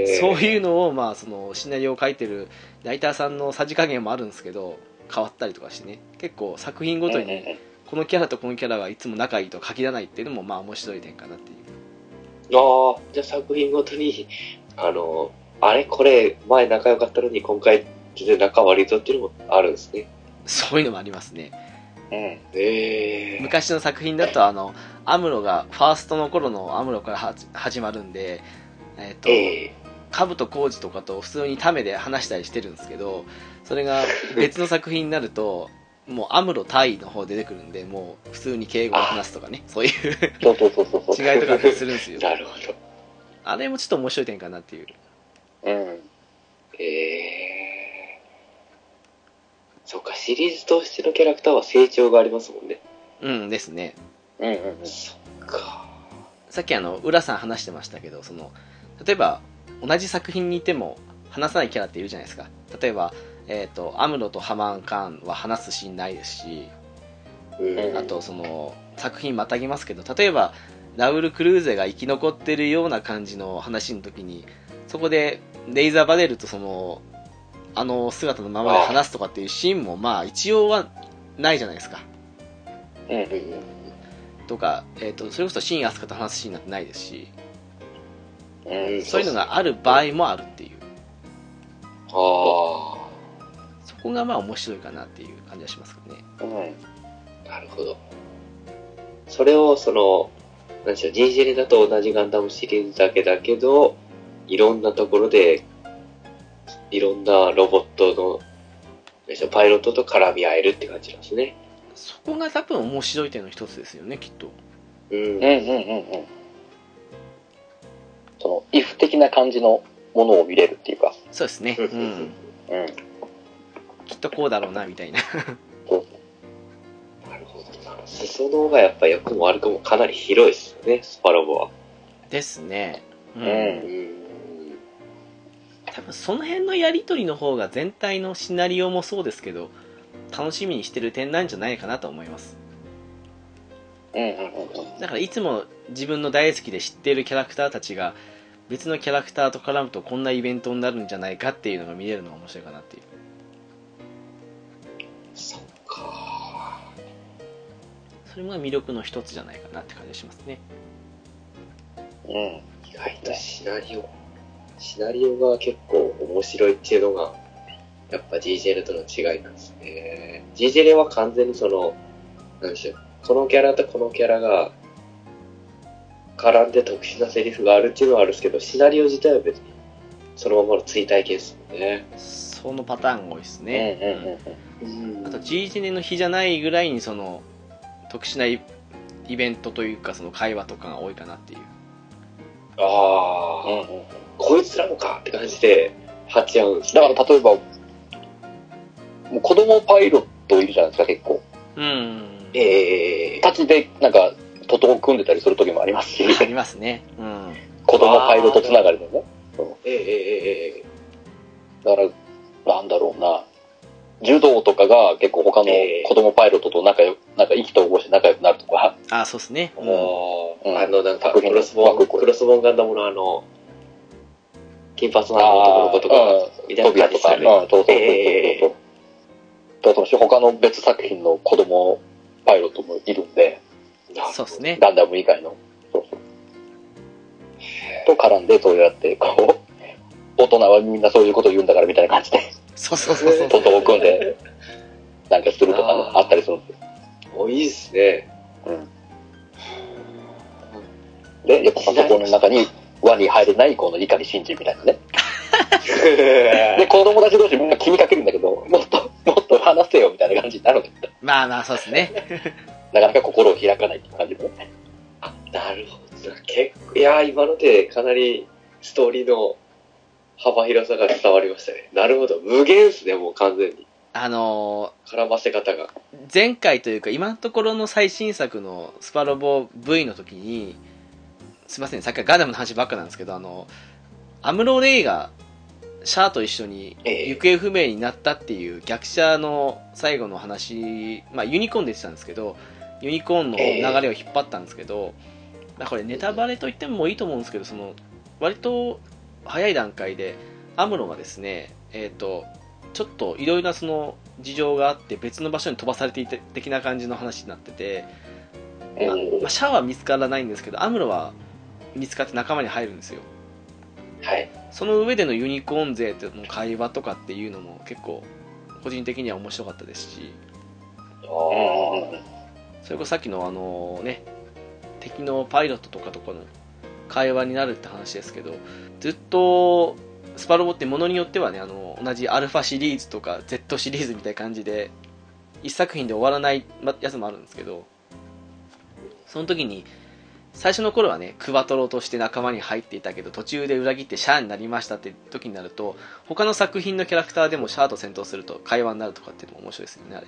[SPEAKER 2] え
[SPEAKER 1] そういうのをまあそのシナリオを書いてるライターさんのさじ加減もあるんですけど変わったりとかしてね結構作品ごとに
[SPEAKER 3] うんうんうん
[SPEAKER 1] ねこのキャラとこのキャラはいつも仲いいとは限らないっていうのもまあ面白い点かなっていう
[SPEAKER 2] ああ、じゃあ作品ごとに、あの、あれこれ、前仲良かったのに今回全然仲悪いぞっていうのもあるんですね。
[SPEAKER 1] そういうのもありますね
[SPEAKER 3] うん
[SPEAKER 2] ええ
[SPEAKER 1] 昔の作品だとあのアムロがファーストの頃のアムロからはじ始まるんでえっ、と、
[SPEAKER 2] ええ
[SPEAKER 1] 兜浩二とかと普通にタメで話したりしてるんですけどそれが別の作品になるともうアムロ対の方出てくるんでもう普通に敬語を話すとかねそういう
[SPEAKER 3] そうそうそうそうそう
[SPEAKER 1] 違いとかってするんですよ
[SPEAKER 2] なるほど。
[SPEAKER 1] あれもちょっと面白い点かなっていう
[SPEAKER 3] うん
[SPEAKER 2] ええそっか、シリーズとしてのキャラクターは成長がありますもんね。
[SPEAKER 1] うんですね
[SPEAKER 3] うんうんうん
[SPEAKER 2] そっか。
[SPEAKER 1] さっきあの浦さん話してましたけどその例えば同じ作品にいても話さないキャラっているじゃないですか例えば、えー、とアムロとハマン・カーンは話すシーンないですし
[SPEAKER 2] うん
[SPEAKER 1] あとその作品またぎますけど例えばラウル・クルーゼが生き残ってるような感じの話の時にそこでレイザー・バデルとそのあの姿のままで話すとかっていうシーンもまあ一応はないじゃないですか
[SPEAKER 3] うんうん
[SPEAKER 1] とか、えー、とそれこそシーン・アスカと話すシーンなんてないですし
[SPEAKER 3] うんうん
[SPEAKER 1] そういうのがある場合もあるっていう
[SPEAKER 2] あ
[SPEAKER 1] そこがまあ面白いかなっていう感じはしますけどね
[SPEAKER 2] あ、なるほど。それを、その、なんでしょう、GGL だと同じガンダムシリーズだけだけど、いろんなところでいろんなロボットのえっとパイロットと絡み合えるって感じなんですね。
[SPEAKER 1] そこが多分面白い点の一つですよねきっと
[SPEAKER 2] うん
[SPEAKER 3] うんうんうんうん。その、イフ的な感じのものを見れるっていうか。
[SPEAKER 1] そうですね
[SPEAKER 2] う
[SPEAKER 1] うんん
[SPEAKER 3] うん。
[SPEAKER 1] きっとこうだろうなみたいな
[SPEAKER 2] なるほどな。裾野がやっぱ良くも悪くもかなり広いですよね、スパロボは。
[SPEAKER 1] ですねう
[SPEAKER 3] うん
[SPEAKER 2] うん。
[SPEAKER 1] 多分その辺のやり取りの方が全体のシナリオもそうですけど楽しみにしてる点なんじゃないかなと思います
[SPEAKER 3] うんうんうんうん。
[SPEAKER 1] だからいつも自分の大好きで知っているキャラクターたちが別のキャラクターと絡むとこんなイベントになるんじゃないかっていうのが見れるのが面白いかなっていう
[SPEAKER 2] そっか。
[SPEAKER 1] それも魅力の一つじゃないかなって感じがしますね
[SPEAKER 3] うん。
[SPEAKER 2] 意外とシナリオ、シナリオが結構面白いっていうのが、やっぱ DJL との違いなんですね。DJL は完全にその、なんでしょう、このキャラとこのキャラが絡んで特殊なセリフがあるっていうのはあるんですけど、シナリオ自体は別にそのままの追体系ですもんね。
[SPEAKER 1] そのパターンが多いです
[SPEAKER 3] うんうん
[SPEAKER 1] ね、
[SPEAKER 3] うんうん。
[SPEAKER 2] うん
[SPEAKER 1] あと G1 年の日じゃないぐらいにその特殊なイイベントというかその会話とかが多いかなっていう
[SPEAKER 2] あ
[SPEAKER 3] うん
[SPEAKER 2] あ、
[SPEAKER 3] うんうん
[SPEAKER 2] こいつらのかって感じで、はっちゃうんです
[SPEAKER 3] だ
[SPEAKER 2] ね。
[SPEAKER 3] から例えば、もう子供パイロットいるじゃないですか、結構。
[SPEAKER 1] うん
[SPEAKER 2] ええ
[SPEAKER 3] たちで、なんか、徒党を組んでたりする時もありますし、
[SPEAKER 1] ありますねうん
[SPEAKER 3] 子供パイロットつながりでね。
[SPEAKER 2] えええええ
[SPEAKER 3] だから、なんだろうな。柔道とかが結構他の子供パイロットと仲良く、なんか意気投合して仲良くなるとか、
[SPEAKER 1] あそうですね、うん
[SPEAKER 2] もう、
[SPEAKER 3] うん
[SPEAKER 2] あの、なんか、
[SPEAKER 3] 作
[SPEAKER 2] ク
[SPEAKER 3] 品
[SPEAKER 2] ロスボー
[SPEAKER 3] 枠
[SPEAKER 2] ン、クロスボーンガンダムのあの、金髪の
[SPEAKER 3] あ
[SPEAKER 2] 男の
[SPEAKER 3] あ
[SPEAKER 2] 子とか、みたいな感じですよね。
[SPEAKER 3] うん、そうそうそうそうそう。
[SPEAKER 2] ええ
[SPEAKER 3] だからその他の別作品の子供パイロットもいるんで、
[SPEAKER 1] そうです。ね
[SPEAKER 3] ガンダム以外の。そうそうと絡んで、そうやって、こう、大人はみんなそういうこと言うんだからみたいな感じで、
[SPEAKER 1] そうそうそうそう
[SPEAKER 3] トトを組んで、なんかするとかね
[SPEAKER 2] あー
[SPEAKER 3] あったりするんですよ。
[SPEAKER 2] お、いいですね。
[SPEAKER 3] で、やっぱそこの中に、輪に入れないこの碇信じみたいなね。で、子供たち同士みんな気にかけるんだけど、もっと、もっと話せよみたいな感じになるんだけど、
[SPEAKER 1] まあまあそうですね
[SPEAKER 3] なかなか心を開かないっていう感じでね。
[SPEAKER 2] あなるほど。結構、いやー、今のでかなりストーリーの幅広さが伝わりましたね。なるほど。無限ですね、もう完全に。
[SPEAKER 1] あの
[SPEAKER 2] 絡ませ方が。
[SPEAKER 1] ー前回というか今のところの最新作のスパロボ V の時にすいませんさっきからガンダムの話ばっかなんですけどあのアムロ・レイがシャアと一緒に
[SPEAKER 2] ええ
[SPEAKER 1] 行方不明になったっていう逆者の最後の話、まあ、ユニコーンでしたんですけどユニコーンの流れを引っ張ったんですけど、まあこれネタバレと言ってもいいと思うんですけどその割と早い段階でアムロがですね、えー、とちょっといろいろなその事情があって別の場所に飛ばされていた的な感じの話になってて、まあまあシャアは見つからないんですけどアムロは見つかって仲間に入るんですよ
[SPEAKER 2] はい。
[SPEAKER 1] その上でのユニコーン勢との会話とかっていうのも結構個人的には面白かったですし
[SPEAKER 3] うんうんうん
[SPEAKER 1] それこそさっきのあのね敵のパイロットとかとかの会話になるって話ですけどずっとスパロボってものによってはねあの同じアルファシリーズとか Z シリーズみたいな感じで一作品で終わらないまやつもあるんですけどその時に最初の頃はねクバトロとして仲間に入っていたけど途中で裏切ってシャアになりましたって時になると他の作品のキャラクターでもシャアと戦闘すると会話になるとかっていうのも面白いですよねあ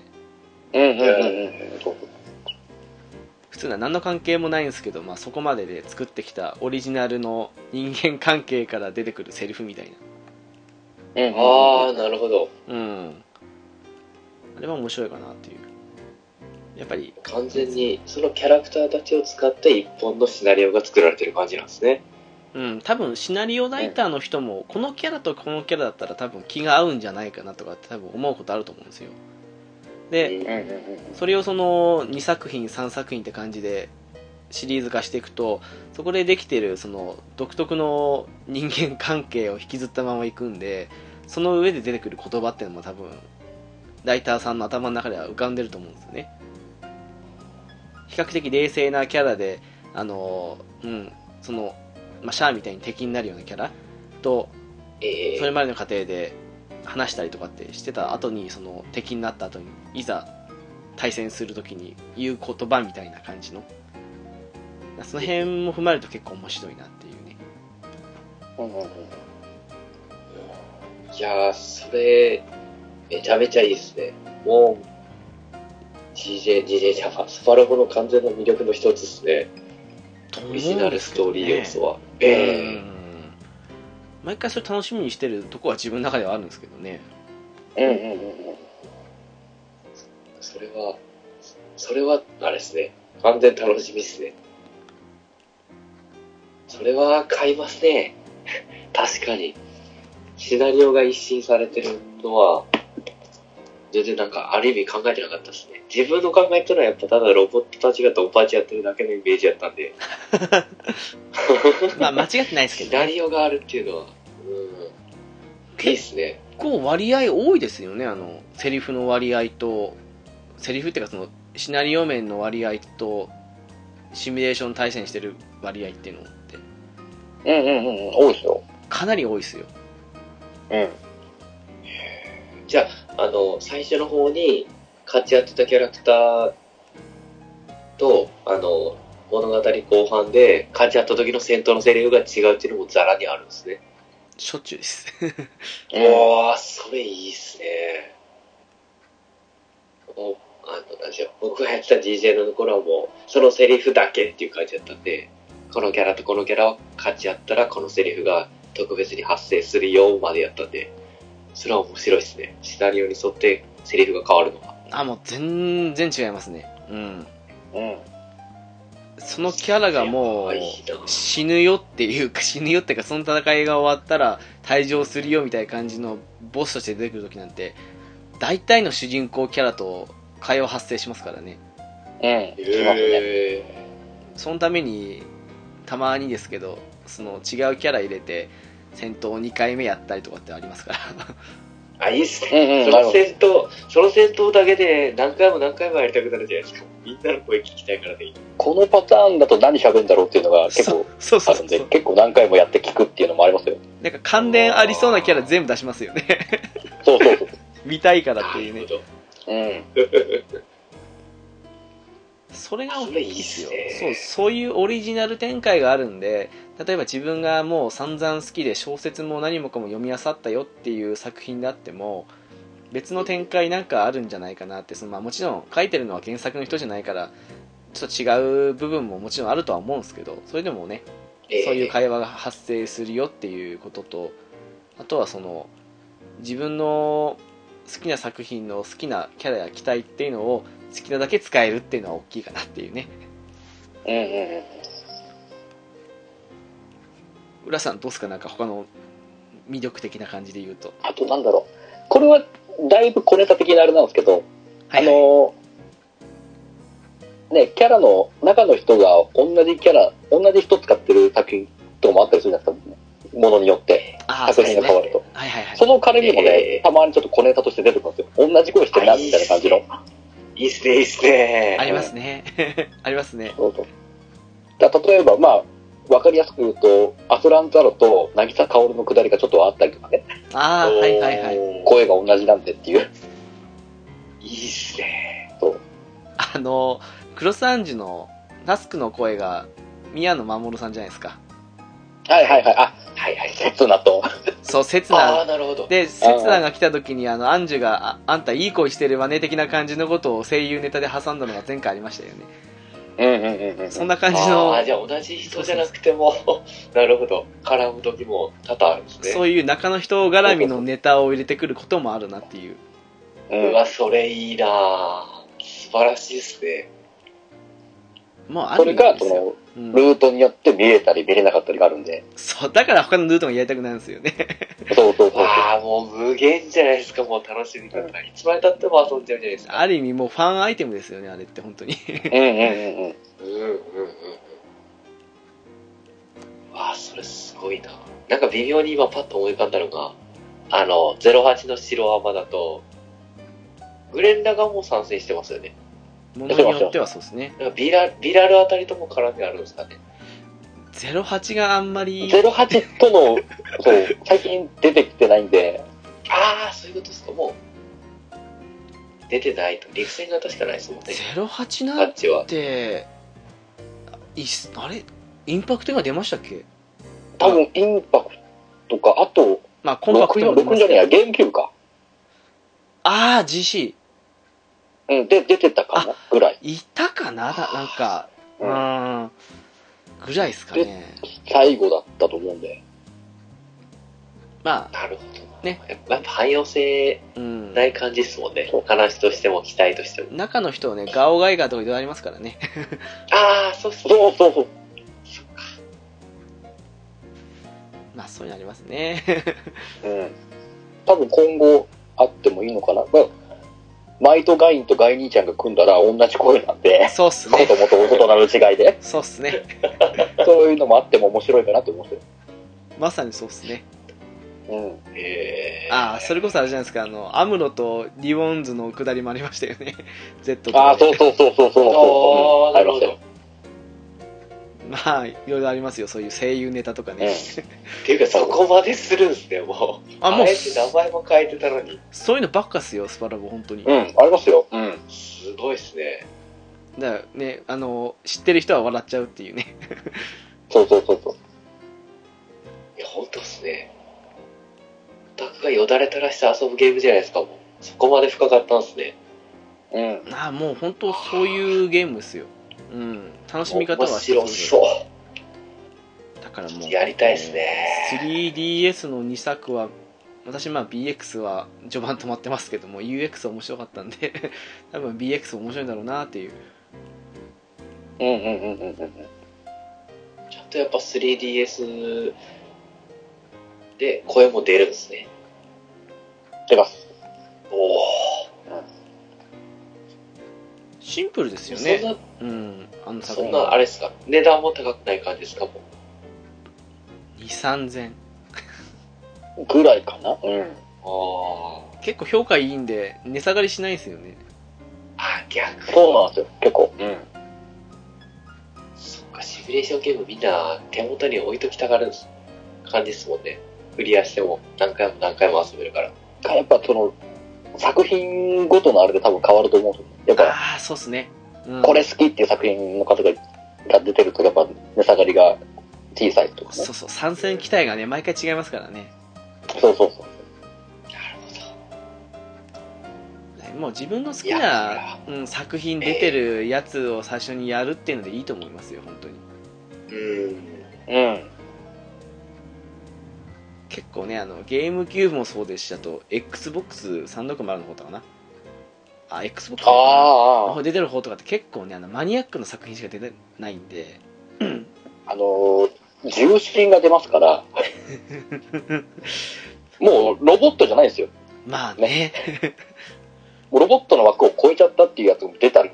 [SPEAKER 1] れ
[SPEAKER 3] うんうんうんうん。そうそう
[SPEAKER 1] 普通なら何の関係もないんですけど、まあ、そこまでで作ってきたオリジナルの人間関係から出てくるセリフみたい
[SPEAKER 3] うんうんうん
[SPEAKER 2] ああ、なるほど。
[SPEAKER 1] なうんあれは面白いかなっていうやっぱり
[SPEAKER 2] 完全にそのキャラクターたちを使って一本のシナリオが作られてる感じなんですね。
[SPEAKER 1] うん多分シナリオライターの人もこのキャラとこのキャラだったら多分気が合うんじゃないかなとかって多分思うことあると思うんですよで、
[SPEAKER 2] うん
[SPEAKER 3] うんうんうん
[SPEAKER 1] それをその2作品3作品って感じでシリーズ化していくとそこでできてるその独特の人間関係を引きずったままいくんでその上で出てくる言葉っていうのも多分ライターさんの頭の中では浮かんでると思うんですよね比較的冷静なキャラであのうんその、まあ、シャアみたいに敵になるようなキャラと
[SPEAKER 2] ええ
[SPEAKER 1] それまでの過程で話したりとかってしてた後にその敵になった後にいざ対戦する時に言う言葉みたいな感じのその辺も踏まえると結構面白いなっていうね
[SPEAKER 3] うんうんうん
[SPEAKER 2] いやー、それ、めちゃめちゃいいですね。もう、GJ、GJ ジャパン、スパロボの完全な魅力の一つですね。
[SPEAKER 1] と
[SPEAKER 2] オリジナルストーリー要素は。
[SPEAKER 1] う
[SPEAKER 2] ええ
[SPEAKER 1] ん毎回それ楽しみにしてるとこは自分の中ではあるんですけどね
[SPEAKER 3] うんうんうんうん
[SPEAKER 2] それは、それは、あれですね。完全楽しみですね。それは買いますね。 確かに。シナリオが一新されてるのは、全然なんか、ある意味考えてなかったですね。自分の考えってのはやっぱただロボットたちがドンパチやってるだけのイメージやったんで、
[SPEAKER 1] まあ間違ってないですけ
[SPEAKER 2] シ
[SPEAKER 1] ど
[SPEAKER 2] ナ
[SPEAKER 1] ね
[SPEAKER 2] リオがあるっていうのは、うん、いいっすね。
[SPEAKER 1] 結構割合多いですよねあのセリフの割合とセリフっていうかそのシナリオ面の割合とシミュレーション対戦してる割合っていうのって
[SPEAKER 3] うんうんうんうん、多いですよ。
[SPEAKER 1] かなり多いですよ
[SPEAKER 3] うん。
[SPEAKER 2] じゃあ、あの、最初の方に勝ち合ってたキャラクターと、あの、物語後半で勝ち合った時の戦闘のセリフが違うっていうのもザラにあるんですね。
[SPEAKER 1] しょっちゅうです
[SPEAKER 2] おー、それいいっすね。おあの、なんでしょう。僕がやってた DJ の頃はもう、そのセリフだけっていう感じだったんで、このキャラとこのキャラを勝ち合ったら、このセリフが特別に発生するよまでやったんで、それは面白いですね。シナリオに沿ってセリフが変わるのは。
[SPEAKER 1] あもう全然違いますねうん
[SPEAKER 3] うん。
[SPEAKER 1] そのキャラがもう
[SPEAKER 2] やばいな
[SPEAKER 1] 死ぬよっていうか死ぬよっていうかその戦いが終わったら退場するよみたいな感じのボスとして出てくる時なんて大体の主人公キャラと会話発生しますからね
[SPEAKER 3] うん。
[SPEAKER 2] え
[SPEAKER 3] しますね。
[SPEAKER 1] そのためにたまにですけどその違うキャラ入れて戦闘2回目やったりとかってありますから
[SPEAKER 2] あ、いいっすね。
[SPEAKER 3] うんう
[SPEAKER 2] そ
[SPEAKER 3] ん、なる
[SPEAKER 2] の
[SPEAKER 3] ほど。
[SPEAKER 2] 戦闘、その戦闘だけで何回も何回もやりたくなるじゃないですか。みんなの声聞きたいからでいい。
[SPEAKER 3] このパターンだと何喋るんだろうっていうのが結構
[SPEAKER 1] そうそ
[SPEAKER 3] あ
[SPEAKER 1] う
[SPEAKER 3] る
[SPEAKER 1] そ
[SPEAKER 3] ん
[SPEAKER 1] う
[SPEAKER 3] で、
[SPEAKER 1] そう
[SPEAKER 3] 結構何回もやって聞くっていうのもありますよ。
[SPEAKER 1] なんか関連ありそうなキャラ全部出しますよね
[SPEAKER 3] そうそうそう。
[SPEAKER 1] 見たいからっていうね
[SPEAKER 2] なるほ
[SPEAKER 3] うん。
[SPEAKER 1] それが
[SPEAKER 2] ど。それいいっすね。
[SPEAKER 1] そうそういうオリジナル展開があるんで例えば自分がもう散々好きで小説も何もかも読み漁ったよっていう作品であっても別の展開なんかあるんじゃないかなってその、まあ、もちろん書いてるのは原作の人じゃないからちょっと違う部分ももちろんあるとは思うんですけどそれでもね
[SPEAKER 2] ええ
[SPEAKER 1] そういう会話が発生するよっていうこととあとはその自分の好きな作品の好きなキャラや期待っていうのを好きなだけ使えるっていうのは大きいかなっていうね
[SPEAKER 3] うんうんうん。
[SPEAKER 1] 浦さんどうですかなんか他の魅力的な感じで言うと
[SPEAKER 3] あとなんだろう。これはだいぶ小ネタ的なあれなんですけど、
[SPEAKER 1] はい
[SPEAKER 3] あのーね、キャラの中の人が同じキャラ、同じ人使ってる作品とかもあったりするじゃないですか、ものによって、
[SPEAKER 1] あーそ
[SPEAKER 3] 作
[SPEAKER 1] うですね
[SPEAKER 3] 品が変わると。
[SPEAKER 1] はいはいはい
[SPEAKER 3] その彼にもね、
[SPEAKER 2] えー
[SPEAKER 3] たまにちょっと小ネタとして出てくるんですよ。同じ声してるな、みたいな感じの。
[SPEAKER 2] いいっすね、いいっすね。
[SPEAKER 1] ありますね ありますね
[SPEAKER 3] そうそうだから例えば、まあ、わかりやすく言うと、アスランザロと渚薫のくだりがちょっとあったりとかね、
[SPEAKER 1] ああ
[SPEAKER 2] おー
[SPEAKER 1] はいはいはい
[SPEAKER 3] 声が同じなんでっていう。
[SPEAKER 2] いいっすね。
[SPEAKER 1] あのクロスアンジュのナスクの声が宮野真守さんじゃないですか
[SPEAKER 3] はいはいはい。あ、
[SPEAKER 2] はいはいはい。
[SPEAKER 3] 刹那と。
[SPEAKER 1] そう刹
[SPEAKER 2] ああ、
[SPEAKER 1] 那
[SPEAKER 2] なるほど。
[SPEAKER 1] で刹那が来た時にあのアンジュがああんたいい声してるわね的な感じのことを声優ネタで挟んだのが前回ありましたよね
[SPEAKER 3] うんうんうんうん。
[SPEAKER 1] そんな感じ
[SPEAKER 2] あ
[SPEAKER 1] の
[SPEAKER 2] あ、じゃあ同じ人じゃなくても、 なるほど。絡む時も多々あるんですね。
[SPEAKER 1] そういう中の人絡みのネタを入れてくることもあるなっていう
[SPEAKER 3] うん
[SPEAKER 2] うわ、それいいなぁ素晴らしいっすね。
[SPEAKER 1] もうあ
[SPEAKER 3] そ
[SPEAKER 1] る
[SPEAKER 3] れ
[SPEAKER 1] んで
[SPEAKER 3] が、
[SPEAKER 1] すよ、
[SPEAKER 3] その、
[SPEAKER 1] うん
[SPEAKER 3] ルートによって見れたり見れなかったりがあるんで。
[SPEAKER 1] そうだから他のルートもやりたくなるんですよね
[SPEAKER 3] そうそうそうそう。
[SPEAKER 2] わあもう無限じゃないですか、もう楽しみ方。いつまでたっても遊んじゃうじゃないですか。
[SPEAKER 1] ある意味もうファンアイテムですよねあれって本 当に
[SPEAKER 3] うんうんうんうん。
[SPEAKER 2] うんうんうんうん。わあそれすごいな。なんか微妙に今パッと思い浮かんだのが、あの、08の白浜だと、グレンダガンも参戦してますよね。
[SPEAKER 1] ものによってはそうですね
[SPEAKER 2] なんかビラビラルあたりとも絡みあるんですかね。
[SPEAKER 1] 08があんまり
[SPEAKER 3] 08との、そう、最近出てきてないんで、
[SPEAKER 2] ああ、そういうことですか。もう、出てないと。陸戦が確かないですもんね。
[SPEAKER 1] 08
[SPEAKER 2] あ
[SPEAKER 1] な
[SPEAKER 2] っ
[SPEAKER 1] ん
[SPEAKER 2] ちは。
[SPEAKER 1] ていっすあれインパクトが出ましたっけ
[SPEAKER 3] 多分インパクトか、あと、
[SPEAKER 1] まあコンパクト
[SPEAKER 3] 64、
[SPEAKER 1] も出ま
[SPEAKER 3] 64
[SPEAKER 1] す
[SPEAKER 3] じゃねえや、
[SPEAKER 1] けど
[SPEAKER 3] ゲームキューブか。
[SPEAKER 1] ああ GC
[SPEAKER 3] うん、で、出てたかなぐらい。
[SPEAKER 1] いたかなななんかう
[SPEAKER 3] うん
[SPEAKER 1] ぐらいですかね
[SPEAKER 3] 最後だったと思うんで。
[SPEAKER 1] まあ
[SPEAKER 2] なるほど。
[SPEAKER 1] ね。
[SPEAKER 2] やっぱ汎用性
[SPEAKER 1] うん
[SPEAKER 2] ない感じですもんね
[SPEAKER 3] そう。
[SPEAKER 2] 話としても、期待としても。
[SPEAKER 1] 中の人をねガオガイガーとかいろいろありますからね
[SPEAKER 2] ああ、そうっすね。
[SPEAKER 3] そうそうそう。
[SPEAKER 1] まあそういうのありますね
[SPEAKER 3] うん。多分今後あってもいいのかな。まあ、マイとガインとガイ兄ちゃんが組んだら同じ声なんで、
[SPEAKER 1] そうっす
[SPEAKER 3] 子
[SPEAKER 1] ね
[SPEAKER 3] 供と大人の違いで、
[SPEAKER 1] そうっすね
[SPEAKER 3] そういうのもあっても面白いかなと思ってる。
[SPEAKER 1] まさにそうっすね
[SPEAKER 3] うん。
[SPEAKER 2] へー
[SPEAKER 1] ああそれこそあれじゃないですかあのアムロとリボンズの下りもありましたよね Z と
[SPEAKER 3] ああ、そうそうそうそうそうそう
[SPEAKER 2] あ
[SPEAKER 3] そう。
[SPEAKER 2] ーなるほど。
[SPEAKER 1] まあいろいろありますよそういう声優ネタとかね、
[SPEAKER 2] っていうか、そこまでするんすね、もう。
[SPEAKER 1] あもう
[SPEAKER 2] えて名前も変えてたのに。
[SPEAKER 1] そういうのばっかっすよスパラボ本当に、
[SPEAKER 3] うん、うんありますよ。うん。
[SPEAKER 2] すごいっすね。
[SPEAKER 1] だからねあの知ってる人は笑っちゃうっていうね
[SPEAKER 3] そうそうそうそう。
[SPEAKER 2] いや、本当っすね。オタクがよだれ垂らして遊ぶゲームじゃないですか、もう。そこまで深かったんすね。
[SPEAKER 3] うん。
[SPEAKER 1] ああもう本当そういうゲームですようん楽しみ方は
[SPEAKER 2] 面
[SPEAKER 1] 一
[SPEAKER 2] 白
[SPEAKER 1] つで
[SPEAKER 2] そ
[SPEAKER 1] だからもう
[SPEAKER 2] う。やりたいっすね。
[SPEAKER 1] 3DS の2作は私まあ BX は序盤止まってますけども UX は面白かったんで 多分 BX 面白いんだろうなっていう
[SPEAKER 3] うんうんうんうんうん。
[SPEAKER 2] ちゃんとやっぱ 3DS で声も出るんですね。
[SPEAKER 3] 出ます。
[SPEAKER 2] おお。
[SPEAKER 1] シンプルですよ
[SPEAKER 2] そん
[SPEAKER 1] ね
[SPEAKER 2] な、
[SPEAKER 1] うんあの作
[SPEAKER 2] そん
[SPEAKER 1] 品
[SPEAKER 2] な、あれですか、値段も高くない感じですか、もう。
[SPEAKER 1] 23000
[SPEAKER 3] ぐらいかな。うん。
[SPEAKER 2] あ
[SPEAKER 1] 結構評価いいんで値下がりしないんですよね
[SPEAKER 2] あ、逆。
[SPEAKER 3] そうなんですよ、結構。うん。
[SPEAKER 2] そっか、シミュレーションゲームみんな手元に置いときたがる感じですもんね。クリアしても何回も何回も遊べるから。
[SPEAKER 3] やっぱその、作品ごとのあれで多分変わると思うんですよ。やっぱ、
[SPEAKER 1] ああそうっすね、うん
[SPEAKER 3] これ好きっていう作品の方がが出てると、やっぱ値下がりが小さいとかね。
[SPEAKER 1] そうそう参戦期待がね毎回違いますからね
[SPEAKER 3] そうそうそ
[SPEAKER 2] な
[SPEAKER 3] う。
[SPEAKER 2] るほど。
[SPEAKER 1] もう自分の好き
[SPEAKER 2] い
[SPEAKER 1] な
[SPEAKER 2] や、
[SPEAKER 1] うん、作品出てるやつを最初にやるっていうのでいいと思いますよ本当に
[SPEAKER 2] うん。
[SPEAKER 3] うん。
[SPEAKER 1] 結構ねあのゲームキューブもそうですしあと XBOX360 の方とかなあ XBOX の方かな
[SPEAKER 3] ああ、
[SPEAKER 1] 出てる方とかって結構ねあのマニアックな作品しか出てないんで
[SPEAKER 3] あのー、重心が出ますから、 もうロボットじゃないんですよ。
[SPEAKER 1] まあね
[SPEAKER 3] もうロボットの枠を超えちゃったっていうやつも出たり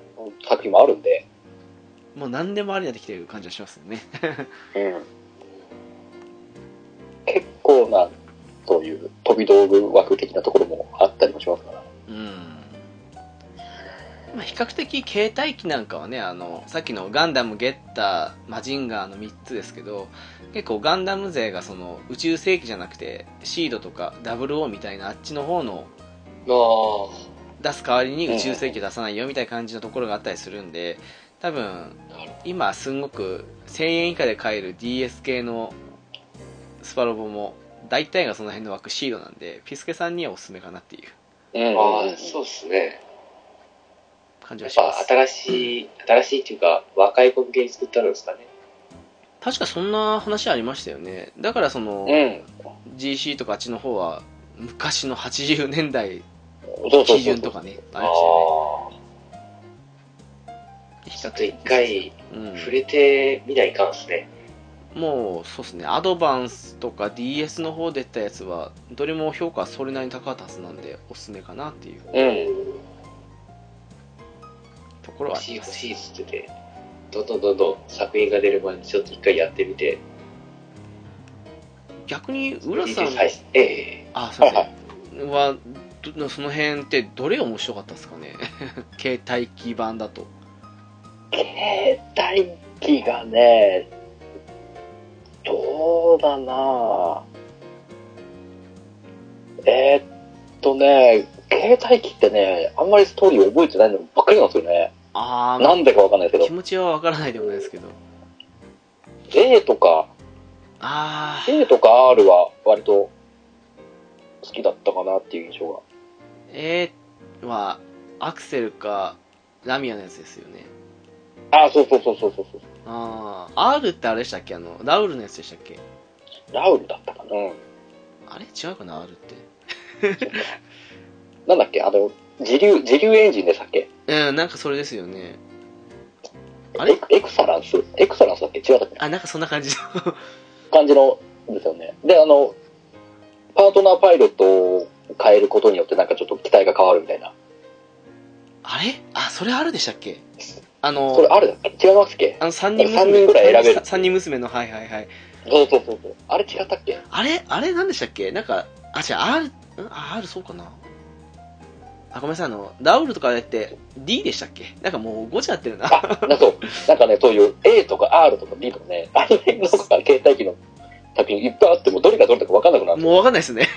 [SPEAKER 3] 作品もあるんで。
[SPEAKER 1] もう何でもありになってきてる感じはしますよね
[SPEAKER 3] うん。結構な、そういう飛び道具枠的なところもあったりもしますから。
[SPEAKER 1] うんまあ、比較的携帯機なんかはねあのさっきのガンダムゲッターマジンガーの3つですけど結構ガンダム勢がその宇宙世紀じゃなくてシードとか WO みたいなあっちの方の
[SPEAKER 2] ああ。
[SPEAKER 1] 出す代わりに宇宙世紀出さないよみたいな感じのところがあったりするんで多分
[SPEAKER 2] なる
[SPEAKER 1] 今すんごく1000円以下で買える DS 系のスパロボも大体がその辺の枠シードなんでピスケさんにはおすすめかなっていう
[SPEAKER 3] うん
[SPEAKER 2] ああ、そうですね。
[SPEAKER 1] 感じ
[SPEAKER 2] や
[SPEAKER 1] は
[SPEAKER 2] っ
[SPEAKER 1] しま
[SPEAKER 2] ぱ
[SPEAKER 1] す
[SPEAKER 2] 新しい、新しいっていうか、若い子向けに作ったんですかね。
[SPEAKER 1] 確かそんな話ありましたよねだからその、
[SPEAKER 3] うん。
[SPEAKER 1] GC とかあっちの方は昔の80年代
[SPEAKER 3] そうそうそうそう。
[SPEAKER 1] 基準とかねあ
[SPEAKER 2] あ
[SPEAKER 1] りまし
[SPEAKER 2] あ。ち
[SPEAKER 1] た
[SPEAKER 2] ょっ
[SPEAKER 1] よ
[SPEAKER 2] と一
[SPEAKER 1] ね
[SPEAKER 2] 回触
[SPEAKER 1] う
[SPEAKER 2] れてみないかんですね。
[SPEAKER 1] ん、もうそうですねアドバンスとか DS の方出たやつはどれも評価はそれなりに高かったはずなんでおすすめかなっていう
[SPEAKER 3] うん。
[SPEAKER 1] ところは
[SPEAKER 2] 欲
[SPEAKER 1] あ
[SPEAKER 2] しい
[SPEAKER 1] りま
[SPEAKER 2] 欲
[SPEAKER 1] す
[SPEAKER 2] しいっつってて、どんどんどんどん作品が出る前にちょっと一回やってみて、
[SPEAKER 1] 逆に浦さん
[SPEAKER 2] 最初ええ
[SPEAKER 1] あすいま
[SPEAKER 3] は
[SPEAKER 1] せんはどその辺ってどれが面白かったですかね 携帯機版だと
[SPEAKER 3] 携帯機がね、そうだなえーっとね、携帯機ってね、あんまりストーリー覚えてないのばっかりなんですよね。
[SPEAKER 1] あ
[SPEAKER 3] なんでかわかんないです
[SPEAKER 1] ー、
[SPEAKER 3] け
[SPEAKER 1] 気持ちはわからないでもないですけど。
[SPEAKER 3] ど、A とか、
[SPEAKER 1] あ
[SPEAKER 3] A とか R は割と好きだったかなっていう印象が。
[SPEAKER 1] ー、えー、は、アクセルか、ラミアのやつですよね。
[SPEAKER 3] あー、そうそうそうそうそうそう。
[SPEAKER 1] ああ、R ってあれでしたっけあの、ラウルのやつでしたっけ
[SPEAKER 3] ラウルだったかな。
[SPEAKER 1] あれ違うかな ?R って。
[SPEAKER 3] なんだっけあの、自流、自流エンジンでしたっけ
[SPEAKER 1] うん、なんかそれですよね。あれ
[SPEAKER 3] エクエクサランスエクサランスだっけ違ったっけ
[SPEAKER 1] あ、なんかそんな感じの。
[SPEAKER 3] 感じのですよね。で、あの、パートナーパイロットを変えることによってなんかちょっと機体が変わるみたいな。
[SPEAKER 1] あれあ、それ R でしたっけあの、
[SPEAKER 3] それあるだっけ違いますっけ
[SPEAKER 1] あの、三人娘。
[SPEAKER 3] 三人ぐらい選べる
[SPEAKER 1] 三人娘の、はいはいはい。
[SPEAKER 3] そうそうそうそう。あれ違ったっけ
[SPEAKER 1] あれあれなんでしたっけなんか、あ、違う、R、んあ R そうかなあ、ごめんなさい、あの、ラウルとかやって D でしたっけなんかもうごちゃってるな。
[SPEAKER 3] あ、なんかそう。なんかね、そういう A とか R とか B とかね、あれのか携帯機の作品いっぱいあってもどれがどれだか分かんなくなる。
[SPEAKER 1] もうわかんないですね。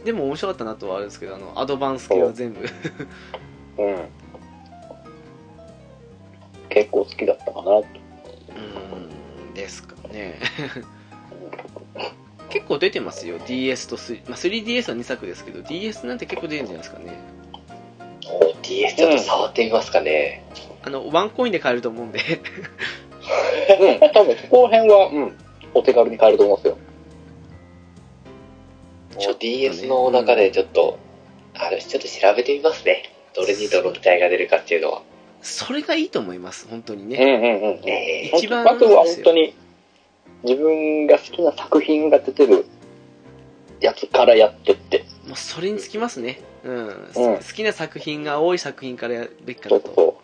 [SPEAKER 3] うん。
[SPEAKER 1] でも面白かったなとはあれですけど、あの、アドバンス系は全部。
[SPEAKER 3] うん。結構好きだったかな。
[SPEAKER 1] うーんですかね 結構出てますよ DS と3、まあ、3DS は2作ですけど DS なんて結構出るんじゃないですかね
[SPEAKER 2] DS ちょっと触ってみますかね。
[SPEAKER 1] あのワンコインで買えると思うんで
[SPEAKER 3] うん。多分そこら辺は、うん。お手軽に買えると思いますよ。
[SPEAKER 2] ちょっと DS の中でちょっと、あれ、ちょっと調べてみますね。どれにどの機体が出るかっていうのは。
[SPEAKER 1] それがいいと思います本当に
[SPEAKER 3] うん
[SPEAKER 1] ね
[SPEAKER 3] うんうん。
[SPEAKER 2] ね
[SPEAKER 1] 一番
[SPEAKER 3] まずは本当に自分が好きな作品が出てるやつからやってって
[SPEAKER 1] もうそれにつきますねうん、
[SPEAKER 3] う
[SPEAKER 1] 好
[SPEAKER 3] ん
[SPEAKER 1] きな作品が多い作品からやるべきか
[SPEAKER 3] そ
[SPEAKER 1] な
[SPEAKER 3] う
[SPEAKER 1] と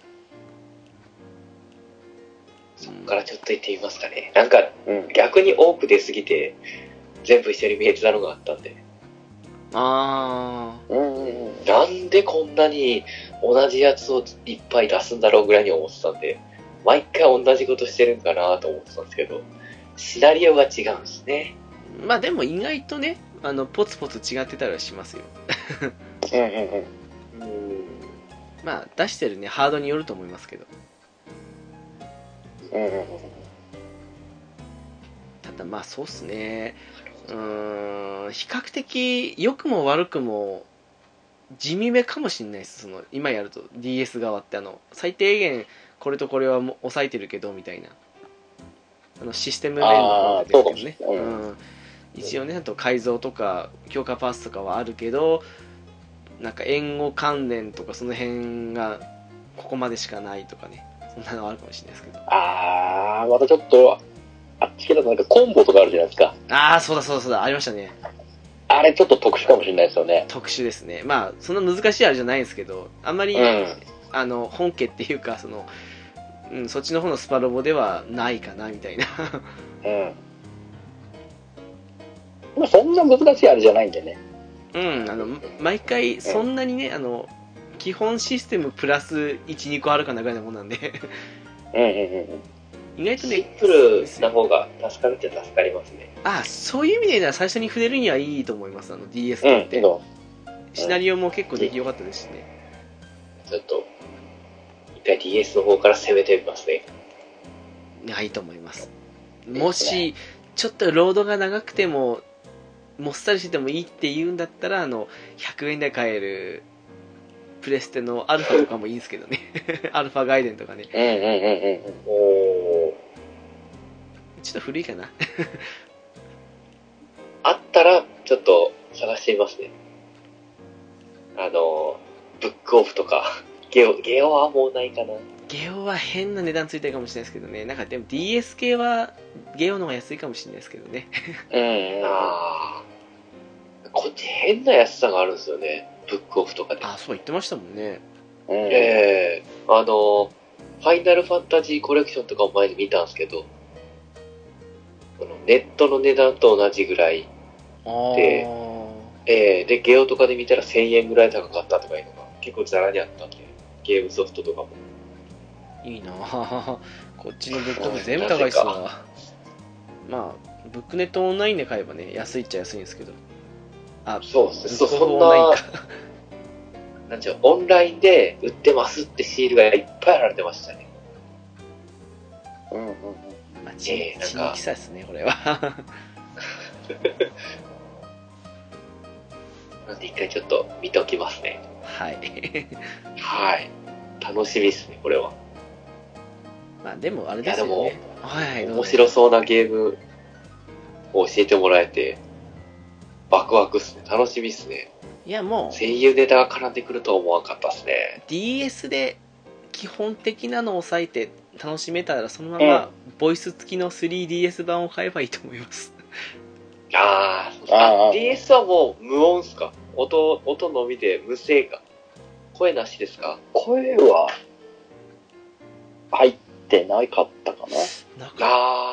[SPEAKER 3] そ
[SPEAKER 1] うん
[SPEAKER 2] からちょっと行ってみますかね。なんか、
[SPEAKER 3] う、うん、
[SPEAKER 2] 逆に多く出すぎて、全部一緒に見えてたのがあったんで。
[SPEAKER 1] あ
[SPEAKER 3] うんうんうん
[SPEAKER 2] なんでこんなに同じやつをいっぱい出すんだろうぐらいに思ってたんで、毎回同じことしてるんかなと思ってたんですけど、シナリオが違うんですね。
[SPEAKER 1] ーまあでも意外とねあのポツポツ違ってたりはしますよ
[SPEAKER 3] うん
[SPEAKER 2] うん。
[SPEAKER 1] まあ出してるねハードによると思いますけど
[SPEAKER 3] うんうんうん
[SPEAKER 1] ただまあそうっすねうーん比較的良くも悪くも地味めかもしれないですその今やると DS 側ってあの最低限これとこれはもう抑えてるけどみたいなあのシステム面の方が出てるけどね
[SPEAKER 3] あーそうかもしれない
[SPEAKER 1] うん一応ねあと改造とか強化パスとかはあるけどなんか援護関連とかその辺がここまでしかないとかねそんなのはあるかもしれないですけど
[SPEAKER 3] ああまたちょっとあっち系だとなんかコンボとかあるじゃないですか
[SPEAKER 1] ああそうだそうだそうだありましたね
[SPEAKER 3] あれちょっと特殊かもしれないですよね
[SPEAKER 1] 特殊ですねまあそんな難しいあれじゃないんですけどあんまり、
[SPEAKER 3] う
[SPEAKER 1] あの本家っていうかその、うん、そっちの方のスパロボではないかなみたいな
[SPEAKER 3] んうんまあそんな難しいあれじゃないんでね
[SPEAKER 1] うんあの毎回そんなにねあの基本システムプラス12個あるかなぐらいのもんなんで
[SPEAKER 3] うんうんうん
[SPEAKER 1] 意外と
[SPEAKER 2] シン
[SPEAKER 1] ね
[SPEAKER 2] プルな方が助かるって助かりますね。
[SPEAKER 1] あそういう意味では最初に触れるにはいいと思いますあの DS
[SPEAKER 3] う
[SPEAKER 1] とっ
[SPEAKER 3] ん
[SPEAKER 1] て、
[SPEAKER 3] けど
[SPEAKER 1] シナリオも結構出来良かったですしね
[SPEAKER 2] ちょっと、一回 DS の方から攻めてみますね。
[SPEAKER 1] いやいいと思いますもしちょっとロードが長くてももっさりしててもいいって言うんだったらあの100円で買えるプレステのアルファとかもいいんですけど ねアルファガイデンとかね
[SPEAKER 3] うんうんうんうん
[SPEAKER 2] おお。
[SPEAKER 1] ちょっと古いかな
[SPEAKER 2] あったら、ちょっと探してみますね。あの、ブックオフとか、ゲオ、ゲオはもうないかな。
[SPEAKER 1] ゲオは変な値段ついてるかもしれないですけどねなんかでも DS 系はゲオの方が安いかもしれないですけどね
[SPEAKER 3] うんうん
[SPEAKER 2] ああ。こっち変な安さがあるんですよね。ブックオフとかで。
[SPEAKER 1] あそう言ってましたもんね
[SPEAKER 3] うん
[SPEAKER 2] ええあの、ファイナルファンタジーコレクションとかを前に見たんですけど、このネットの値段と同じぐらい、
[SPEAKER 1] ああ
[SPEAKER 2] でええで、ゲオとかで見たら1000円ぐらい高かったとかいうのが結構ザラにあったんで、ゲームソフトとかも。
[SPEAKER 1] いいなあこっちのブックオフ全部高いっすわまあブックネットオンラインで買えばね安いっちゃ安いんですけどあ
[SPEAKER 2] そうですね。そ
[SPEAKER 1] ブック
[SPEAKER 2] そ
[SPEAKER 1] オ
[SPEAKER 2] ん
[SPEAKER 1] フオンライ
[SPEAKER 2] な
[SPEAKER 1] ン、か
[SPEAKER 2] なんちゅうの、オンラインで売ってますってシールがいっぱい貼られてましたね。
[SPEAKER 3] うんうんうん。
[SPEAKER 1] まあ地
[SPEAKER 2] えーなん
[SPEAKER 1] 地
[SPEAKER 2] か
[SPEAKER 1] 域差ですねこれは
[SPEAKER 2] なんで一回ちょっと見ておきますね。
[SPEAKER 1] はい
[SPEAKER 2] はい。楽しみですね、これは。
[SPEAKER 1] まあでもあれですよ
[SPEAKER 2] いや
[SPEAKER 1] ね
[SPEAKER 2] で
[SPEAKER 1] はいはいどうぞ
[SPEAKER 2] 面白そうなゲームを教えてもらえて、ワクワクっすね。楽しみっすね。
[SPEAKER 1] いやもう
[SPEAKER 2] 声優ネタが絡んでくるとは思わんかったっすね。
[SPEAKER 1] DS で基本的なのを抑えて楽しめたらそのままボイス付きの 3DS 版を買えばいいと思います
[SPEAKER 2] あー
[SPEAKER 3] あー
[SPEAKER 2] あ
[SPEAKER 3] あー
[SPEAKER 2] DS はもう無音っすか音、音のみで無声か声なしですか
[SPEAKER 3] 声は、入ってないかったかな。
[SPEAKER 1] なかっ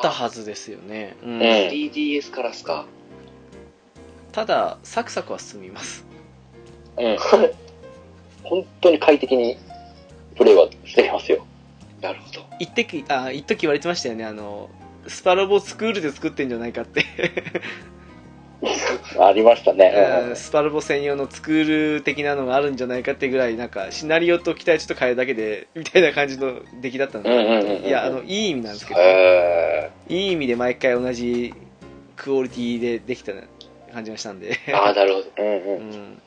[SPEAKER 2] あ
[SPEAKER 1] た
[SPEAKER 2] あ、
[SPEAKER 1] はずですよね、うん
[SPEAKER 3] うん
[SPEAKER 2] 3DS からっすか
[SPEAKER 1] ただサクサクは進みます
[SPEAKER 3] うん。 本当に快適にプレイはしてきますよ。
[SPEAKER 2] なるほど。
[SPEAKER 1] 一時あ一時言われてましたよねあのスパロボスクールで作ってんじゃないかって
[SPEAKER 3] ありましたね。
[SPEAKER 1] うん スパロボ専用のスクール的なのがあるんじゃないかってぐらいなんかシナリオと期待値と変えるだけでみたいな感じの出来だったの
[SPEAKER 3] うん
[SPEAKER 1] で、
[SPEAKER 3] うんうんうん。
[SPEAKER 1] いやあのいい意味なんですけど、
[SPEAKER 2] え
[SPEAKER 1] いい意味で毎回同じクオリティでできた感じがしたんで、
[SPEAKER 2] ー、ああ、なるほど。
[SPEAKER 3] うん
[SPEAKER 1] う
[SPEAKER 3] うん。
[SPEAKER 1] ん、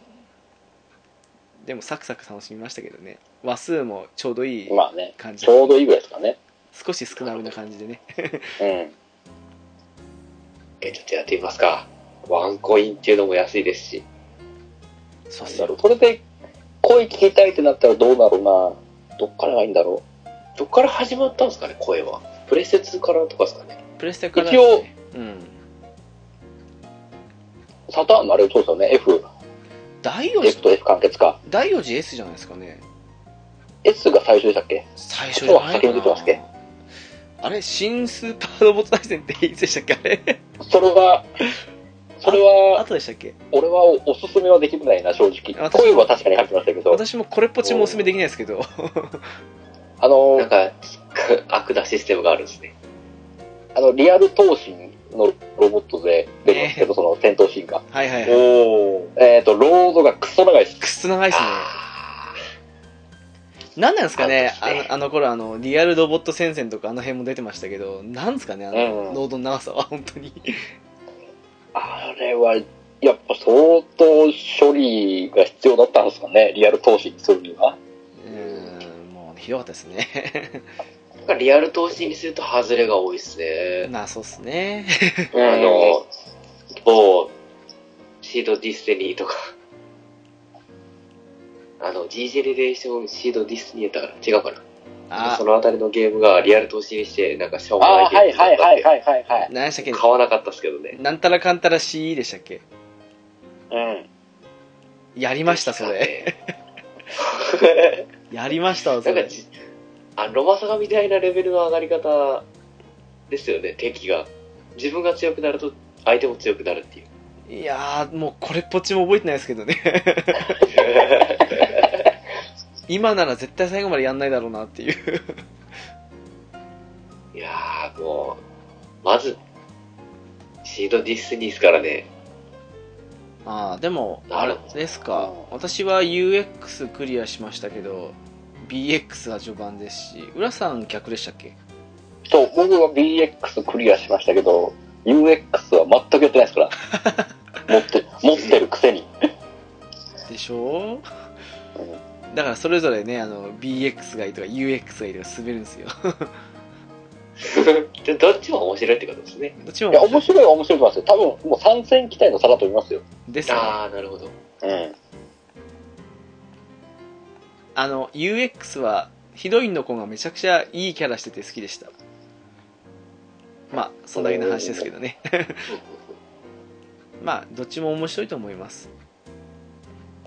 [SPEAKER 1] でもサクサク楽しみましたけどね話数もちょうどいい
[SPEAKER 3] まあね、
[SPEAKER 1] 感じ、
[SPEAKER 3] ちょうどいいぐらいですかね。
[SPEAKER 1] 少し少なめな感じでね
[SPEAKER 3] うん。
[SPEAKER 2] えーちょっとやってみますか。ワンコインっていうのも安いですし。
[SPEAKER 1] そ
[SPEAKER 3] なんだろう。これで声聞きたいってなったらどうだろうな。どっからがいいんだろ
[SPEAKER 2] どっから始まったんですかね、声は。プレセ2からとかですかね。
[SPEAKER 1] プレステから、
[SPEAKER 3] 一応、
[SPEAKER 1] うん、
[SPEAKER 3] う。サターンのあれそうですよね。F、
[SPEAKER 1] 第4
[SPEAKER 3] F
[SPEAKER 1] 次
[SPEAKER 3] と F 完結か。
[SPEAKER 1] 第4次 S じゃないですかね
[SPEAKER 3] S が最初でしたっけ
[SPEAKER 1] 最初じゃない
[SPEAKER 3] あそう先に出てます
[SPEAKER 1] か
[SPEAKER 3] っ
[SPEAKER 1] なあれ新スーパーロボット大戦っていつでしたっけあれ
[SPEAKER 3] それは、それは、
[SPEAKER 1] 後でしたっけ
[SPEAKER 3] 俺はおおすすめはできないな、正直。
[SPEAKER 1] 私も
[SPEAKER 3] 声は確かに入ってましたけど、
[SPEAKER 1] 私もこれっぽっちもおすすめできないですけど
[SPEAKER 3] あの
[SPEAKER 2] なん、か、悪なシステムがあるんですね。
[SPEAKER 3] あの、リアル闘神のロボットで出るんですけど、その戦闘シーンが。
[SPEAKER 1] はいはいはい
[SPEAKER 2] おお。
[SPEAKER 3] えっ、と、ロードがクソ長いです。
[SPEAKER 1] くっそ長いですね
[SPEAKER 2] あ
[SPEAKER 1] なんなんですかね
[SPEAKER 2] あ
[SPEAKER 1] あ
[SPEAKER 2] るんですね
[SPEAKER 1] のあの頃あのリアルロボット戦線とかあの辺も出てましたけどなんですかねあ
[SPEAKER 3] う
[SPEAKER 1] の
[SPEAKER 3] ん
[SPEAKER 1] 濃度の長さは本当に
[SPEAKER 3] あれは、やっぱ相当処理が必要だったんですかね、リアル闘神にするには。
[SPEAKER 1] うーんもうひどかったです ね
[SPEAKER 2] ーなんかリアル投資にすると外れが多いですね。
[SPEAKER 1] まあそうっすね
[SPEAKER 3] うん
[SPEAKER 2] あの、某、シードディスティニーとか、あの、G ジェネレーションシードディスティニーだったから違うかな。
[SPEAKER 1] あ
[SPEAKER 2] そのあたりのゲームがリアル投資にして、なんかしょうもな
[SPEAKER 3] あ
[SPEAKER 2] い
[SPEAKER 3] あ、
[SPEAKER 2] ゲー
[SPEAKER 3] は
[SPEAKER 2] ム
[SPEAKER 3] い
[SPEAKER 2] になっ
[SPEAKER 3] は
[SPEAKER 2] たっ
[SPEAKER 3] い
[SPEAKER 2] て
[SPEAKER 3] はいはいはい、はい。
[SPEAKER 1] 何でしたっけ
[SPEAKER 2] 買わなかったですけどね。
[SPEAKER 1] なんたらかんたら CE でしたっけ
[SPEAKER 3] うん。
[SPEAKER 1] やりましたそれやりましたわ
[SPEAKER 2] な
[SPEAKER 1] そ
[SPEAKER 2] んか
[SPEAKER 1] れ
[SPEAKER 2] じ、あ、ロマサガみたいなレベルの上がり方ですよね、敵が。自分が強くなると相手も強くなるっていう。
[SPEAKER 1] いやーもうこれっぽっちも覚えてないですけどね 今なら絶対最後までやんないだろうなっていう
[SPEAKER 2] いやー、もう、まず、シードディスニーですからね。
[SPEAKER 1] ああでも
[SPEAKER 2] な
[SPEAKER 1] あ
[SPEAKER 2] る
[SPEAKER 1] れ
[SPEAKER 2] ほど
[SPEAKER 1] ですか私は UX クリアしましたけど BX は序盤ですし浦さん逆でしたっけ
[SPEAKER 3] そう、僕は BX クリアしましたけど、UX は全くやってないですから。持って、持ってるくせに。
[SPEAKER 1] でしょだからそれぞれねあの BX がいいとか UX がいいとか滑るんですよ
[SPEAKER 2] でどっちも面白いってことですね。
[SPEAKER 1] どっちも
[SPEAKER 3] いや、面白いは面白いと思いますよ。多分、もう参戦期待の差だと思いますよ。
[SPEAKER 1] ですね
[SPEAKER 2] あー、なるほど。
[SPEAKER 3] うん。
[SPEAKER 1] あの UX はヒロインの子がめちゃくちゃいいキャラしてて好きでしたまあそんだけの話ですけどね まあどっちも面白いと思います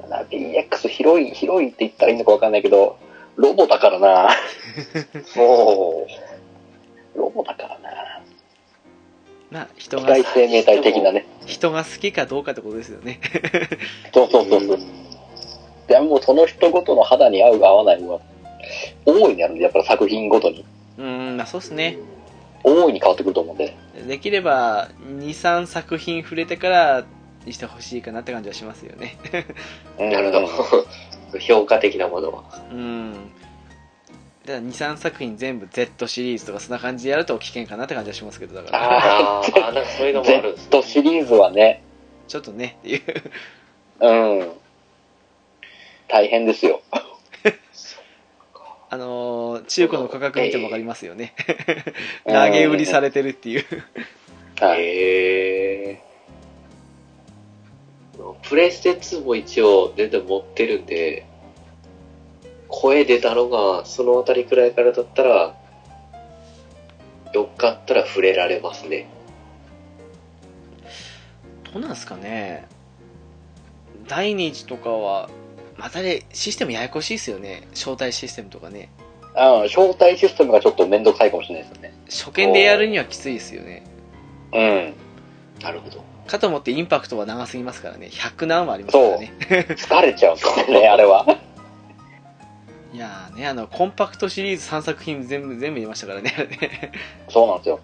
[SPEAKER 3] ただ BX 広い、広いって言ったらいいのかわかんないけど、ロボだからな。 もう、ロボだからな。
[SPEAKER 1] まあ人
[SPEAKER 3] 機
[SPEAKER 1] が
[SPEAKER 3] 械生命体的なね。
[SPEAKER 1] 人が好きかどうかってことですよね
[SPEAKER 3] そうそうそうそう。でもうその人ごとの肌に合う合わないは、大いにあるんで、やっぱり作品ごとに。
[SPEAKER 1] うーんまあそうっすね
[SPEAKER 3] 大いに変わってくると思うんで。
[SPEAKER 1] でできれば23作品触れてからにしてほしいかなって感じはしますよね
[SPEAKER 2] なるほ ど。評価的なものは。
[SPEAKER 1] うんだから23作品全部 Z シリーズとかそんな感じでやると危険かなって感じはしますけどだから
[SPEAKER 3] あ
[SPEAKER 2] ー あー、なんかそういうのもあるんですね
[SPEAKER 3] Z シリーズはね、
[SPEAKER 1] ちょっとねっていう
[SPEAKER 3] うん。大変ですよ。
[SPEAKER 1] あのー中古の価格見ても分かりますよ ね投げ売りされてるっていう
[SPEAKER 3] はい。
[SPEAKER 2] へえ。プレステ2も一応全然持ってるんで、声出たのがそのあたりくらいからだったら、よかったら触れられますね。
[SPEAKER 1] どうなんすかね第二次とかはまたねシステムややこしいですよね招待システムとかね
[SPEAKER 3] あの招待システムがちょっとめんどくさいかもしれないですよね。
[SPEAKER 1] 初見でやるにはきついですよね
[SPEAKER 2] なるほど。
[SPEAKER 1] かと思ってインパクトは長すぎますからね100何はありますからね
[SPEAKER 3] うん。疲れちゃうんですよ ね、あれは。
[SPEAKER 1] いやーねあのコンパクトシリーズ3作品全部全部入れましたからねあれ ね
[SPEAKER 3] そうなんですよ。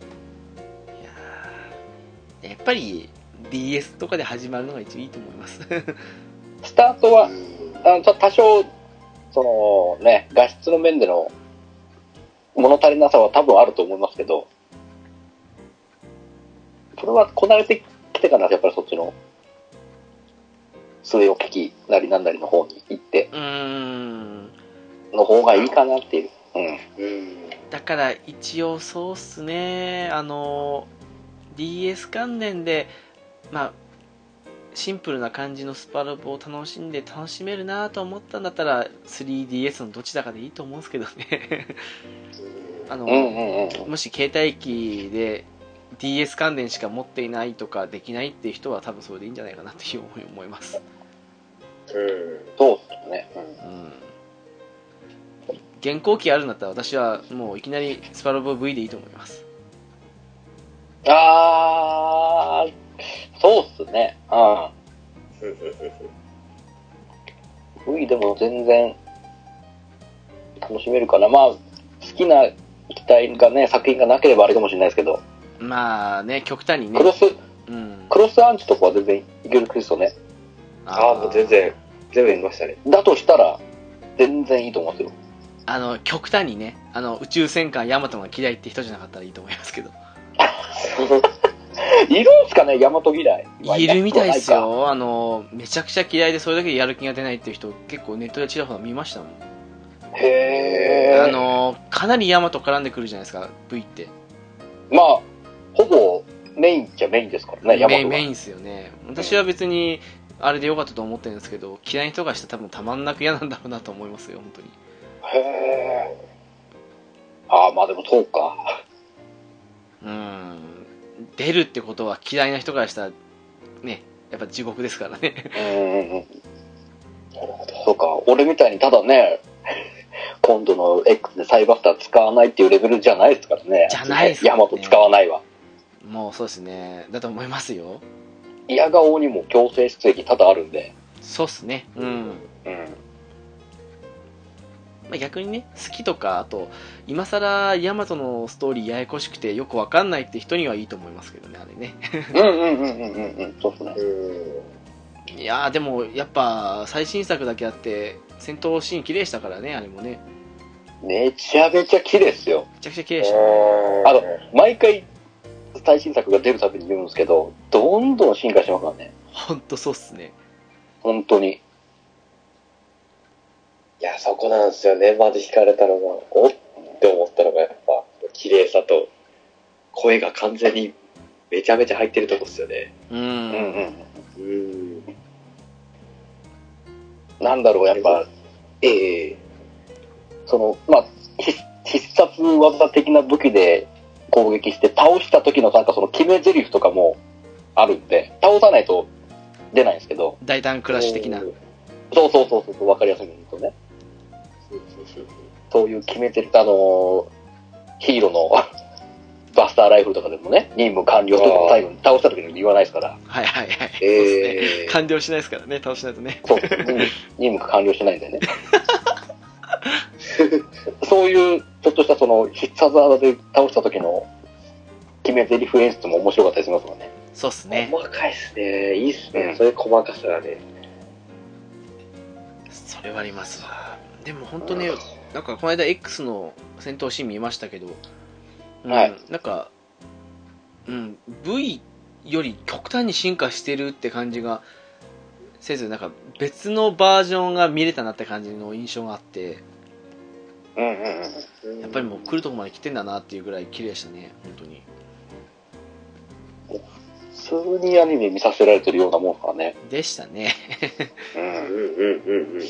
[SPEAKER 1] いやーやっぱり DS とかで始まるのが一番いいと思います
[SPEAKER 3] スタートは
[SPEAKER 2] う、ん
[SPEAKER 3] あのた多少、そのね、画質の面での物足りなさは多分あると思いますけど、それはこなれてきてからやっぱりそっちの、末置きなりなんなりの方に行って、
[SPEAKER 1] うーん
[SPEAKER 3] の方がいいかなっていう。うん。
[SPEAKER 2] うん
[SPEAKER 1] だから一応そうっすねあの DS 関連でまあシンプルな感じのスパロボを楽しんで楽しめるなと思ったんだったら 3DS のどちらかでいいと思うんですけどね あの、
[SPEAKER 3] うんうんうん。
[SPEAKER 1] もし携帯機で DS 関連しか持っていないとかできないっていう人は多分それでいいんじゃないかなっていう思い思います、
[SPEAKER 2] うん
[SPEAKER 3] そうっすよね。うん
[SPEAKER 1] うん、現行機あるんだったら私はもういきなりスパロボ V でいいと思います
[SPEAKER 3] あー、そうっすね。うん。V でも全然楽しめるかな。まあ、好きな機体がね、作品がなければあれかもしれないですけど、
[SPEAKER 1] まあね極端にね
[SPEAKER 3] クロス、
[SPEAKER 1] うん、
[SPEAKER 3] クロスアンチとかは全然いけるくですよね。
[SPEAKER 2] ああ、もう全然、全部言いましたね。
[SPEAKER 3] だとしたら、全然いいと思うんですよ。
[SPEAKER 1] あの極端にねあの宇宙戦艦ヤマトが嫌いって人じゃなかったらいいと思いますけど
[SPEAKER 3] いるんすかね、ヤマト嫌い。
[SPEAKER 1] いるみたいです。よあのめちゃくちゃ嫌いでそれだけでやる気が出ないっていう人結構ネットでちらほら見ましたもん、
[SPEAKER 3] へー。
[SPEAKER 1] あのかなりヤマト絡んでくるじゃないですか V って
[SPEAKER 3] まあ、ほぼメインじゃメインですからね、ヤマ
[SPEAKER 1] メイ
[SPEAKER 3] ト
[SPEAKER 1] ンメイ
[SPEAKER 3] が。
[SPEAKER 1] ンですよね私は別にあれでよかったと思ってるんですけど嫌いな人がしたら多分たまんなく嫌なんだろうなと思いますよ本当に
[SPEAKER 3] へー。ああ、まあでもそうか。
[SPEAKER 1] うん出るってことは嫌いな人からしたらねやっぱ地獄ですからね
[SPEAKER 3] うんうんうんそうか、俺みたいにただね、今度の X でサイバスター使わないっていうレベルじゃないですからね。
[SPEAKER 1] じゃないです
[SPEAKER 3] ね。
[SPEAKER 1] か
[SPEAKER 3] ヤ
[SPEAKER 1] らね
[SPEAKER 3] マト使わないわ。
[SPEAKER 1] もうそうですねだと思いますよ
[SPEAKER 3] いやがおにも強制出撃多々あるんで。
[SPEAKER 1] そうっすねうん、
[SPEAKER 3] うん。
[SPEAKER 1] まあ、逆にね好きとかあと今さらヤマトのストーリーややこしくてよくわかんないって人にはいいと思いますけどねあれね
[SPEAKER 3] うんうんうんうんうんうん。そうですね。
[SPEAKER 2] うん。
[SPEAKER 1] いやーでもやっぱ最新作だけあって戦闘シーン綺麗でしたからねあれもね
[SPEAKER 3] めちゃめちゃ綺麗ですよ。
[SPEAKER 1] めちゃくちゃ綺麗でした
[SPEAKER 3] あの、毎回、最新作が出るたびに言うんですけど、どんどん進化してますからね。
[SPEAKER 1] ほんとそうっすね
[SPEAKER 3] 本当に。
[SPEAKER 2] いや、そこなんですよね。まず惹かれたのが、おっって思ったのが、やっぱ、綺麗さと、声が完全にめちゃめちゃ入ってるとこっすよね。
[SPEAKER 1] うん
[SPEAKER 3] うんうん。
[SPEAKER 2] うん。
[SPEAKER 3] なんだろう、やっぱ、
[SPEAKER 2] ええ
[SPEAKER 3] その、まあ、ひ必殺技的な武器で攻撃して、倒した時のなんかその決め台詞とかもあるんで、倒さないと出ないんですけど、
[SPEAKER 1] 大胆クラッシュ的な
[SPEAKER 2] うん
[SPEAKER 3] そうそうそうそう、わかりやすいんですよね。そういう決め台詞、あのーヒーローの バスターライフルとかでもね、任務完了と
[SPEAKER 2] あー
[SPEAKER 3] か最後に倒した時に言わないですから、
[SPEAKER 1] はいはいはい、そうっす
[SPEAKER 2] え
[SPEAKER 1] ね
[SPEAKER 2] え
[SPEAKER 1] 完了しないですからね倒しないとね
[SPEAKER 3] そう、任務任務完了してないんでね。 そういう、ちょっとしたその必殺技で倒した時の決め台詞演出も面白かったりしますもんね。
[SPEAKER 1] そうっすね
[SPEAKER 2] 細かいっすね。いいっすね。
[SPEAKER 3] うん
[SPEAKER 2] そういう細かさがね。
[SPEAKER 1] それはありますわでも本当ねなんかこの間 X の戦闘シーン見ましたけど、うん
[SPEAKER 3] はい
[SPEAKER 1] なんか、うん、V より極端に進化してるって感じがせずなんか別のバージョンが見れたなって感じの印象があって
[SPEAKER 3] うんうんうん。
[SPEAKER 1] やっぱりもう来るとこまで来てんだなっていうぐらい綺麗でしたね本当に
[SPEAKER 3] 普通にアニメ見させられてるようなもんですからね。
[SPEAKER 1] でしたね
[SPEAKER 3] う
[SPEAKER 2] うん
[SPEAKER 3] ん。
[SPEAKER 2] うんうんうん。い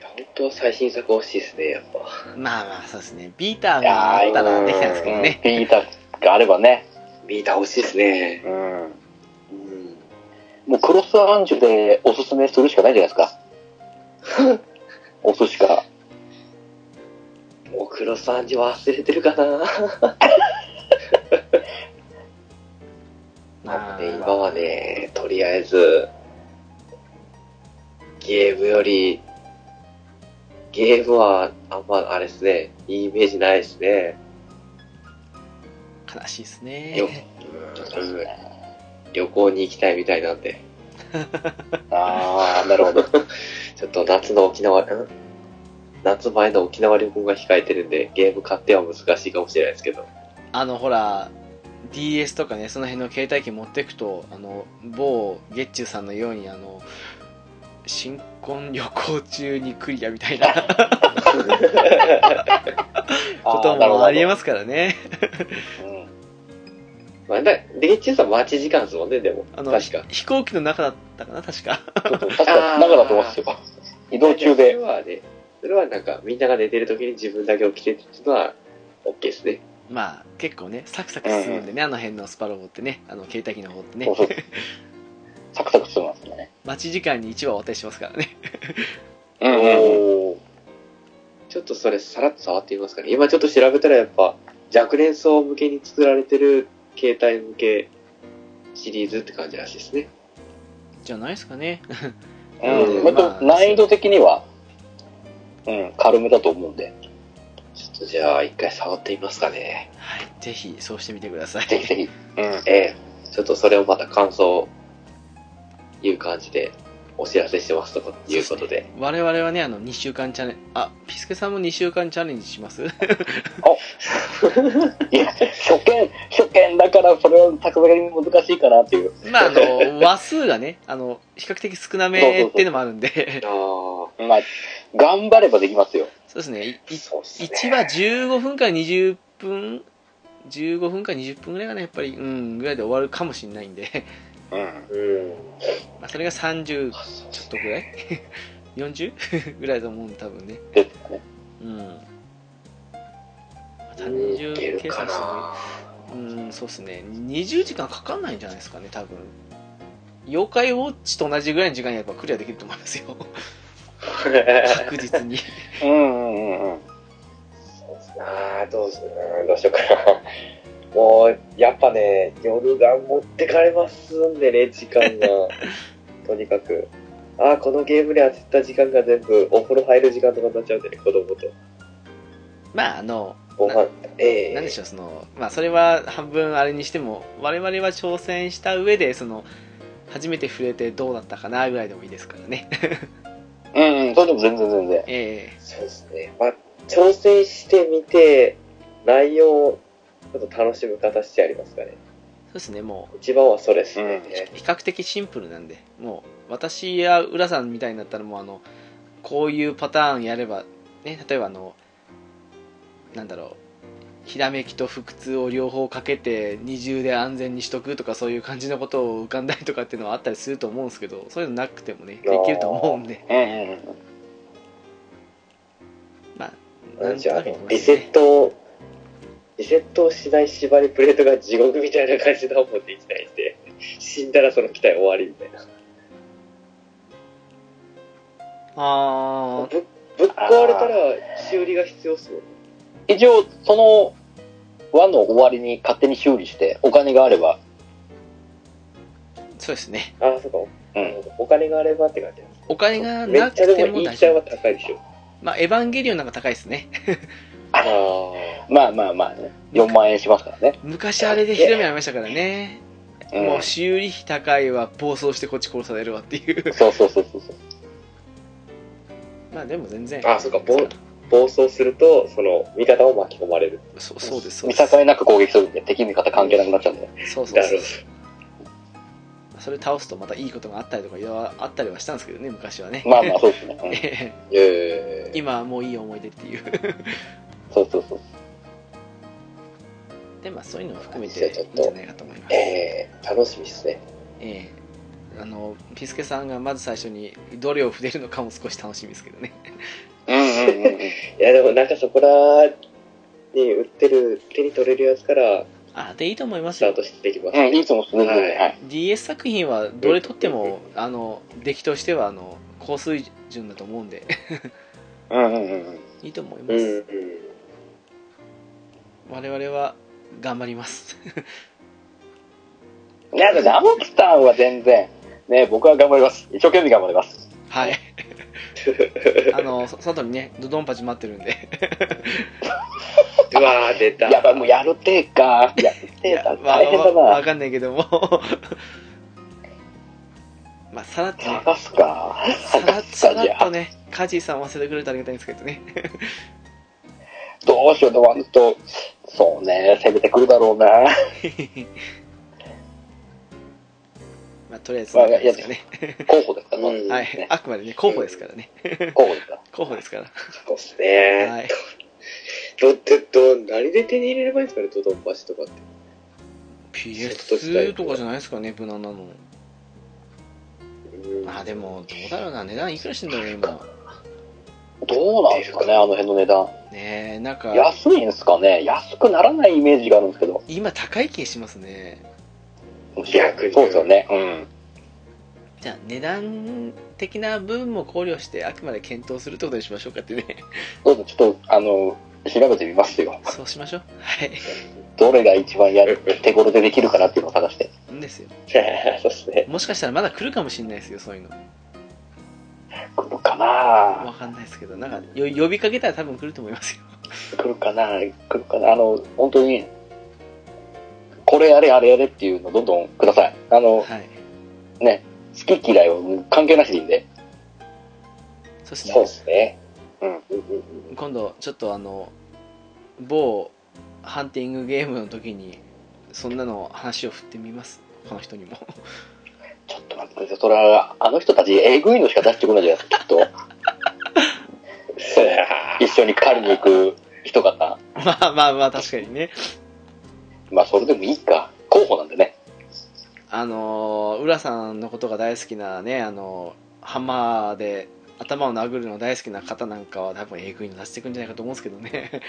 [SPEAKER 2] や本当は最新作欲しいっすね、やっぱ。
[SPEAKER 1] まあまあそうですねビーターがあったらできたんですけどね
[SPEAKER 3] ピーターがあればね。
[SPEAKER 2] ビーター欲しいっすね。
[SPEAKER 3] うん。
[SPEAKER 2] うん。
[SPEAKER 3] もうクロスアンジュでおすすめするしかないじゃないです か。お寿司か。
[SPEAKER 2] もう黒さんじ忘れてるかな。なので今はね、とりあえず、ゲームより、ゲームはあんまあれですね、いいイメージないですね。
[SPEAKER 1] 悲しいです
[SPEAKER 2] よ
[SPEAKER 1] ね
[SPEAKER 2] うん旅行に行きたいみたいなんで、
[SPEAKER 3] ああ、なるほ ど。
[SPEAKER 2] ちょっと夏の沖縄、ん夏前の沖縄旅行が控えてるんで、ゲーム買っては難しいかもしれないですけど。
[SPEAKER 1] あのほら DS とかねその辺の携帯機持ってくとあの某月中さんのようにあの新婚旅行中にクリアみたい なこともありえますからね
[SPEAKER 3] す。うん
[SPEAKER 2] まあ、だレイチューさん待ち時間ですもんね、でも。
[SPEAKER 1] あの
[SPEAKER 2] 確か。
[SPEAKER 1] 飛行機の中だったかな確か
[SPEAKER 3] 確か、中だと思いますよ。移動中
[SPEAKER 2] そ
[SPEAKER 3] で。
[SPEAKER 2] れはね、それはなんか、みんなが寝てる時に自分だけ起きてるっていうのは、OK ですね。
[SPEAKER 1] まあ結構ねサクサク進むんでね、あの辺のスパロボってねあの携帯機の方ってね
[SPEAKER 3] そうそう。サクサク進むんですよね。
[SPEAKER 1] 待ち時間に1話終わったりしますからね
[SPEAKER 3] うん
[SPEAKER 2] おーちょっとそれさらっと触ってみますかね。今ちょっと調べたらやっぱ、若年層向けに作られてる携帯向けシリーズって感じらしいですね。
[SPEAKER 1] じゃないですかね
[SPEAKER 3] うん。
[SPEAKER 2] うん
[SPEAKER 3] 割と難易度的には、うん、軽めだと思うんで、
[SPEAKER 2] ちょっとじゃあ一回触ってみますかね。
[SPEAKER 1] はいぜひそうしてみてください
[SPEAKER 3] ぜひぜひ。うん。
[SPEAKER 2] ええちょっとそれをまた感想をいう感じでお知らせしてますということで。
[SPEAKER 1] 我々はねあの2週間チャレンジあピスケさんも2週間チャレンジします
[SPEAKER 3] いや、初見、初見だから、それは作戦に難しいかなっていう。
[SPEAKER 1] まああの話数がねあの比較的少なめっていうのもあるんで
[SPEAKER 2] あ
[SPEAKER 3] まあ、頑張ればできますよ。
[SPEAKER 1] そうですね
[SPEAKER 2] あ、そうっすね。
[SPEAKER 1] 1話15分から20分15分から20分ぐらいがねやっぱりうんぐらいで終わるかもしれないんで、
[SPEAKER 3] うん。
[SPEAKER 2] うん。
[SPEAKER 1] まあ、それが30
[SPEAKER 2] あそうっ
[SPEAKER 1] ちょ
[SPEAKER 2] す
[SPEAKER 1] っとぐらい 40? ぐらいだと思うんで多分ね
[SPEAKER 3] ですかね。
[SPEAKER 1] うん
[SPEAKER 2] うんいけ
[SPEAKER 1] 30
[SPEAKER 2] る
[SPEAKER 1] 計
[SPEAKER 2] か
[SPEAKER 1] 算してもいい
[SPEAKER 2] な
[SPEAKER 1] うんそうですね20時間かかんないんじゃないですかね多分妖怪ウォッチと同じぐらいの時間にやっぱクリアできると思いますよ確実に
[SPEAKER 3] うんうんうんうん。
[SPEAKER 2] ああ、どうすうんどうしようかな。もう、やっぱね、夜が持ってかれますんでね、時間が。とにかく。ああ、このゲームで当てた時間が全部、お風呂入る時間とかになっちゃうんでね、子供と。
[SPEAKER 1] まああの
[SPEAKER 2] ご飯、ええ
[SPEAKER 1] なんでしょうそのまあそれは半分あれにしても我々は挑戦した上でその初めて触れてどうだったかなぐらいでもいいですからね
[SPEAKER 3] うんうん、それでも全然全然。
[SPEAKER 1] え
[SPEAKER 2] そうですね。まあ、挑戦してみて、内容を、ちょっと楽しむ形でありますかね。
[SPEAKER 1] えそうですねも
[SPEAKER 2] 一番はそれですね。
[SPEAKER 1] う比較的シンプルなんでもう私や浦さんみたいになったらもうあのこういうパターンやればね例えばあのなんだろうひらめきと腹痛を両方かけて二重で安全にしとくとかそういう感じのことを浮かんだりとかっていうのはあったりすると思うんですけどそういうのなくてもねできると思うんで
[SPEAKER 3] うんうんうん。
[SPEAKER 1] まあ
[SPEAKER 2] なんでしょうあ
[SPEAKER 1] なんとなく
[SPEAKER 2] の
[SPEAKER 1] 思い
[SPEAKER 2] リ
[SPEAKER 1] ます
[SPEAKER 2] セ
[SPEAKER 1] ね
[SPEAKER 2] ットを、リセットをしない縛りプレートが地獄みたいな感じだもんでいきたいんで、 死んだらその機体終わりみたいな。
[SPEAKER 1] あ
[SPEAKER 2] ぶぶっ壊れたら修理が必要っすもんね。
[SPEAKER 3] 一応、その輪の終わりに勝手に修理して、お金があれば、
[SPEAKER 1] あそうですね
[SPEAKER 2] ああ、そうか。
[SPEAKER 3] うん。
[SPEAKER 2] お金があればって感じなんです
[SPEAKER 1] お金が
[SPEAKER 2] め
[SPEAKER 1] な
[SPEAKER 2] っ
[SPEAKER 1] く
[SPEAKER 2] ちゃで
[SPEAKER 1] て
[SPEAKER 2] も
[SPEAKER 1] も
[SPEAKER 2] いい
[SPEAKER 1] 大
[SPEAKER 2] 機体
[SPEAKER 1] 丈夫
[SPEAKER 2] は高いでしょ。
[SPEAKER 1] まあエヴァンゲリオンなんか高いですね
[SPEAKER 6] あ
[SPEAKER 3] まあまあまあね。4万円しますからね。
[SPEAKER 1] 昔あれでひどい目ありましたからね、
[SPEAKER 3] うん
[SPEAKER 1] もう修理費高いわ暴走してこっち殺されるわっていう
[SPEAKER 3] そうそうそうそうそう。
[SPEAKER 1] まあでも全然
[SPEAKER 6] あそうか暴暴走するとその味方を巻き込まれる
[SPEAKER 1] そうそうですそう
[SPEAKER 3] 見
[SPEAKER 1] です
[SPEAKER 3] 境なく攻撃するんで、敵味方関係なくなっちゃうんで。
[SPEAKER 1] そうそう
[SPEAKER 6] な
[SPEAKER 1] そ
[SPEAKER 6] る
[SPEAKER 1] うそれ倒すとまたいいことがあったりとかいろいろあったりはしたんですけどね昔はね、
[SPEAKER 3] まあまあ、そうです ね。うん
[SPEAKER 6] ほどええ
[SPEAKER 1] 今はもういい思い出っていう
[SPEAKER 3] そうそうそう。
[SPEAKER 1] でまあそういうのも含めていいんじゃないかと思います
[SPEAKER 6] ええ楽しみですね
[SPEAKER 1] ええあのピスケさんがまず最初にどれを触れるのかも少し楽しみですけどね
[SPEAKER 3] うんうんうんうん。
[SPEAKER 6] いやでもなんかそこらに売ってる手に取れるやつから
[SPEAKER 1] あでいいと思いま
[SPEAKER 6] ス
[SPEAKER 1] す
[SPEAKER 6] ター
[SPEAKER 1] よ
[SPEAKER 6] トしていきます、
[SPEAKER 3] うん、いいと思うんですね。
[SPEAKER 6] は
[SPEAKER 3] はいい。
[SPEAKER 1] DS 作品はどれとってもあの出来としてはあの高水準だと思うんで
[SPEAKER 3] うんうんうんうん。
[SPEAKER 1] いいと思いま
[SPEAKER 6] うん
[SPEAKER 1] す、
[SPEAKER 6] うん
[SPEAKER 1] 我々は頑張ります
[SPEAKER 3] いや、ラボスターは全然、ね、僕は頑張ります。一生懸命頑張ります。
[SPEAKER 1] はいあのそ外にねドドンパチ待ってるんで
[SPEAKER 6] うわー出た
[SPEAKER 3] やばい、もうやるてーか。やる
[SPEAKER 1] い
[SPEAKER 3] てー
[SPEAKER 1] や
[SPEAKER 3] だ。
[SPEAKER 1] わ
[SPEAKER 3] 大変だ
[SPEAKER 1] わわ
[SPEAKER 3] な。
[SPEAKER 1] かんないけども まあさらっとね
[SPEAKER 3] 探すか。
[SPEAKER 1] さら
[SPEAKER 3] 探す
[SPEAKER 1] さ
[SPEAKER 3] か、
[SPEAKER 1] ら
[SPEAKER 3] じ
[SPEAKER 1] っ
[SPEAKER 3] ゃ
[SPEAKER 1] と
[SPEAKER 3] あ。
[SPEAKER 1] ねカジさん忘れてくれたらありがたいんですけどね
[SPEAKER 3] どうしようと、ワンと、そうね、攻めてくるだろうな。
[SPEAKER 1] まあとりあえずそんな感じですかね
[SPEAKER 3] 候補ですか、
[SPEAKER 6] うん
[SPEAKER 3] ね
[SPEAKER 1] は
[SPEAKER 3] ね
[SPEAKER 1] い、あくまでね、候補ですからね。
[SPEAKER 3] 候補ですか。
[SPEAKER 1] 候補ですから。
[SPEAKER 6] そうっすね、
[SPEAKER 1] はい。
[SPEAKER 6] どどど何で手に入れればいいんですかねドドンパシとかって
[SPEAKER 1] PS2 とかじゃないですかね、無難なの。まあでも、どうだろうな、値段いくらしてんだろうね、今。
[SPEAKER 3] どうなんですかね、あの辺の値段。
[SPEAKER 1] ねえ、なんか、
[SPEAKER 3] 安いんですかね。安くならないイメージがあるんですけど。
[SPEAKER 1] 今高い気しますね。
[SPEAKER 6] 逆に
[SPEAKER 3] そうですよね。うん。
[SPEAKER 1] じゃあ、値段的な部分も考慮して、あくまで検討するってことにしましょうかってね。
[SPEAKER 3] どうぞ、ちょっと、あの、調べてみますよ。
[SPEAKER 1] そうしましょう。はい。
[SPEAKER 3] どれが一番やる、手頃でできるかなっていうのを探して。
[SPEAKER 1] んですよ。
[SPEAKER 6] そうっすね
[SPEAKER 1] もしかしたらまだ来るかもしれないですよ、そういうの。
[SPEAKER 3] 来るかな
[SPEAKER 1] わかんないですけど、なんか、よ呼びかけたら多分来ると思いますよ。
[SPEAKER 3] 来るかな来るかなあの、本当に、これやれ、あれやれっていうのどんどんください。あの、
[SPEAKER 1] はい。
[SPEAKER 3] ね、好き嫌いはもう関係なしでいいんで。
[SPEAKER 1] そして、
[SPEAKER 6] そうっすね
[SPEAKER 3] うん
[SPEAKER 6] うんうん
[SPEAKER 1] 今度ちょっとあの某ハンティングゲームの時にそんなの話を振ってみます他の人にも
[SPEAKER 3] ちょっと待ってください。それは、あの人たち、えぐいのしか出してこないじゃないですか、きっと。 一緒に狩りに行く人方。
[SPEAKER 1] まあまあまあ確かにね
[SPEAKER 3] まあ、それでもいいか。候補なんでね。
[SPEAKER 1] あの浦さんのことが大好きなねあのハンマーで頭を殴るの大好きな方なんかは多分えぐいの出してくんじゃないかと思うんですけどね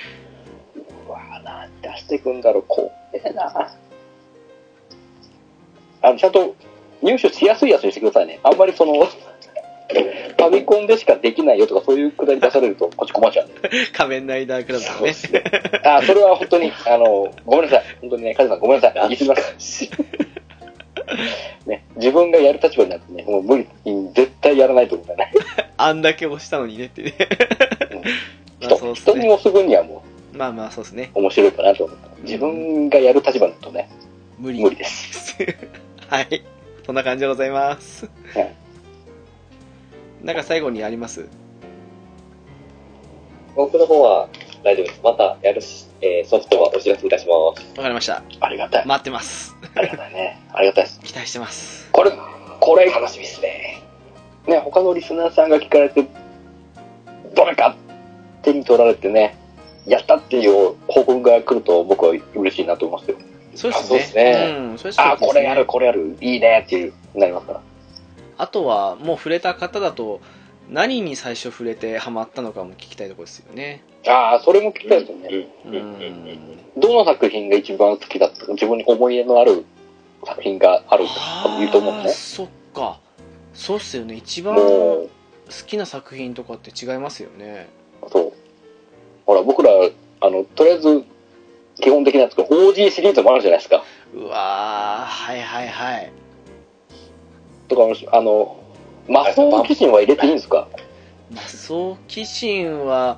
[SPEAKER 3] うわぁ、なん出してくんだろう、怖えなあの、ちゃんと入手しやすいやつにしてくださいね。あんまりその、ファミコンでしかできないよとか、そういうくだり出されると、こっち困っちゃうんで。
[SPEAKER 1] 仮面ライダークラブの
[SPEAKER 3] そう
[SPEAKER 1] ね
[SPEAKER 3] ですね。 あ、それは本当に、あの、ごめんなさい。本当にね、カズさんごめんなさい。言い過ぎました。ね、自分がやる立場になるとね、もう無理、絶対やらないと思うんだよね。
[SPEAKER 1] あんだけ押したのにね ってねまあそう
[SPEAKER 3] 人
[SPEAKER 1] っす
[SPEAKER 3] 人に
[SPEAKER 1] ね
[SPEAKER 3] 押す分にはも
[SPEAKER 1] まあまあそうですね
[SPEAKER 3] う面白いかなと思う。自分がやる立場だとね、
[SPEAKER 1] 無理
[SPEAKER 3] 無理です。
[SPEAKER 1] はい。そんな感じでございます
[SPEAKER 3] はい。
[SPEAKER 1] なんか最後にあります
[SPEAKER 6] 僕の方は大丈夫ですまたやるし、えーソフトはお知らせいたします
[SPEAKER 1] わかりました。
[SPEAKER 3] ありがたい。
[SPEAKER 1] 待ってます。
[SPEAKER 3] ありがたいね。ありがたいです。
[SPEAKER 1] 期待してます。
[SPEAKER 3] これ、これ、
[SPEAKER 6] 楽しみですね
[SPEAKER 3] ね、他のリスナーさんが聞かれて、どれか手に取られてね、やったっていう報告が来ると僕は嬉しいなと思いますよ。
[SPEAKER 1] そう
[SPEAKER 6] あそう
[SPEAKER 1] で
[SPEAKER 6] ですす
[SPEAKER 1] ね
[SPEAKER 6] ね。
[SPEAKER 1] うん、そうですね。
[SPEAKER 3] あ、これやる、これやる、いいねっていう、なりますから。
[SPEAKER 1] あとは、もう触れた方だと、何に最初触れてハマったのかも聞きたいところですよね。
[SPEAKER 3] ああ、それも聞きたいですよね。
[SPEAKER 1] う
[SPEAKER 6] うんうんうん
[SPEAKER 1] ん。
[SPEAKER 3] どの作品が一番好きだったか、自分に思い入れのある作品がある
[SPEAKER 1] あ
[SPEAKER 3] と
[SPEAKER 1] ー
[SPEAKER 3] いうと思うんです
[SPEAKER 1] そっか。そうっすよね。一
[SPEAKER 3] ね。
[SPEAKER 1] 番好
[SPEAKER 3] も
[SPEAKER 1] きな作品とかって違いますよね。
[SPEAKER 3] う、そう。ほら、僕ら、あの、とりあえず、基本的なやつが OG シリーズもあるじゃないですか。
[SPEAKER 1] うわー、はいはいはい。
[SPEAKER 3] とかもしあの、魔法の騎士は入れていいんですか
[SPEAKER 1] 魔装鬼神は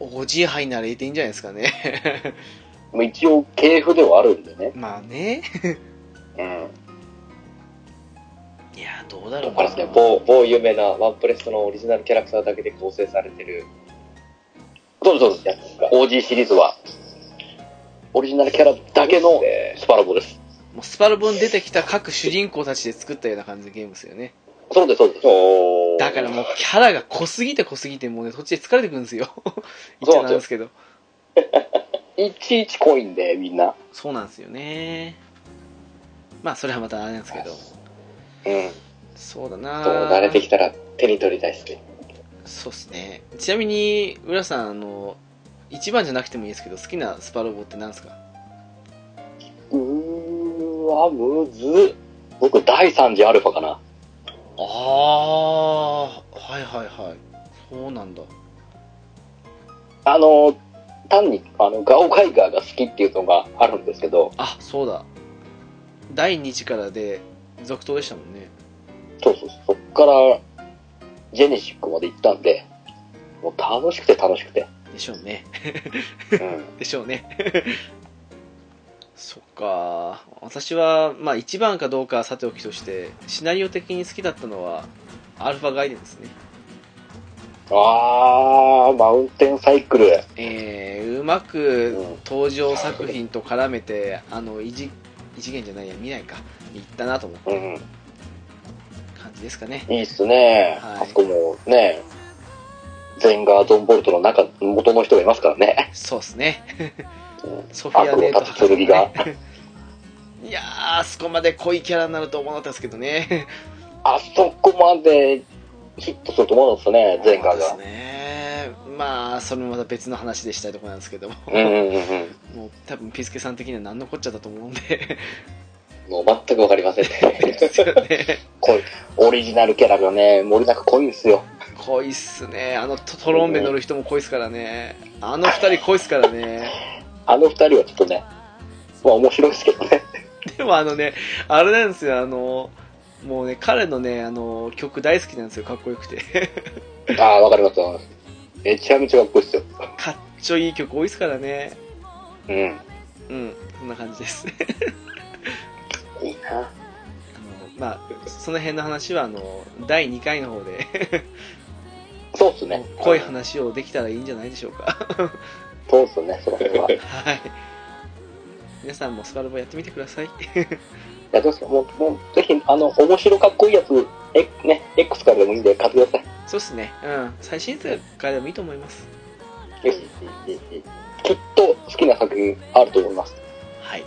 [SPEAKER 1] OG 杯なら入れていいんじゃないですかね。
[SPEAKER 3] まあ、一応、系譜ではあるんでね。
[SPEAKER 1] まあね。
[SPEAKER 3] うん。
[SPEAKER 1] いや、どうだろ
[SPEAKER 6] だ
[SPEAKER 1] う
[SPEAKER 6] か
[SPEAKER 1] な。
[SPEAKER 6] らですね、某、某有名なワンプレストのオリジナルキャラクターだけで構成されてる
[SPEAKER 3] そうそうそう。
[SPEAKER 6] やつが。
[SPEAKER 3] OG シリーズは、オリジナルキャラだけの
[SPEAKER 6] で
[SPEAKER 3] スパラボです。
[SPEAKER 1] もうスパルボに出てきた各主人公たちで作ったような感じのゲームですよね。
[SPEAKER 3] そうです、そうです。
[SPEAKER 6] おー
[SPEAKER 1] だからもうキャラが濃すぎて濃すぎて、もうね、途中で疲れてくるん ですよ。言っちゃなんですけど。
[SPEAKER 3] いちいち濃いんで、みんな。
[SPEAKER 1] そうなんですよね。まあ、それはまたあれなんですけど。
[SPEAKER 6] うん。
[SPEAKER 1] そうだ
[SPEAKER 6] と
[SPEAKER 1] な
[SPEAKER 6] 慣れてきたら手に取りたいですね。
[SPEAKER 1] そうですね。ちなみに、浦さん、あの、一番じゃなくてもいいですけど、好きなスパロボって何ですか
[SPEAKER 3] うーわ、むずっ。僕、第3次アルファかな。
[SPEAKER 1] ああ、はいはいはい。そうなんだ。
[SPEAKER 3] あの、単に、あの、ガオガイガーが好きっていうのがあるんですけど、
[SPEAKER 1] あ、そうだ。第2次からで、続投でしたもんね。
[SPEAKER 3] そうそうそう、そっから、ジェネシックまで行ったんで、もう楽しくて楽しくて。
[SPEAKER 1] でしょうね。
[SPEAKER 3] うん。
[SPEAKER 1] でしょうね。 そっか。私は、まあ一番かどうかはさておきとして、シナリオ的に好きだったのは、アルファガイデンですね。
[SPEAKER 3] あー、マウンテンサイクル。
[SPEAKER 1] えー、うま
[SPEAKER 3] う
[SPEAKER 1] く
[SPEAKER 3] ん。
[SPEAKER 1] 登場作品と絡めて、あの、異次異次元じゃないや、未来か、に行ったなと思っ
[SPEAKER 3] うん。
[SPEAKER 1] た感じですかね。
[SPEAKER 3] いいっすね。
[SPEAKER 1] はい
[SPEAKER 3] あそこもね、ゼンガードンボルトの中、元の人がいますからね。
[SPEAKER 1] そうですね。ソフィア
[SPEAKER 3] 悪を
[SPEAKER 1] デート
[SPEAKER 3] 立つ剣
[SPEAKER 1] ね
[SPEAKER 3] が。
[SPEAKER 1] いやー、あそこまで濃いキャラになると思わなかったですけどね。
[SPEAKER 3] あそこまでヒットすると思うんですね、ゼンガー
[SPEAKER 1] そうで。
[SPEAKER 3] が
[SPEAKER 1] すね。まあ、それもまた別の話でしたいところなんです けども。
[SPEAKER 3] うんうんうん
[SPEAKER 1] もう多分ピスケさん的には何のこっちゃだと思うん で
[SPEAKER 6] もう全くわかりませんね。
[SPEAKER 1] ですよね
[SPEAKER 3] うん。オリジナルキャラがね、森りなく濃いんですよ。
[SPEAKER 1] 濃いっすねあのトトロンベ乗る人も濃いっすからねあの二人濃いっすからね
[SPEAKER 3] あの二人はちょっとね、まあ面白いです けどね。
[SPEAKER 1] でもあのねあれなんですよあのもうね彼のねあの曲大好きなんですよかっこよくて
[SPEAKER 3] ああ、わかりますわかります。めちゃめちゃかっこいいですよ。
[SPEAKER 1] かっちょいい曲多いっすからね
[SPEAKER 3] うん。
[SPEAKER 1] うんそんな感じです
[SPEAKER 3] いいな。
[SPEAKER 1] あのまあその辺の話はあの第2回の方で
[SPEAKER 3] そうっすね。
[SPEAKER 1] 濃い話をできたらいいんじゃないでしょうか
[SPEAKER 3] そうっすね、その辺は。い
[SPEAKER 1] はい皆さんもスパルボやってみてください
[SPEAKER 3] や、どうですか、もう、もう、ぜひ、あの、面白かっこいいやつ、え、ね、X からでもいいんで買ってください。
[SPEAKER 1] そうですね。うん。最新作からでもいいと思います。
[SPEAKER 3] よしきっと好きな作品あると思います。
[SPEAKER 1] はい。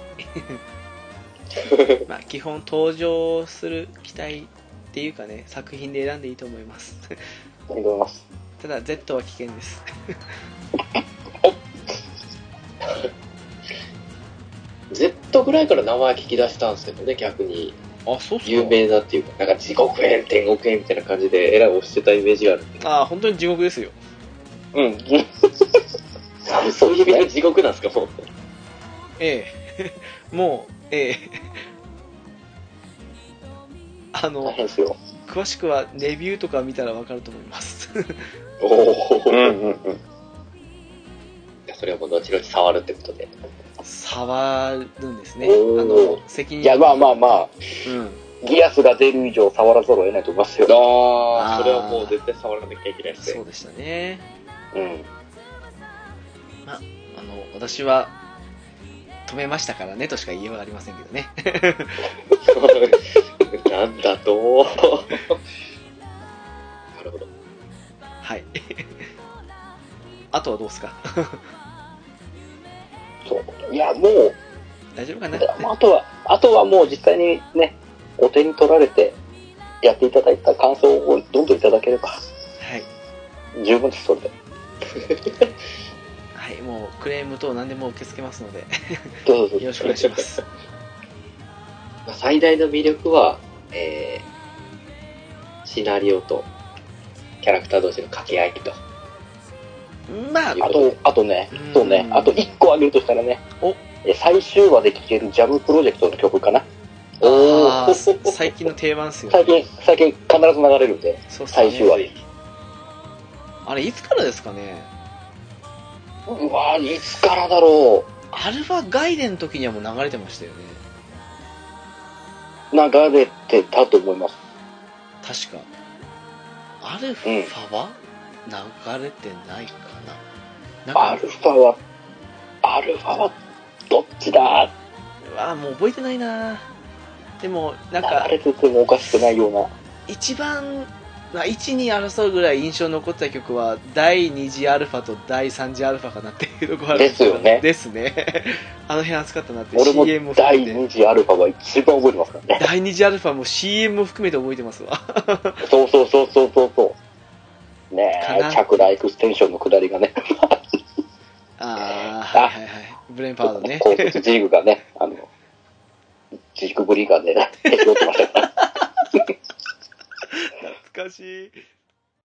[SPEAKER 1] まあ、基本登場する期待っていうかね、作品で選んでいいと思います。
[SPEAKER 3] ありがとうございます。
[SPEAKER 1] ただ、Z は危険です。
[SPEAKER 6] Z ぐらいから名前聞き出したんですけどね、逆に。
[SPEAKER 1] あ、そうっ
[SPEAKER 6] 有名だっていうか、なんか地獄園、天国園みたいな感じで、えらい押してたイメージがあるんで。
[SPEAKER 1] あ、本当に地獄ですよ。
[SPEAKER 3] うん。
[SPEAKER 6] そういう意味で地獄なんですか、もう。
[SPEAKER 1] ええ。 もう、ええ。あ
[SPEAKER 3] 大
[SPEAKER 1] の、
[SPEAKER 3] 変ですよ。
[SPEAKER 1] 詳しくはレビューとか見たらわかると思います。
[SPEAKER 6] おお、
[SPEAKER 3] う
[SPEAKER 6] い
[SPEAKER 3] んうんうん。
[SPEAKER 6] やそれはもう後々触るってことで。
[SPEAKER 1] 触るんですね。あ
[SPEAKER 3] おー
[SPEAKER 1] の、責任。
[SPEAKER 3] いや、まあまあまあ、
[SPEAKER 1] うん。
[SPEAKER 3] ギアスが出る以上触らざるを得ないと思いますよ。
[SPEAKER 6] あ
[SPEAKER 1] あ
[SPEAKER 6] あ、
[SPEAKER 1] ー
[SPEAKER 6] それはもう絶対触らなきゃいけないです
[SPEAKER 1] そ
[SPEAKER 6] ね
[SPEAKER 1] う。でしたね。
[SPEAKER 3] うん。
[SPEAKER 1] あの私は止めましたからねとしか言いようがありませんけどね
[SPEAKER 6] なんだと。なるほど。
[SPEAKER 1] はい あとはどうですか
[SPEAKER 3] そう。いや、もう、
[SPEAKER 1] 大丈夫かな
[SPEAKER 3] あとは、あとはもう実際にね、お手に取られて、やっていただいた感想をどんどんいただければ、
[SPEAKER 1] はい、
[SPEAKER 3] 十分です、それで。
[SPEAKER 1] はい、もうクレーム等何でも受け付けますので
[SPEAKER 3] どうぞどうぞ
[SPEAKER 1] よろしくお願いし ます
[SPEAKER 6] まあ最大の魅力は、えー、シナリオとキャラクター同士の掛け合いと。
[SPEAKER 1] まあ
[SPEAKER 3] あと、あとね、そうね
[SPEAKER 1] う、ん
[SPEAKER 3] あと1個あげるとしたらね、
[SPEAKER 1] お
[SPEAKER 3] え最終話で聴けるジャムプロジェクトの曲かな。
[SPEAKER 1] あー
[SPEAKER 6] 最近
[SPEAKER 1] 最近の定番ですよ
[SPEAKER 3] 最近、最近必ず流れるんで、
[SPEAKER 1] そうっす
[SPEAKER 3] 最終
[SPEAKER 1] ね
[SPEAKER 3] 話
[SPEAKER 6] ね
[SPEAKER 3] で。
[SPEAKER 1] あれいつからですかね
[SPEAKER 3] うわーいつからだろ
[SPEAKER 1] アルファガイデンの時にはもう流れてましたよね
[SPEAKER 3] う。流れてたと思います。
[SPEAKER 1] 確かアルファは流れてないかな,、
[SPEAKER 3] ア
[SPEAKER 1] なんか
[SPEAKER 3] ルファは、アルファは、どっちだ
[SPEAKER 1] あもう覚えてないなでもなんか
[SPEAKER 3] 流れててもおかしくないような。
[SPEAKER 1] 一番、まあ、1に争うぐらい印象に残った曲は第2次アルファと第3次アルファかなっていうところはあるんけど
[SPEAKER 3] ですよね
[SPEAKER 1] ですね あの辺熱かったなって
[SPEAKER 3] 俺も
[SPEAKER 1] CM も含
[SPEAKER 3] 第
[SPEAKER 1] めて
[SPEAKER 3] 2次アルファは一番覚えてますからね。
[SPEAKER 1] 第2次アルファも CM も含めて覚えてますわ
[SPEAKER 3] そうそうそうそうそうそう。ね
[SPEAKER 1] か
[SPEAKER 3] え
[SPEAKER 1] な、
[SPEAKER 3] 着ラエクステンションの下りがね、
[SPEAKER 1] ああはいはいはいブレンパードね
[SPEAKER 3] 高卒ジーグがね、あの、ジーグブリーがね、手伝ってましたから。
[SPEAKER 1] 懐かしい